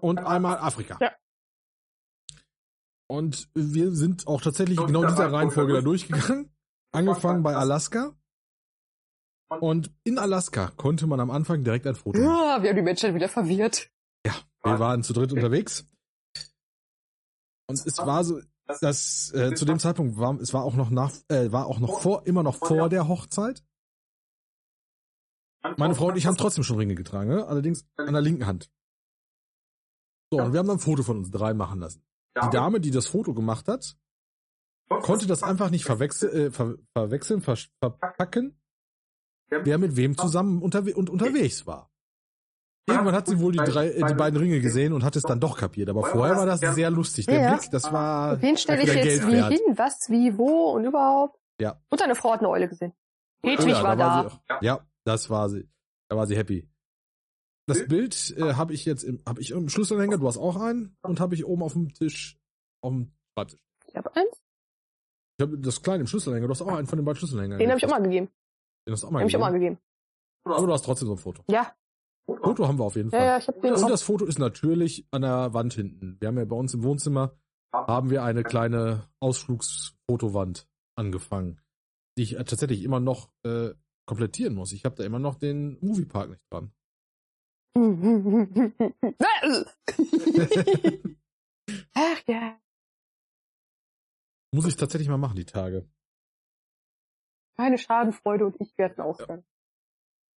Speaker 1: und einmal Afrika.
Speaker 3: Ja.
Speaker 1: Und wir sind auch tatsächlich genau in dieser Reihenfolge da durchgegangen. Angefangen bei Alaska. Und in Alaska konnte man am Anfang direkt ein Foto machen.
Speaker 3: Ja, wir haben die Menschen wieder verwirrt.
Speaker 1: Wir waren zu dritt unterwegs. Und es war so, dass äh, zu dem Zeitpunkt war es war auch noch nach, äh, war auch noch vor, immer noch vor der Hochzeit. Meine Frau und ich haben trotzdem schon Ringe getragen, ne? allerdings an der linken Hand. So, und wir haben dann ein Foto von uns drei machen lassen. Die Dame, die das Foto gemacht hat, konnte das einfach nicht verwechsel, äh, ver verwechseln, ver verpacken, wer mit wem zusammen unterwe und unterwegs war. Irgendwann hat sie wohl die, drei, äh, die beiden Ringe gesehen und hat es dann doch kapiert. Aber vorher war das sehr lustig. Der
Speaker 3: Ja.
Speaker 1: Blick, das war
Speaker 3: Wen stelle ich
Speaker 1: wieder
Speaker 3: jetzt
Speaker 1: Geld
Speaker 3: wie
Speaker 1: wert.
Speaker 3: hin, was, wie, wo und überhaupt?
Speaker 1: Ja.
Speaker 3: Und deine Frau hat eine Eule gesehen.
Speaker 1: Oh
Speaker 3: Hedwig
Speaker 1: ja,
Speaker 3: war da.
Speaker 1: sie auch- ja, das war sie. Da war sie happy. Das Bild äh, habe ich jetzt im, hab ich im Schlüsselanhänger, du hast auch einen, und habe ich oben auf dem Tisch, auf dem Schreibtisch.
Speaker 3: Ich habe eins.
Speaker 1: Ich habe das kleine im Schlüsselanhänger, du hast auch einen von den beiden Schlüsselanhängern.
Speaker 3: Den habe ich auch mal gegeben.
Speaker 1: Den hast du auch
Speaker 3: Den
Speaker 1: mal
Speaker 3: habe ich auch mal
Speaker 1: gegeben.
Speaker 3: gegeben.
Speaker 1: Aber du hast trotzdem so ein Foto.
Speaker 3: Ja,
Speaker 1: Foto haben wir auf jeden
Speaker 3: ja,
Speaker 1: Fall.
Speaker 3: ja, ich habe den
Speaker 1: Und
Speaker 3: auch.
Speaker 1: das Foto ist natürlich an der Wand hinten. Wir haben ja bei uns im Wohnzimmer haben wir eine kleine Ausflugsfotowand angefangen, die ich äh, tatsächlich immer noch äh, komplettieren muss. Ich habe da immer noch den Moviepark nicht dran.
Speaker 3: Ach ja.
Speaker 1: Muss ich tatsächlich mal machen, die Tage.
Speaker 3: Keine Schadenfreude und ich werde einen Ausgang.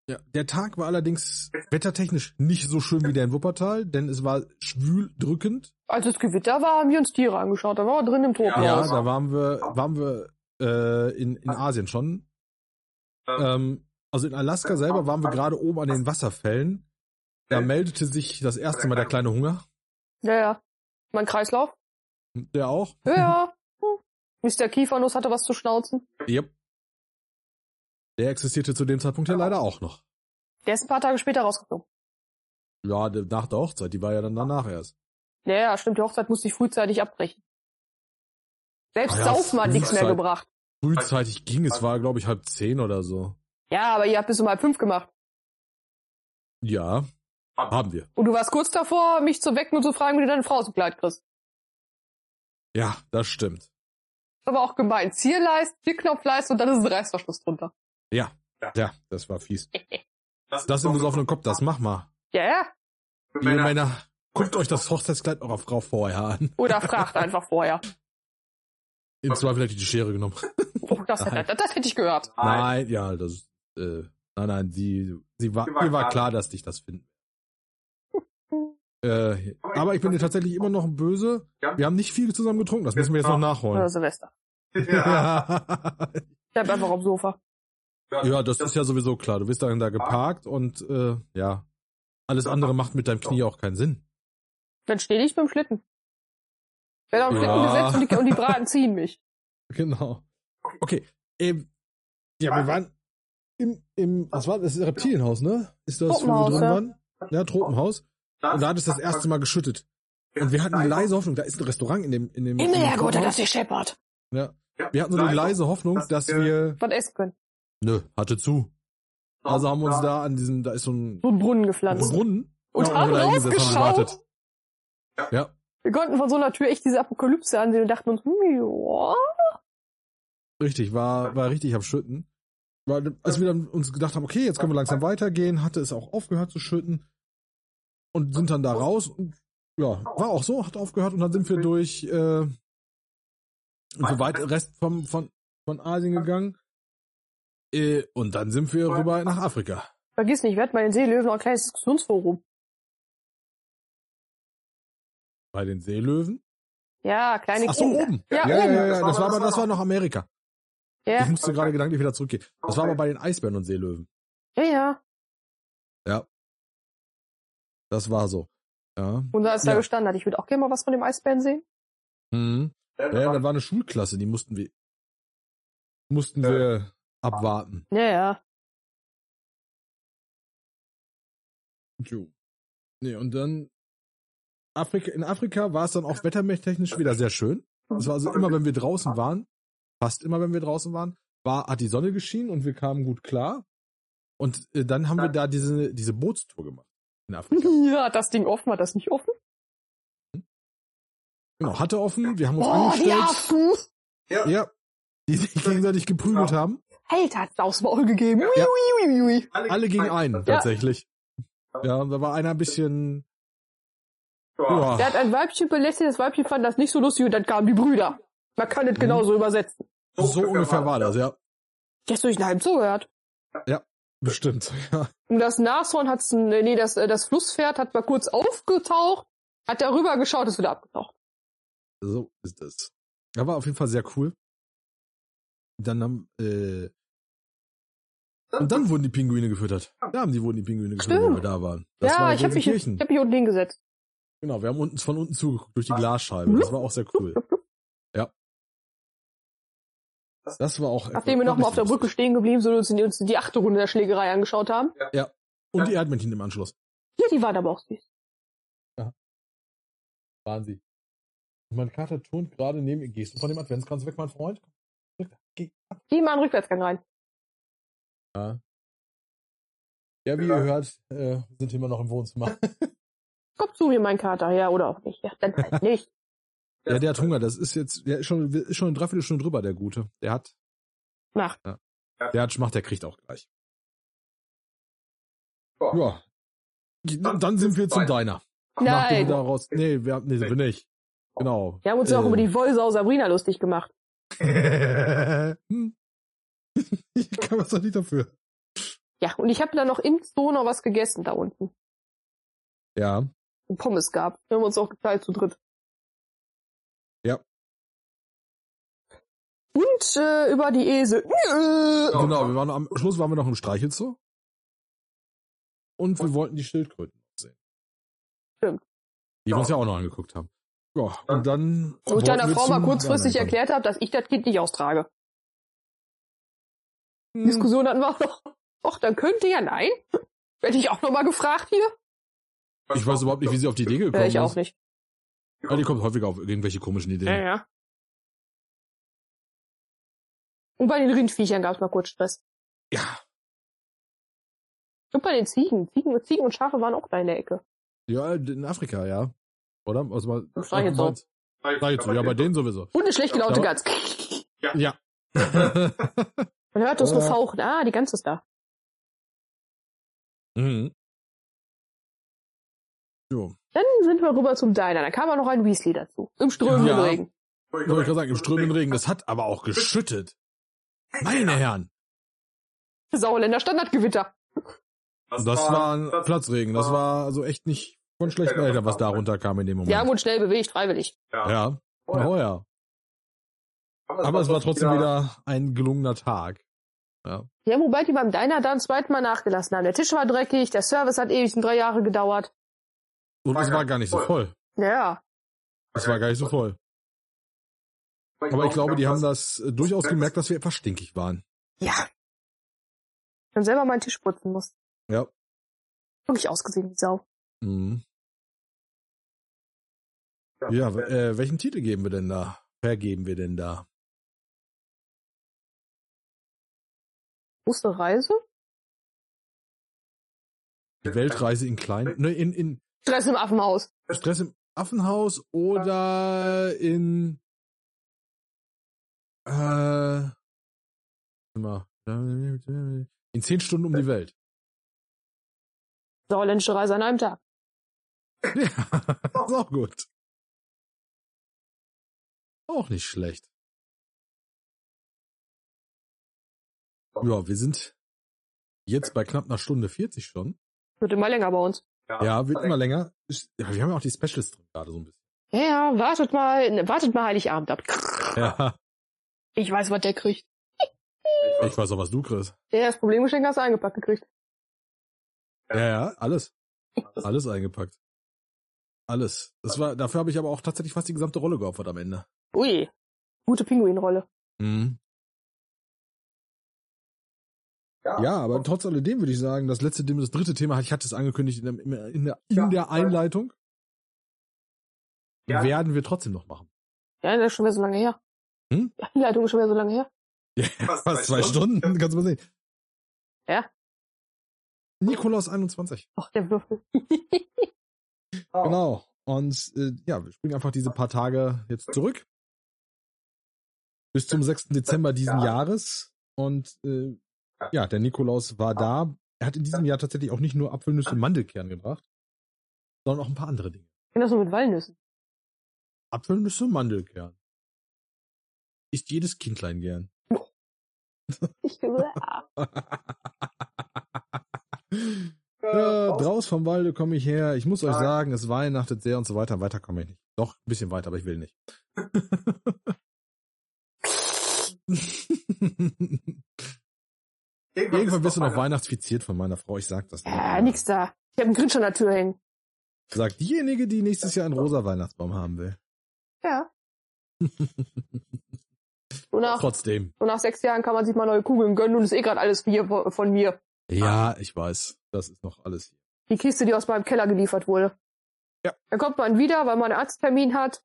Speaker 1: Ja, der Tag war allerdings wettertechnisch nicht so schön wie der in Wuppertal, denn es war schwül drückend.
Speaker 3: Als es Gewitter war, haben wir uns Tiere angeschaut. Da waren wir drin im
Speaker 1: Ja,
Speaker 3: Tropenhaus.
Speaker 1: da waren wir, waren wir äh, in, in Asien schon. Ähm, also in Alaska selber waren wir gerade oben an den Wasserfällen. Da meldete sich das erste Mal der kleine Hunger,
Speaker 3: Ja, ja. Mein Kreislauf.
Speaker 1: der auch.
Speaker 3: Ja, ja. Hm. Mr. Kiefernuss hatte was zu schnauzen.
Speaker 1: Yep. Der existierte zu dem Zeitpunkt ja leider auch noch.
Speaker 3: Der ist ein paar Tage später rausgekommen.
Speaker 1: Ja, nach der Hochzeit, die war ja dann danach erst.
Speaker 3: Ja, ja, stimmt. Die Hochzeit musste ich frühzeitig abbrechen. Selbst
Speaker 1: Ah ja,
Speaker 3: Saufen hat nichts mehr
Speaker 1: Frühzeit.
Speaker 3: gebracht.
Speaker 1: Frühzeitig ging, es war glaube ich halb zehn oder so.
Speaker 3: Ja, aber ihr habt bis um halb fünf gemacht.
Speaker 1: Ja, haben wir.
Speaker 3: Und du warst kurz davor, mich zu wecken und zu fragen, wie du deine Frau aus dem Kleid kriegst.
Speaker 1: Ja, das stimmt.
Speaker 3: Ist aber auch gemein. Zierleist, Zierknopfleist und dann ist ein Reißverschluss drunter.
Speaker 1: Ja, ja, das war fies. Das im besoffenen Kopf, das mach mal.
Speaker 3: Ja, ja.
Speaker 1: Ihr Männer, guckt euch das Hochzeitskleid eurer Frau vorher an.
Speaker 3: Oder fragt einfach vorher.
Speaker 1: In Zweifel hätte ich die Schere genommen.
Speaker 3: Oh, das, hätte, das, das hätte ich gehört.
Speaker 1: Nein, ja, das, äh, nein, nein, sie, sie war,
Speaker 4: Sie war
Speaker 1: ihr war
Speaker 4: klar.
Speaker 1: klar, dass dich das finden. äh, aber ich bin dir tatsächlich immer noch böse. Wir haben nicht viel zusammen getrunken, das müssen wir jetzt noch
Speaker 3: Oder
Speaker 1: nachholen.
Speaker 3: Silvester.
Speaker 4: Ja,
Speaker 1: Ja,
Speaker 3: Ich bleib einfach am Sofa.
Speaker 1: ja das ist ja sowieso klar. Du bist dann da geparkt und, äh, ja. Alles andere macht mit deinem Knie auch keinen Sinn.
Speaker 3: Dann stehe ich mit dem Schlitten. Werde auf den Schlitten
Speaker 1: Ja.
Speaker 3: gesetzt und die, und die Braten ziehen mich.
Speaker 1: Genau. Okay. Ähm, ja, wir waren im, im, was war das? das? ist Reptilienhaus, ne? Ist das, wo wir
Speaker 3: Tropenhaus,
Speaker 1: drin
Speaker 3: ja.
Speaker 1: waren? Ja, Tropenhaus. Und da hat es das erste Mal geschüttet. Und wir hatten eine leise Hoffnung, da ist ein Restaurant in dem, in dem. in
Speaker 3: Himmel,
Speaker 1: dem
Speaker 3: Herrgott,
Speaker 1: Tropenhaus.
Speaker 3: dass ihr scheppert.
Speaker 1: Wir hatten so eine leise Hoffnung, dass wir.
Speaker 3: Was essen können.
Speaker 1: Nö, hatte zu. Also haben wir uns da an diesem, da ist so ein
Speaker 3: So einen Brunnen gepflanzt.
Speaker 1: Brunnen.
Speaker 3: Und haben
Speaker 1: wir da hingesetzt,
Speaker 3: rausgeschaut.
Speaker 1: gewartet.
Speaker 3: Wir konnten von so einer Tür echt diese Apokalypse ansehen und dachten uns, hm, joa.
Speaker 1: Richtig, war, war richtig am Schütten. Weil, als wir dann uns gedacht haben, okay, jetzt können wir langsam weitergehen, hatte es auch aufgehört zu schütten und sind dann da raus und ja, war auch so, hat aufgehört und dann sind wir durch äh, und so weit Rest vom, von, von Asien gegangen. Äh, und dann sind wir rüber nach Afrika.
Speaker 3: Vergiss nicht, wir hatten bei den Seelöwen noch ein kleines Diskussionsforum.
Speaker 1: Bei den Seelöwen.
Speaker 3: Ja, kleine
Speaker 1: Ach so,
Speaker 3: Kinder.
Speaker 1: oben.
Speaker 3: Ja,
Speaker 1: ja,
Speaker 3: oben.
Speaker 1: ja, ja, das war aber, das war noch Amerika. Ich
Speaker 3: Ja,
Speaker 1: musste gerade gedanklich wieder zurückgehen. Das war aber bei den Eisbären und Seelöwen.
Speaker 3: ja, ja.
Speaker 1: Das war so. Ja.
Speaker 3: Und da ist da
Speaker 1: Ja.
Speaker 3: gestanden hat. Ich würde auch gerne mal was von dem Eisbären sehen.
Speaker 1: Mhm. Ja, ja, da war eine Schulklasse, die mussten wir mussten wir abwarten.
Speaker 3: Ja, ja.
Speaker 1: Jo. Nee, und dann Afrika, in Afrika war es dann auch wettermäßig wieder sehr schön. Das war also immer, wenn wir draußen waren, fast immer, wenn wir draußen waren, war, hat die Sonne geschienen und wir kamen gut klar. Und äh, dann haben wir da diese, diese Bootstour gemacht in Afrika.
Speaker 3: Ja, das Ding offen, hat das nicht offen?
Speaker 1: Genau, hatte offen, wir haben uns
Speaker 3: Boah, Oh, die
Speaker 1: angestellt.
Speaker 3: Affen!
Speaker 4: Ja.
Speaker 1: Ja, die sich gegenseitig geprügelt
Speaker 4: Ja.
Speaker 1: haben.
Speaker 3: Alter, hat's aufs Maul gegeben. Ui,
Speaker 1: Ja.
Speaker 3: ui, ui, ui.
Speaker 1: Alle gegen einen, tatsächlich. Ja, und da war einer ein bisschen,
Speaker 4: Ja.
Speaker 1: ja,
Speaker 3: Der hat ein Weibchen belästigt, das Weibchen fand das nicht so lustig und dann kamen die Brüder. Man kann
Speaker 1: Mhm.
Speaker 3: das genauso übersetzen.
Speaker 1: so ungefähr war das, ja.
Speaker 3: Jetzt durch den halben zugehört.
Speaker 1: Bestimmt, ja.
Speaker 3: Und das Nashorn hat's, nee, nee, das, äh, das Flusspferd hat mal kurz aufgetaucht, hat darüber geschaut, ist wieder abgetaucht.
Speaker 1: So ist es. Ja, war auf jeden Fall sehr cool. Dann haben, äh, und dann wurden die Pinguine gefüttert. Da haben die wurden die Pinguine gefüttert,
Speaker 3: Stimmt.
Speaker 1: wenn wir da waren. Das
Speaker 3: ja,
Speaker 1: war in
Speaker 3: ich habe mich, ich
Speaker 1: Gelsenkirchen.
Speaker 3: hab mich unten hingesetzt.
Speaker 1: Genau, wir haben unten von unten zugeguckt durch die Glasscheibe.
Speaker 3: Mhm.
Speaker 1: Das war auch sehr cool. Ja. Das war auch.
Speaker 3: Nachdem wir noch mal auf der Brücke stehen geblieben sind und uns die- uns die achte Runde der Schlägerei angeschaut haben.
Speaker 1: Und die Erdmännchen im Anschluss.
Speaker 3: Ja, die waren aber auch süß.
Speaker 1: Waren sie. Und mein Kater turnt gerade neben ihr. Gehst du von dem Adventskranz weg, mein Freund? Geh.
Speaker 3: Die mal einen Rückwärtsgang rein.
Speaker 1: Ja,
Speaker 3: Genau.
Speaker 1: wie ihr hört, äh, sind wir immer noch im Wohnzimmer.
Speaker 3: Komm zu mir, mein Kater. Ja, oder auch nicht. Ja, dann halt nicht.
Speaker 1: Ja, der hat Hunger. Das ist halt jetzt, der ist schon, ist schon eine Dreiviertelstunde drüber, der Gute. Der hat,
Speaker 3: Mach.
Speaker 1: der hat Schmacht, der kriegt auch gleich.
Speaker 4: Ja.
Speaker 1: Ja. Dann dann sind wir zum Diner. Nachdem wir
Speaker 3: Nein.
Speaker 1: da raus, nee, wir, nee, sind wir nicht. Genau.
Speaker 3: Wir haben uns ja auch
Speaker 1: Äh.
Speaker 3: über die Wollsau Sabrina lustig gemacht.
Speaker 1: Hm. ich kann was doch nicht dafür.
Speaker 3: Ja, und ich habe da noch im Zoo noch was gegessen da unten.
Speaker 1: Ja.
Speaker 3: Und Pommes gab. Wir haben uns auch geteilt zu dritt.
Speaker 1: Ja.
Speaker 3: Und äh, über die Esel.
Speaker 4: Ja.
Speaker 1: Genau, wir waren am Schluss waren wir noch im Streichelzoo. Und wir wollten die Schildkröten sehen.
Speaker 3: Stimmt.
Speaker 1: Die wir uns ja auch noch angeguckt haben. Ja, und dann.
Speaker 3: Wo ich
Speaker 1: wollten
Speaker 3: deiner
Speaker 1: wir
Speaker 3: Frau mal
Speaker 1: zum
Speaker 3: kurzfristig
Speaker 1: Diner
Speaker 3: erklärt habe, dass ich das Kind nicht austrage.
Speaker 1: kommen.
Speaker 3: Diskussion hatten wir auch noch. Och, dann könnte ja nein. Werde ich auch nochmal gefragt hier?
Speaker 1: Ich weiß überhaupt nicht, wie sie auf die Idee gekommen
Speaker 3: Äh, ich
Speaker 1: ist.
Speaker 3: auch nicht.
Speaker 1: Aber die kommt häufiger auf irgendwelche komischen Ideen.
Speaker 3: Ja, ja. Und bei den Rindviechern gab es mal kurz Stress.
Speaker 1: Ja.
Speaker 3: Und bei den Ziegen. Ziegen, Ziegen und Schafe waren auch da in der Ecke.
Speaker 1: Ja, in Afrika, ja. Oder? Also, mal-
Speaker 3: Das sag ich jetzt so.
Speaker 1: Sag ich jetzt so. Ja, bei denen sowieso.
Speaker 3: Und eine schlecht gelaute
Speaker 1: Ja.
Speaker 3: Gans.
Speaker 1: Ja.
Speaker 3: Man hört uns nur
Speaker 5: Ja.
Speaker 3: fauchen. Ah, die Gans ist da.
Speaker 1: mhm. Jo.
Speaker 3: Dann sind wir rüber zum Diner. Da kam auch noch ein Weasley dazu. Im strömenden
Speaker 1: Ja.
Speaker 3: Regen.
Speaker 1: Soll ich gerade sagen, im strömenden Regen. Das hat aber auch geschüttet. Meine Herren.
Speaker 3: Sauerländer Standardgewitter.
Speaker 1: Das war ein Platzregen. Das war also echt nicht von schlechten Eltern, was da runterkam in dem
Speaker 3: Die haben
Speaker 1: Moment.
Speaker 3: uns schnell bewegt, freiwillig.
Speaker 1: Ja. Oh ja. Aber es war trotzdem wieder ein gelungener Tag.
Speaker 3: Ja, wobei die beim Diner da ein zweites Mal nachgelassen haben. Der Tisch war dreckig, der Service hat ewig und drei Jahre gedauert.
Speaker 1: Und es war gar nicht so voll.
Speaker 3: Ja,
Speaker 1: Es war gar nicht so voll. Aber ich glaube, die haben das äh, durchaus gemerkt, dass wir etwas stinkig waren.
Speaker 3: ich dann selber meinen Tisch putzen muss.
Speaker 1: Ja.
Speaker 3: Wirklich ausgesehen wie Sau.
Speaker 1: Mhm.
Speaker 4: Ja,
Speaker 1: Ja, w- äh, welchen Titel geben wir denn da? Vergeben wir denn da?
Speaker 3: Große Reise?
Speaker 1: Die Weltreise in klein, ne, in, in
Speaker 3: Stress im Affenhaus.
Speaker 1: Stress im Affenhaus oder in äh, warte mal. in zehn Stunden um die Welt.
Speaker 3: Sauerländische Reise an einem Tag.
Speaker 1: Ja, ist auch gut. Auch nicht schlecht. Ja, wir sind jetzt bei knapp einer Stunde 40 schon.
Speaker 3: Wird immer länger bei uns.
Speaker 1: Ja, wird immer länger. Ist- Ja, wir haben ja auch die Specials drin gerade so ein bisschen.
Speaker 3: Ja, ja, wartet mal, ne, wartet mal Heiligabend ab.
Speaker 1: Ja,
Speaker 3: Ich weiß, was der kriegt.
Speaker 1: ich weiß auch, was du kriegst.
Speaker 3: Der das Problemgeschenk hast du eingepackt gekriegt.
Speaker 1: Ja, ja, alles. Alles eingepackt. Alles. Das war, dafür habe ich aber auch tatsächlich fast die gesamte Rolle geopfert am Ende.
Speaker 3: Ui. Gute Pinguinrolle.
Speaker 1: Mhm. Ja, aber trotz alledem würde ich sagen, das letzte, das dritte Thema, ich hatte es angekündigt in der, in der, in der Einleitung,
Speaker 4: Ja.
Speaker 1: werden wir trotzdem noch machen.
Speaker 3: Ja, das ist schon wieder so lange her.
Speaker 1: Hm?
Speaker 3: Die Anleitung ist schon wieder so lange her.
Speaker 4: Fast
Speaker 1: Fast zwei Stunden, kannst du mal sehen.
Speaker 3: Ja.
Speaker 1: Nikolaus 21.
Speaker 3: Ach, der Würfel.
Speaker 4: Oh.
Speaker 1: Genau. Und äh, ja, wir springen einfach diese paar Tage jetzt zurück. Bis zum 6. Dezember diesen
Speaker 4: Ja.
Speaker 1: Jahres. Und äh, ja, der Nikolaus war da. Er hat in diesem Jahr tatsächlich auch nicht nur Apfelnüsse und Mandelkern gebracht, sondern auch ein paar andere Dinge.
Speaker 3: Genau so mit Walnüssen.
Speaker 1: Apfelnüsse und Mandelkern. Isst jedes Kindlein gern.
Speaker 3: Ich ah,
Speaker 1: Ja, draus Äh, vom Walde komme ich her. Ich muss euch sagen, es weihnachtet sehr und so weiter. Weiter komme ich nicht. Doch, ein bisschen weiter, aber ich will nicht. Irgendwann bist du noch weihnachtsfiziert von meiner Frau. Ich sag das nicht.
Speaker 3: ja, Äh, nix da. Ich habe einen Grinch an der Tür hängen.
Speaker 1: Sagt diejenige, die nächstes Jahr einen rosa Weihnachtsbaum haben will.
Speaker 3: Ja. So nach,
Speaker 1: Trotzdem.
Speaker 3: so nach sechs Jahren kann man sich mal neue Kugeln gönnen und ist eh gerade alles Bier von von mir.
Speaker 1: Ja, ich weiß. Das ist noch alles hier.
Speaker 3: Die Kiste, die aus meinem Keller geliefert wurde.
Speaker 1: Ja.
Speaker 3: Da kommt man wieder, weil man einen Arzttermin hat.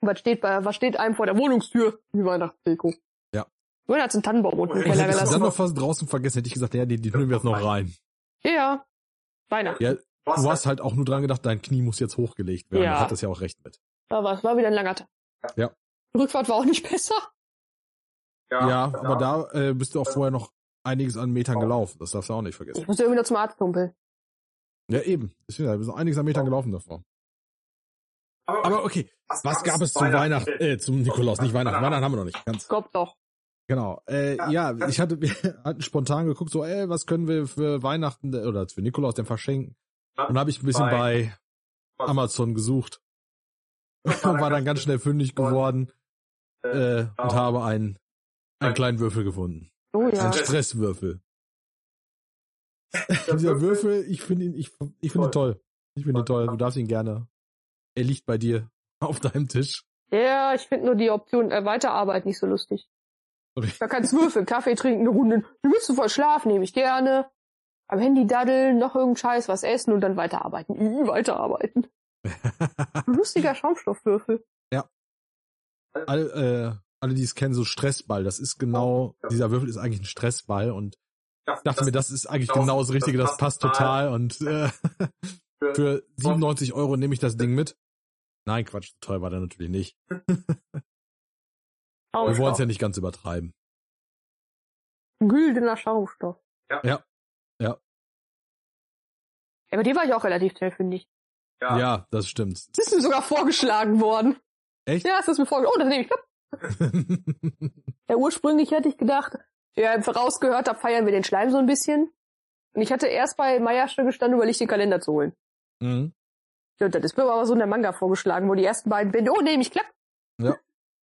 Speaker 3: Was steht bei, was steht einem vor der Wohnungstür? Die Weihnachtsdeko.
Speaker 1: Ja.
Speaker 3: Oder hat's einen Tannenbaum unten im
Speaker 4: Und
Speaker 3: Keller
Speaker 1: Hättest du dann
Speaker 3: gelassen.
Speaker 1: noch fast draußen vergessen, hätte ich gesagt, naja, die, die nehmen wir jetzt noch rein.
Speaker 3: Ja, ja. Weihnachten.
Speaker 1: Ja, du hast halt auch nur dran gedacht, dein Knie muss jetzt hochgelegt werden.
Speaker 3: Ja.
Speaker 1: Da hat es ja auch recht mit.
Speaker 3: Aber es war wieder ein langer Tag.
Speaker 1: Ja.
Speaker 3: Die Rückfahrt war auch nicht besser.
Speaker 1: Ja, aber da äh, bist du auch vorher noch einiges an Metern gelaufen. Das darfst du auch nicht vergessen.
Speaker 3: Ich musste irgendwie noch zum Arzt kumpeln.
Speaker 1: Ja, eben. Deswegen, da bist du einiges an Metern gelaufen davor.
Speaker 4: Aber,
Speaker 1: Aber okay, was gab es zu Weihnachten, äh, zum Nikolaus, nicht Weihnachten. Weihnachten haben wir noch nicht. Ganz
Speaker 3: Gott doch.
Speaker 1: Genau. Äh, ja,
Speaker 4: Ja, ja.
Speaker 1: ich hatte, wir hatten spontan geguckt, so, ey, was können wir für Weihnachten äh, oder für Nikolaus denn verschenken? Und habe ich ein bisschen bei Amazon gesucht und war dann ganz schnell fündig geworden äh, und habe einen, einen kleinen Würfel gefunden.
Speaker 3: Oh ja.
Speaker 1: Einen Stresswürfel. Dieser Würfel, ich finde ihn, ich, ich finde ihn toll. Ich finde ihn toll. Du darfst ihn gerne. Er liegt bei dir auf deinem Tisch.
Speaker 3: Ja, ich finde nur die Option äh, Weiterarbeit nicht so lustig.
Speaker 1: Okay.
Speaker 3: Da kannst würfeln, Kaffee trinken, eine Runde. Du willst du voll Schlaf, nehme ich gerne. Am Handy daddeln, noch irgendeinen Scheiß, was essen und dann weiterarbeiten. Ü, weiterarbeiten. Lustiger Schaumstoffwürfel.
Speaker 1: alle, äh, alle, die es kennen, so Stressball. Das ist genau, dieser Würfel ist eigentlich ein Stressball und ich dachte mir, das ist eigentlich genau das Richtige, das passt total und äh, für 97 Euro nehme ich das Ding mit. Nein, Quatsch, so teuer war der natürlich nicht. Wir wollen es ja nicht ganz übertreiben.
Speaker 3: Güldener Schaumstoff.
Speaker 1: Ja. Ja.
Speaker 3: Ja, bei dir war ich auch relativ schnell, finde ich.
Speaker 1: Ja,
Speaker 4: Ja.
Speaker 1: das stimmt.
Speaker 3: Das ist mir sogar vorgeschlagen worden.
Speaker 1: Echt?
Speaker 3: Ja, es ist mir vorgeschlagen. Oh, das nehme ich. Ja, ursprünglich hätte ich gedacht, ja, vorausgehört habe, feiern wir den Schleim so ein bisschen. Und ich hatte erst bei Meierstück gestanden, überlegt, den Kalender zu holen.
Speaker 1: mhm.
Speaker 3: Ja, und das ist mir aber so in der Manga vorgeschlagen, wo die ersten beiden Bände, oh, nehme ich klapp.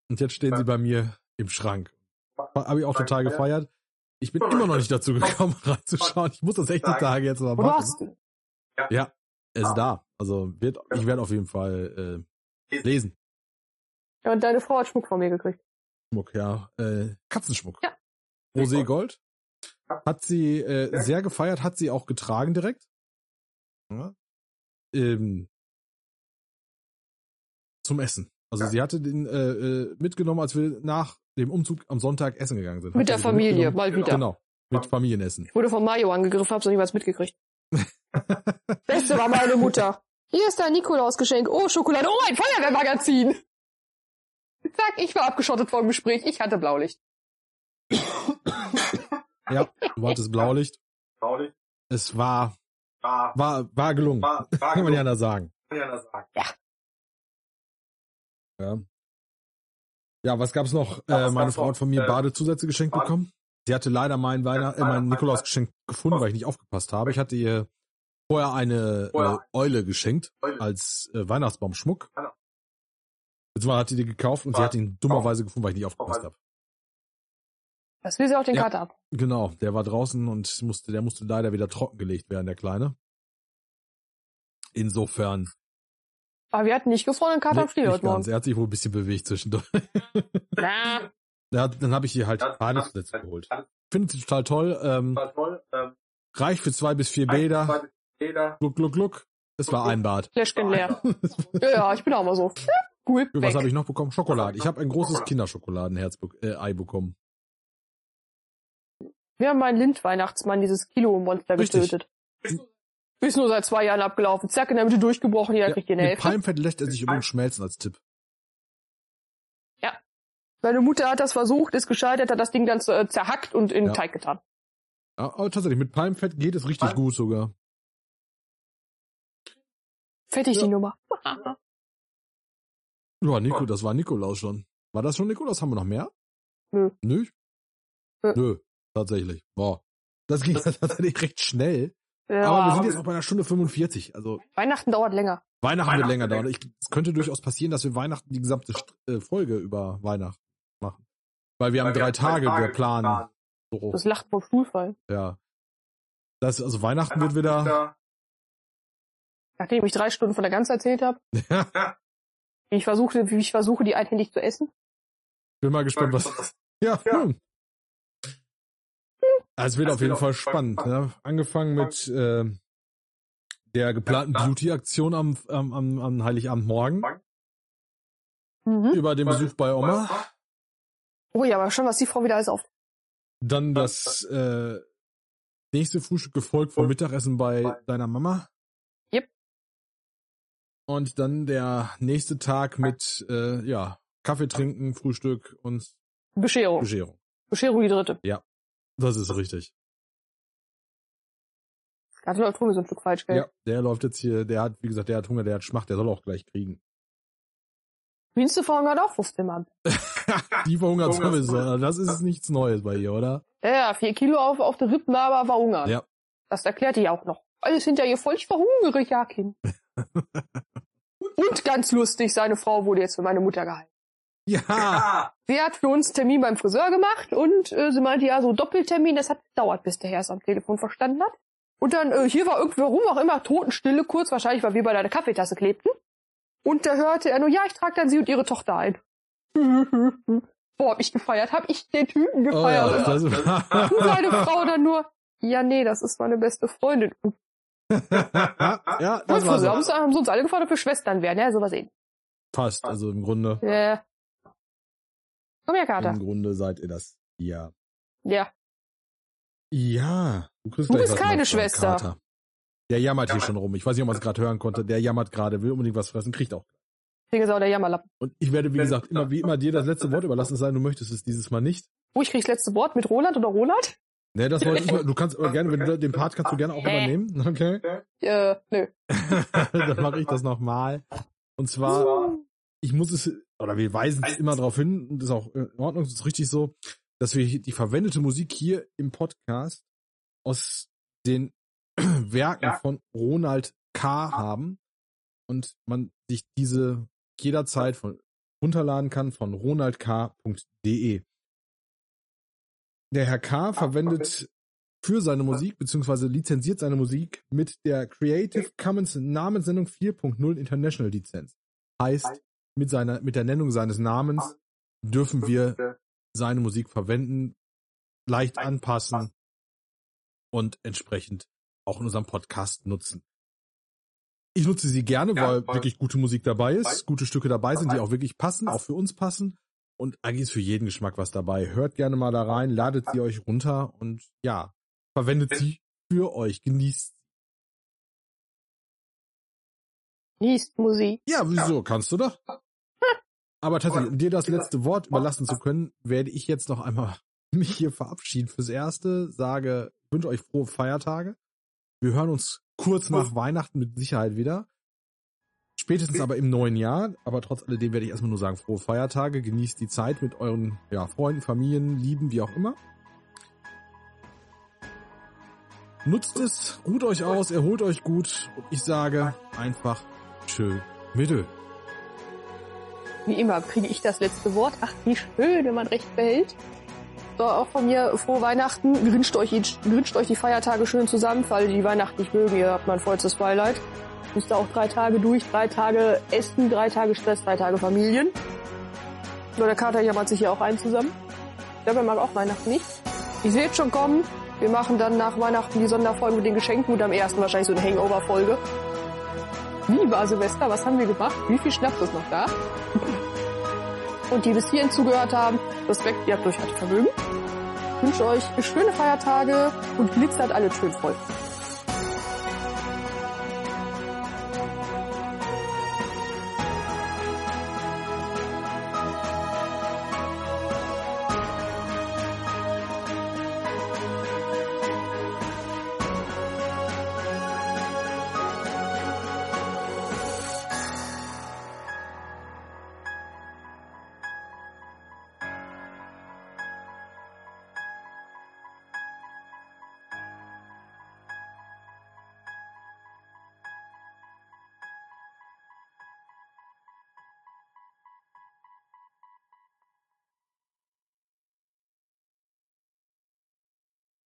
Speaker 1: Und jetzt stehen sie bei mir im Schrank. Habe ich auch total gefeiert. Ich bin immer noch nicht dazu gekommen, reinzuschauen. Ich muss das echt die Tage jetzt mal
Speaker 3: Und
Speaker 1: machen.
Speaker 3: du hast ihn.
Speaker 1: Ja, er ist da. Also wird, ich werde auf jeden Fall äh, lesen.
Speaker 3: Ja, und deine Frau hat Schmuck von mir gekriegt.
Speaker 1: Schmuck, ja. Äh, Katzenschmuck.
Speaker 3: Ja.
Speaker 1: Rosé Gold.
Speaker 4: Ja.
Speaker 1: Hat sie äh,
Speaker 4: Ja.
Speaker 1: sehr gefeiert, hat sie auch getragen direkt. Ja. Ähm, zum Essen. Also
Speaker 4: Ja.
Speaker 1: sie hatte den äh, äh, mitgenommen, als wir nach dem Umzug am Sonntag essen gegangen sind.
Speaker 3: Mit
Speaker 1: Hat
Speaker 3: der
Speaker 1: sie den
Speaker 3: Familie,
Speaker 1: mitgenommen.
Speaker 3: mal wieder.
Speaker 1: Genau. Mit Familienessen.
Speaker 3: Ich wurde von Mario angegriffen, hab's noch nie was mitgekriegt. Beste war meine Mutter. Hier ist dein Nikolausgeschenk. Oh, Schokolade. Oh, ein Feuerwehrmagazin. Zack, ich war abgeschottet vom Gespräch. Ich hatte Blaulicht.
Speaker 1: Ja, du hattest Blaulicht.
Speaker 4: Traurig.
Speaker 1: Es war,
Speaker 4: War,
Speaker 1: war, war gelungen.
Speaker 4: war, war,
Speaker 1: Kann man ja anders sagen.
Speaker 4: kann ja das sagen.
Speaker 1: Ja. Ja, was gab's noch?
Speaker 4: Ja, was
Speaker 1: äh, meine
Speaker 4: gab's
Speaker 1: Frau
Speaker 4: noch?
Speaker 1: hat von mir
Speaker 4: Äh,
Speaker 1: Badezusätze geschenkt
Speaker 4: Bade-
Speaker 1: bekommen. Sie hatte leider mein Weihnacht, äh, mein Nikolausgeschenk gefunden, weil ich nicht aufgepasst habe. Ich hatte ihr vorher eine äh,
Speaker 4: Vorher.
Speaker 1: Eule geschenkt
Speaker 4: Eule.
Speaker 1: als äh, Weihnachtsbaumschmuck.
Speaker 4: Genau.
Speaker 1: Beziehungsweise hat sie die gekauft und sie
Speaker 4: War-
Speaker 1: hat ihn dummerweise gefunden, weil ich nicht aufgepasst habe.
Speaker 3: Das will sie auch den
Speaker 1: Ja.
Speaker 3: Kater ab.
Speaker 1: Genau, der war draußen und musste, der musste leider wieder trockengelegt werden, der Kleine. Insofern.
Speaker 3: Aber wir hatten nicht gefrorenen Kater am
Speaker 1: nee,
Speaker 3: Stiel
Speaker 1: nicht
Speaker 3: heute Morgen.
Speaker 1: ganz. Er hat sich wohl ein bisschen bewegt zwischendurch.
Speaker 3: Na,
Speaker 1: Ja, dann habe ich ihr halt
Speaker 4: Das-
Speaker 1: Weihnachtsnetze
Speaker 4: das-
Speaker 1: geholt.
Speaker 4: das-
Speaker 1: Findet sie total toll. Ähm,
Speaker 4: War toll. Ähm,
Speaker 1: reicht für zwei bis vier Bäder.
Speaker 4: Bäder.
Speaker 1: Gluck, gluck, gluck. Es war ein Bad.
Speaker 3: Fläschchen leer. Ja, ja, ich bin auch mal so. Cool.
Speaker 1: Für was habe ich noch bekommen? Schokolade. Ich habe ein großes
Speaker 4: Schokolade.
Speaker 1: Kinderschokoladenherz be äh, Ei bekommen.
Speaker 3: Wir haben meinen Lind-Weihnachtsmann, dieses Kilo-Monster,
Speaker 1: Richtig.
Speaker 3: getötet. Ist nur seit zwei Jahren abgelaufen. Zack, in der Mitte durchgebrochen, jeder kriegt den
Speaker 1: mit
Speaker 3: Hälfte.
Speaker 1: Palmfett lässt er sich übrigens schmelzen als Tipp.
Speaker 3: Meine Mutter hat das versucht, ist gescheitert, hat das Ding dann äh, zerhackt und in
Speaker 1: Ja.
Speaker 3: Teig getan.
Speaker 1: Ja, aber tatsächlich, mit Palmfett geht es richtig
Speaker 4: Palm-
Speaker 1: gut sogar.
Speaker 3: Fertig die Nummer.
Speaker 1: Ja, Nico, das war Nikolaus schon. War das schon Nikolaus? Haben wir noch mehr?
Speaker 3: Nö.
Speaker 1: Nö?
Speaker 3: Nö.
Speaker 1: Nö, tatsächlich. Boah. Das ging tatsächlich recht schnell.
Speaker 3: Ja.
Speaker 1: Aber wir sind jetzt auch bei einer Stunde 45. Also
Speaker 3: Weihnachten dauert länger.
Speaker 1: Weihnachten, wird
Speaker 4: Weihnachten
Speaker 1: länger dauern. Ich- Es könnte durchaus passieren, dass wir Weihnachten die gesamte St- äh, Folge über Weihnachten machen. Weil wir haben drei Tage, wir planen. So,
Speaker 3: Das lacht vom Stuhlfall.
Speaker 1: ja. Das, also Weihnachten wird
Speaker 4: Weihnachten
Speaker 1: wieder.
Speaker 3: Nachdem ich drei Stunden von der Gans erzählt habe.
Speaker 1: Ja.
Speaker 3: Wie ich versuche, wie ich versuche, die einhändig zu essen.
Speaker 1: Bin mal gespannt, was. Ja,
Speaker 4: Ja.
Speaker 1: hm. Also es wird
Speaker 4: Das
Speaker 1: auf jeden
Speaker 4: wird
Speaker 1: Fall
Speaker 4: auf jeden Fall
Speaker 1: spannend. Ne? Angefangen mit äh, der geplanten
Speaker 4: Ja, klar.
Speaker 1: Beauty-Aktion am, am, am, am Heiligabendmorgen,
Speaker 3: Mhm.
Speaker 1: über den
Speaker 4: Weil-
Speaker 1: Besuch bei Oma,
Speaker 3: Oh ja, aber schon, was die Frau wieder alles auf.
Speaker 1: dann das äh, nächste Frühstück gefolgt vom Mittagessen bei
Speaker 4: Bei-
Speaker 1: deiner Mama.
Speaker 3: Yep.
Speaker 1: Und dann der nächste Tag mit äh, ja Oh. Kaffee trinken, Frühstück und
Speaker 3: Bescherung.
Speaker 1: Bescherung.
Speaker 3: Bescherung die dritte.
Speaker 1: Das ist richtig.
Speaker 3: Ganz läuft rum, so ein Stück falsch, gell?
Speaker 1: Ja, der läuft jetzt hier, der hat, wie gesagt, der hat Hunger, der hat Schmacht, der soll auch gleich kriegen.
Speaker 3: Minste Frau hat auch 15 Mann.
Speaker 1: Die verhungert
Speaker 4: Hunger ist
Speaker 1: sowieso. Das ist nichts Neues bei ihr, oder?
Speaker 3: Ja, ja, vier Kilo auf, auf der Rippen, aber war Hunger.
Speaker 1: Ja.
Speaker 3: Das erklärte ich auch noch. Alles hinter ihr voll, ich war hungrig, ja, Kind. Und ganz lustig, seine Frau wurde jetzt für meine Mutter gehalten.
Speaker 1: Ja,
Speaker 4: Ah,
Speaker 3: Sie hat für uns einen Termin beim Friseur gemacht und äh, sie meinte, ja, so Doppeltermin, das hat gedauert, bis der Herr es am Telefon verstanden hat. Und dann, äh, hier war irgendwie, warum auch immer, Totenstille kurz, wahrscheinlich, weil wir bei deiner Kaffeetasse klebten. Und da hörte er nur, ja, ich trage dann sie und ihre Tochter ein. Boah, hab ich gefeiert, hab ich den Typen
Speaker 1: oh,
Speaker 3: gefeiert.
Speaker 1: ja das
Speaker 3: Und seine Frau dann nur, ja, nee, das ist meine beste Freundin. Und
Speaker 1: ja,
Speaker 3: das
Speaker 1: das war
Speaker 3: haben,
Speaker 1: so.
Speaker 3: sie, haben sie uns alle gefragt, ob wir Schwestern wären. Ja, sowas eben.
Speaker 1: Passt, also im Grunde.
Speaker 3: Äh. Komm her, Kater.
Speaker 1: Im Grunde seid ihr das. Ja.
Speaker 3: Ja.
Speaker 1: Ja. kriegst
Speaker 3: Du
Speaker 1: gleich
Speaker 3: bist
Speaker 1: was
Speaker 3: keine
Speaker 1: Neues vom
Speaker 3: Schwester.
Speaker 1: Kater. Der jammert hier
Speaker 4: Jammert.
Speaker 1: schon rum. Ich weiß nicht, ob man es gerade hören konnte. Der jammert gerade, will unbedingt was fressen, kriegt auch.
Speaker 3: Deswegen ist auch der Jammerlappen.
Speaker 1: Und ich werde, wie
Speaker 4: Wenn-
Speaker 1: gesagt, immer wie immer dir das letzte Wort überlassen, es sei denn, du möchtest es dieses Mal nicht.
Speaker 3: Oh, ich krieg das letzte Wort mit Roland oder Roland?
Speaker 1: Ne, das wollte ich mal. Du kannst aber gerne, wenn du den Part kannst du gerne auch übernehmen. Okay.
Speaker 3: Äh, nö.
Speaker 1: Dann mache ich das nochmal. Und zwar ich muss es, oder wir weisen es immer darauf hin, und das ist auch in Ordnung, das ist richtig so, dass wir hier die verwendete Musik hier im Podcast aus den Werken
Speaker 4: Ja.
Speaker 1: von Ronald K. haben und man sich diese jederzeit von, runterladen kann von ronaldk.de. Der Herr K. Ah, verwendet für seine Musik, beziehungsweise lizenziert seine Musik mit der Creative Commons Namenssendung 4.0 International Lizenz. Heißt, mit seiner, mit der Nennung seines Namens dürfen wir seine Musik verwenden, leicht anpassen und entsprechend auch in unserem Podcast nutzen. Ich nutze sie gerne,
Speaker 4: Ja,
Speaker 1: weil
Speaker 4: voll.
Speaker 1: wirklich gute Musik dabei
Speaker 4: Dabei.
Speaker 1: ist, gute Stücke dabei sind, die
Speaker 4: Dabei.
Speaker 1: auch wirklich passen, auch für uns passen. Und eigentlich ist für jeden Geschmack was dabei. Hört gerne mal da rein, ladet sie euch runter und ja, verwendet sie für euch, genießt.
Speaker 3: Liest Musik.
Speaker 1: Ja, wieso? Kannst du doch. Aber tatsächlich, um dir das letzte Wort überlassen zu können, werde ich jetzt noch einmal mich hier verabschieden. Fürs Erste sage, wünsche euch frohe Feiertage. Wir hören uns kurz nach Weihnachten mit Sicherheit wieder. Spätestens aber im neuen Jahr. Aber trotz alledem werde ich erstmal nur sagen, frohe Feiertage. Genießt die Zeit mit euren ja, Freunden, Familien, Lieben, wie auch immer. Nutzt es, ruht euch aus, erholt euch gut. Und ich sage einfach tschö mit Ö.
Speaker 3: Wie immer kriege ich das letzte Wort. Ach, wie schön, wenn man recht behält. So, auch von mir frohe Weihnachten. Wünscht euch, wünscht euch die Feiertage schön zusammen. Für alle, die Weihnachten nicht mögen, ihr habt mein vollstes Beileid. Müsst ihr auch drei Tage durch, drei Tage Essen, drei Tage Stress, drei Tage Familien. Nur der Kater jammert sich hier auch ein zusammen. Ich glaube, er mag auch Weihnachten nicht. Ich sehe schon kommen. Wir machen dann nach Weihnachten die Sonderfolge mit den Geschenken und am ersten wahrscheinlich so eine Hangover-Folge. Wie war Silvester? Was haben wir gemacht? Wie viel Schnaps ist noch da? Und die bis hierhin zugehört haben, Respekt, ihr habt euch Vermögen. Ich wünsche euch schöne Feiertage und glitzert halt alle schön voll.